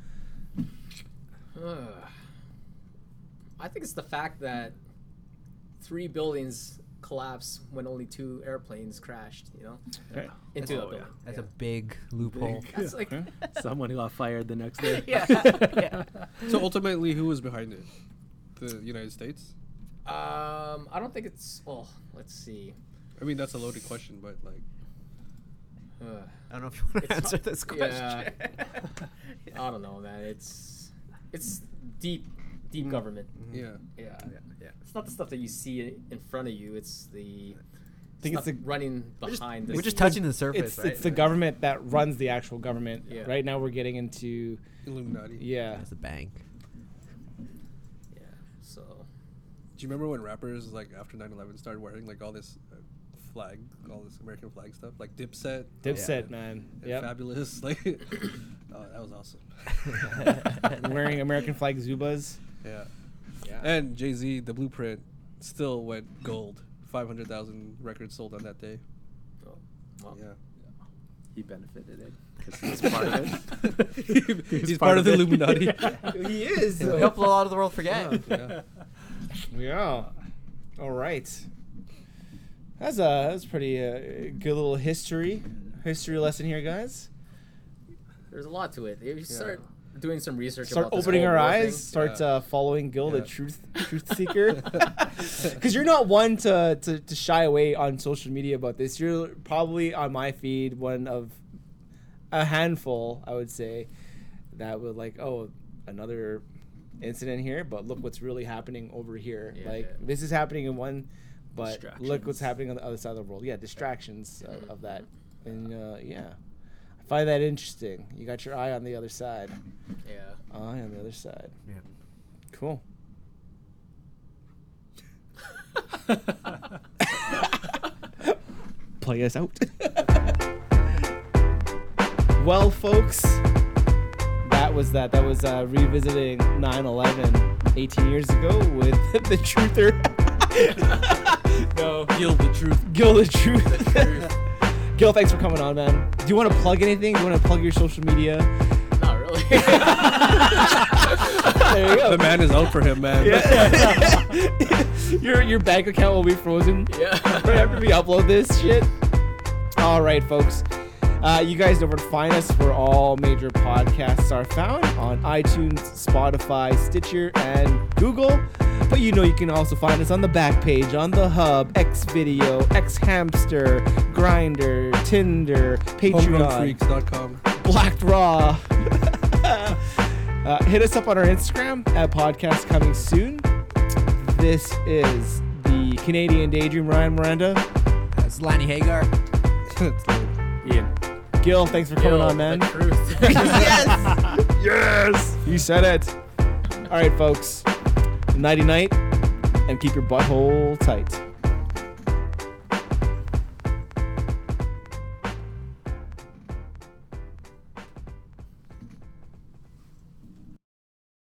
[SPEAKER 4] Ugh. I think it's the fact that three buildings collapsed when only two airplanes crashed, you know,
[SPEAKER 1] Okay.
[SPEAKER 4] into a
[SPEAKER 5] Oh,
[SPEAKER 4] building.
[SPEAKER 2] That's a big loophole.
[SPEAKER 4] That's like
[SPEAKER 5] Someone who got fired the next day.
[SPEAKER 4] Yeah.
[SPEAKER 3] so ultimately, who was behind it? The United States.
[SPEAKER 4] um I don't think it's well, let's see.
[SPEAKER 3] I mean, that's a loaded question, but like,
[SPEAKER 4] Ugh.
[SPEAKER 2] I don't know if you want to answer this question.
[SPEAKER 4] Yeah. I don't know, man. It's it's deep deep government.
[SPEAKER 2] Mm-hmm.
[SPEAKER 3] yeah,
[SPEAKER 4] Yeah.
[SPEAKER 2] yeah.
[SPEAKER 4] It's not the stuff that you see in front of you, it's the
[SPEAKER 1] think it's
[SPEAKER 4] stuff
[SPEAKER 1] the-
[SPEAKER 4] running behind the
[SPEAKER 2] We're just
[SPEAKER 4] scenes.
[SPEAKER 2] touching the surface,
[SPEAKER 1] It's
[SPEAKER 2] right?
[SPEAKER 1] it's the government that runs the actual government.
[SPEAKER 4] Yeah.
[SPEAKER 1] Right now, we're getting into
[SPEAKER 3] Illuminati.
[SPEAKER 1] yeah.
[SPEAKER 2] That's the bank.
[SPEAKER 4] Yeah. So
[SPEAKER 3] Do you remember when rappers like after 9/11 started wearing like all this uh, flag, all this American flag stuff, like Dipset,
[SPEAKER 1] Dipset man.
[SPEAKER 3] and
[SPEAKER 1] Yep.
[SPEAKER 3] Fabulous, like, oh, that was awesome.
[SPEAKER 1] wearing American flag Zubas.
[SPEAKER 3] Yeah.
[SPEAKER 1] Yeah.
[SPEAKER 3] And Jay Z, the Blueprint, still went gold. Five hundred thousand records sold on that day.
[SPEAKER 4] Oh, wow.
[SPEAKER 3] Yeah.
[SPEAKER 5] He benefited it. 'cause he was part of it.
[SPEAKER 3] He's part of the
[SPEAKER 5] it.
[SPEAKER 3] Illuminati.
[SPEAKER 1] he is.
[SPEAKER 2] It'll help a lot of the world forget.
[SPEAKER 3] yeah.
[SPEAKER 1] Yeah. All right. That's a that's pretty uh, good little history history lesson here, guys.
[SPEAKER 4] There's a lot to it. If you start doing some research,
[SPEAKER 1] Start
[SPEAKER 4] about this
[SPEAKER 1] opening
[SPEAKER 4] whole
[SPEAKER 1] our
[SPEAKER 4] war
[SPEAKER 1] eyes.
[SPEAKER 4] thing-
[SPEAKER 1] Start
[SPEAKER 3] Yeah.
[SPEAKER 1] uh, following Gil, the
[SPEAKER 3] Yeah.
[SPEAKER 1] truth truth seeker, because you're not one to, to to shy away on social media about this. You're probably on my feed one of a handful, I would say, that would like oh another incident here, but look what's really happening over here.
[SPEAKER 4] Yeah.
[SPEAKER 1] like this is happening in one, but look what's
[SPEAKER 5] Distractions.
[SPEAKER 1] happening on the other side of the world. Yeah, distractions of, of that, and uh, yeah, I find that interesting. You got your eye on the other side.
[SPEAKER 4] Yeah.
[SPEAKER 1] Eye on the other side.
[SPEAKER 2] Yeah.
[SPEAKER 1] Cool. Play us out. well, folks, that was that. That was uh, revisiting 9 11 18 years ago with the truther. no,
[SPEAKER 7] Feel the truth.
[SPEAKER 1] Gil the truth. Gil, thanks for coming on, man. Do you want to plug anything? Do you want to plug your social media?
[SPEAKER 4] Not really.
[SPEAKER 1] There you go.
[SPEAKER 3] The man is out for him, man.
[SPEAKER 1] your your bank account will be frozen
[SPEAKER 4] yeah.
[SPEAKER 1] right after we upload this shit. All right, folks. Uh, you guys know where to find us. Where all major podcasts are found on iTunes, Spotify, Stitcher, and Google. But you know you can also find us on the back page, on the Hub, X Video, X Hamster, Grinder, Tinder, Patreon.
[SPEAKER 3] HomegrownFreaks.com.
[SPEAKER 1] Blacked Raw. uh, hit us up on our Instagram at podcast coming soon. This is the Canadian Daydream Ryan Miranda.
[SPEAKER 2] That's Lanny Hagar.
[SPEAKER 1] Ian. Gil, thanks for coming
[SPEAKER 4] Yo,
[SPEAKER 1] on, man.
[SPEAKER 4] The truth.
[SPEAKER 1] yes! You said it. All right, folks. Nighty night, and keep your butthole tight.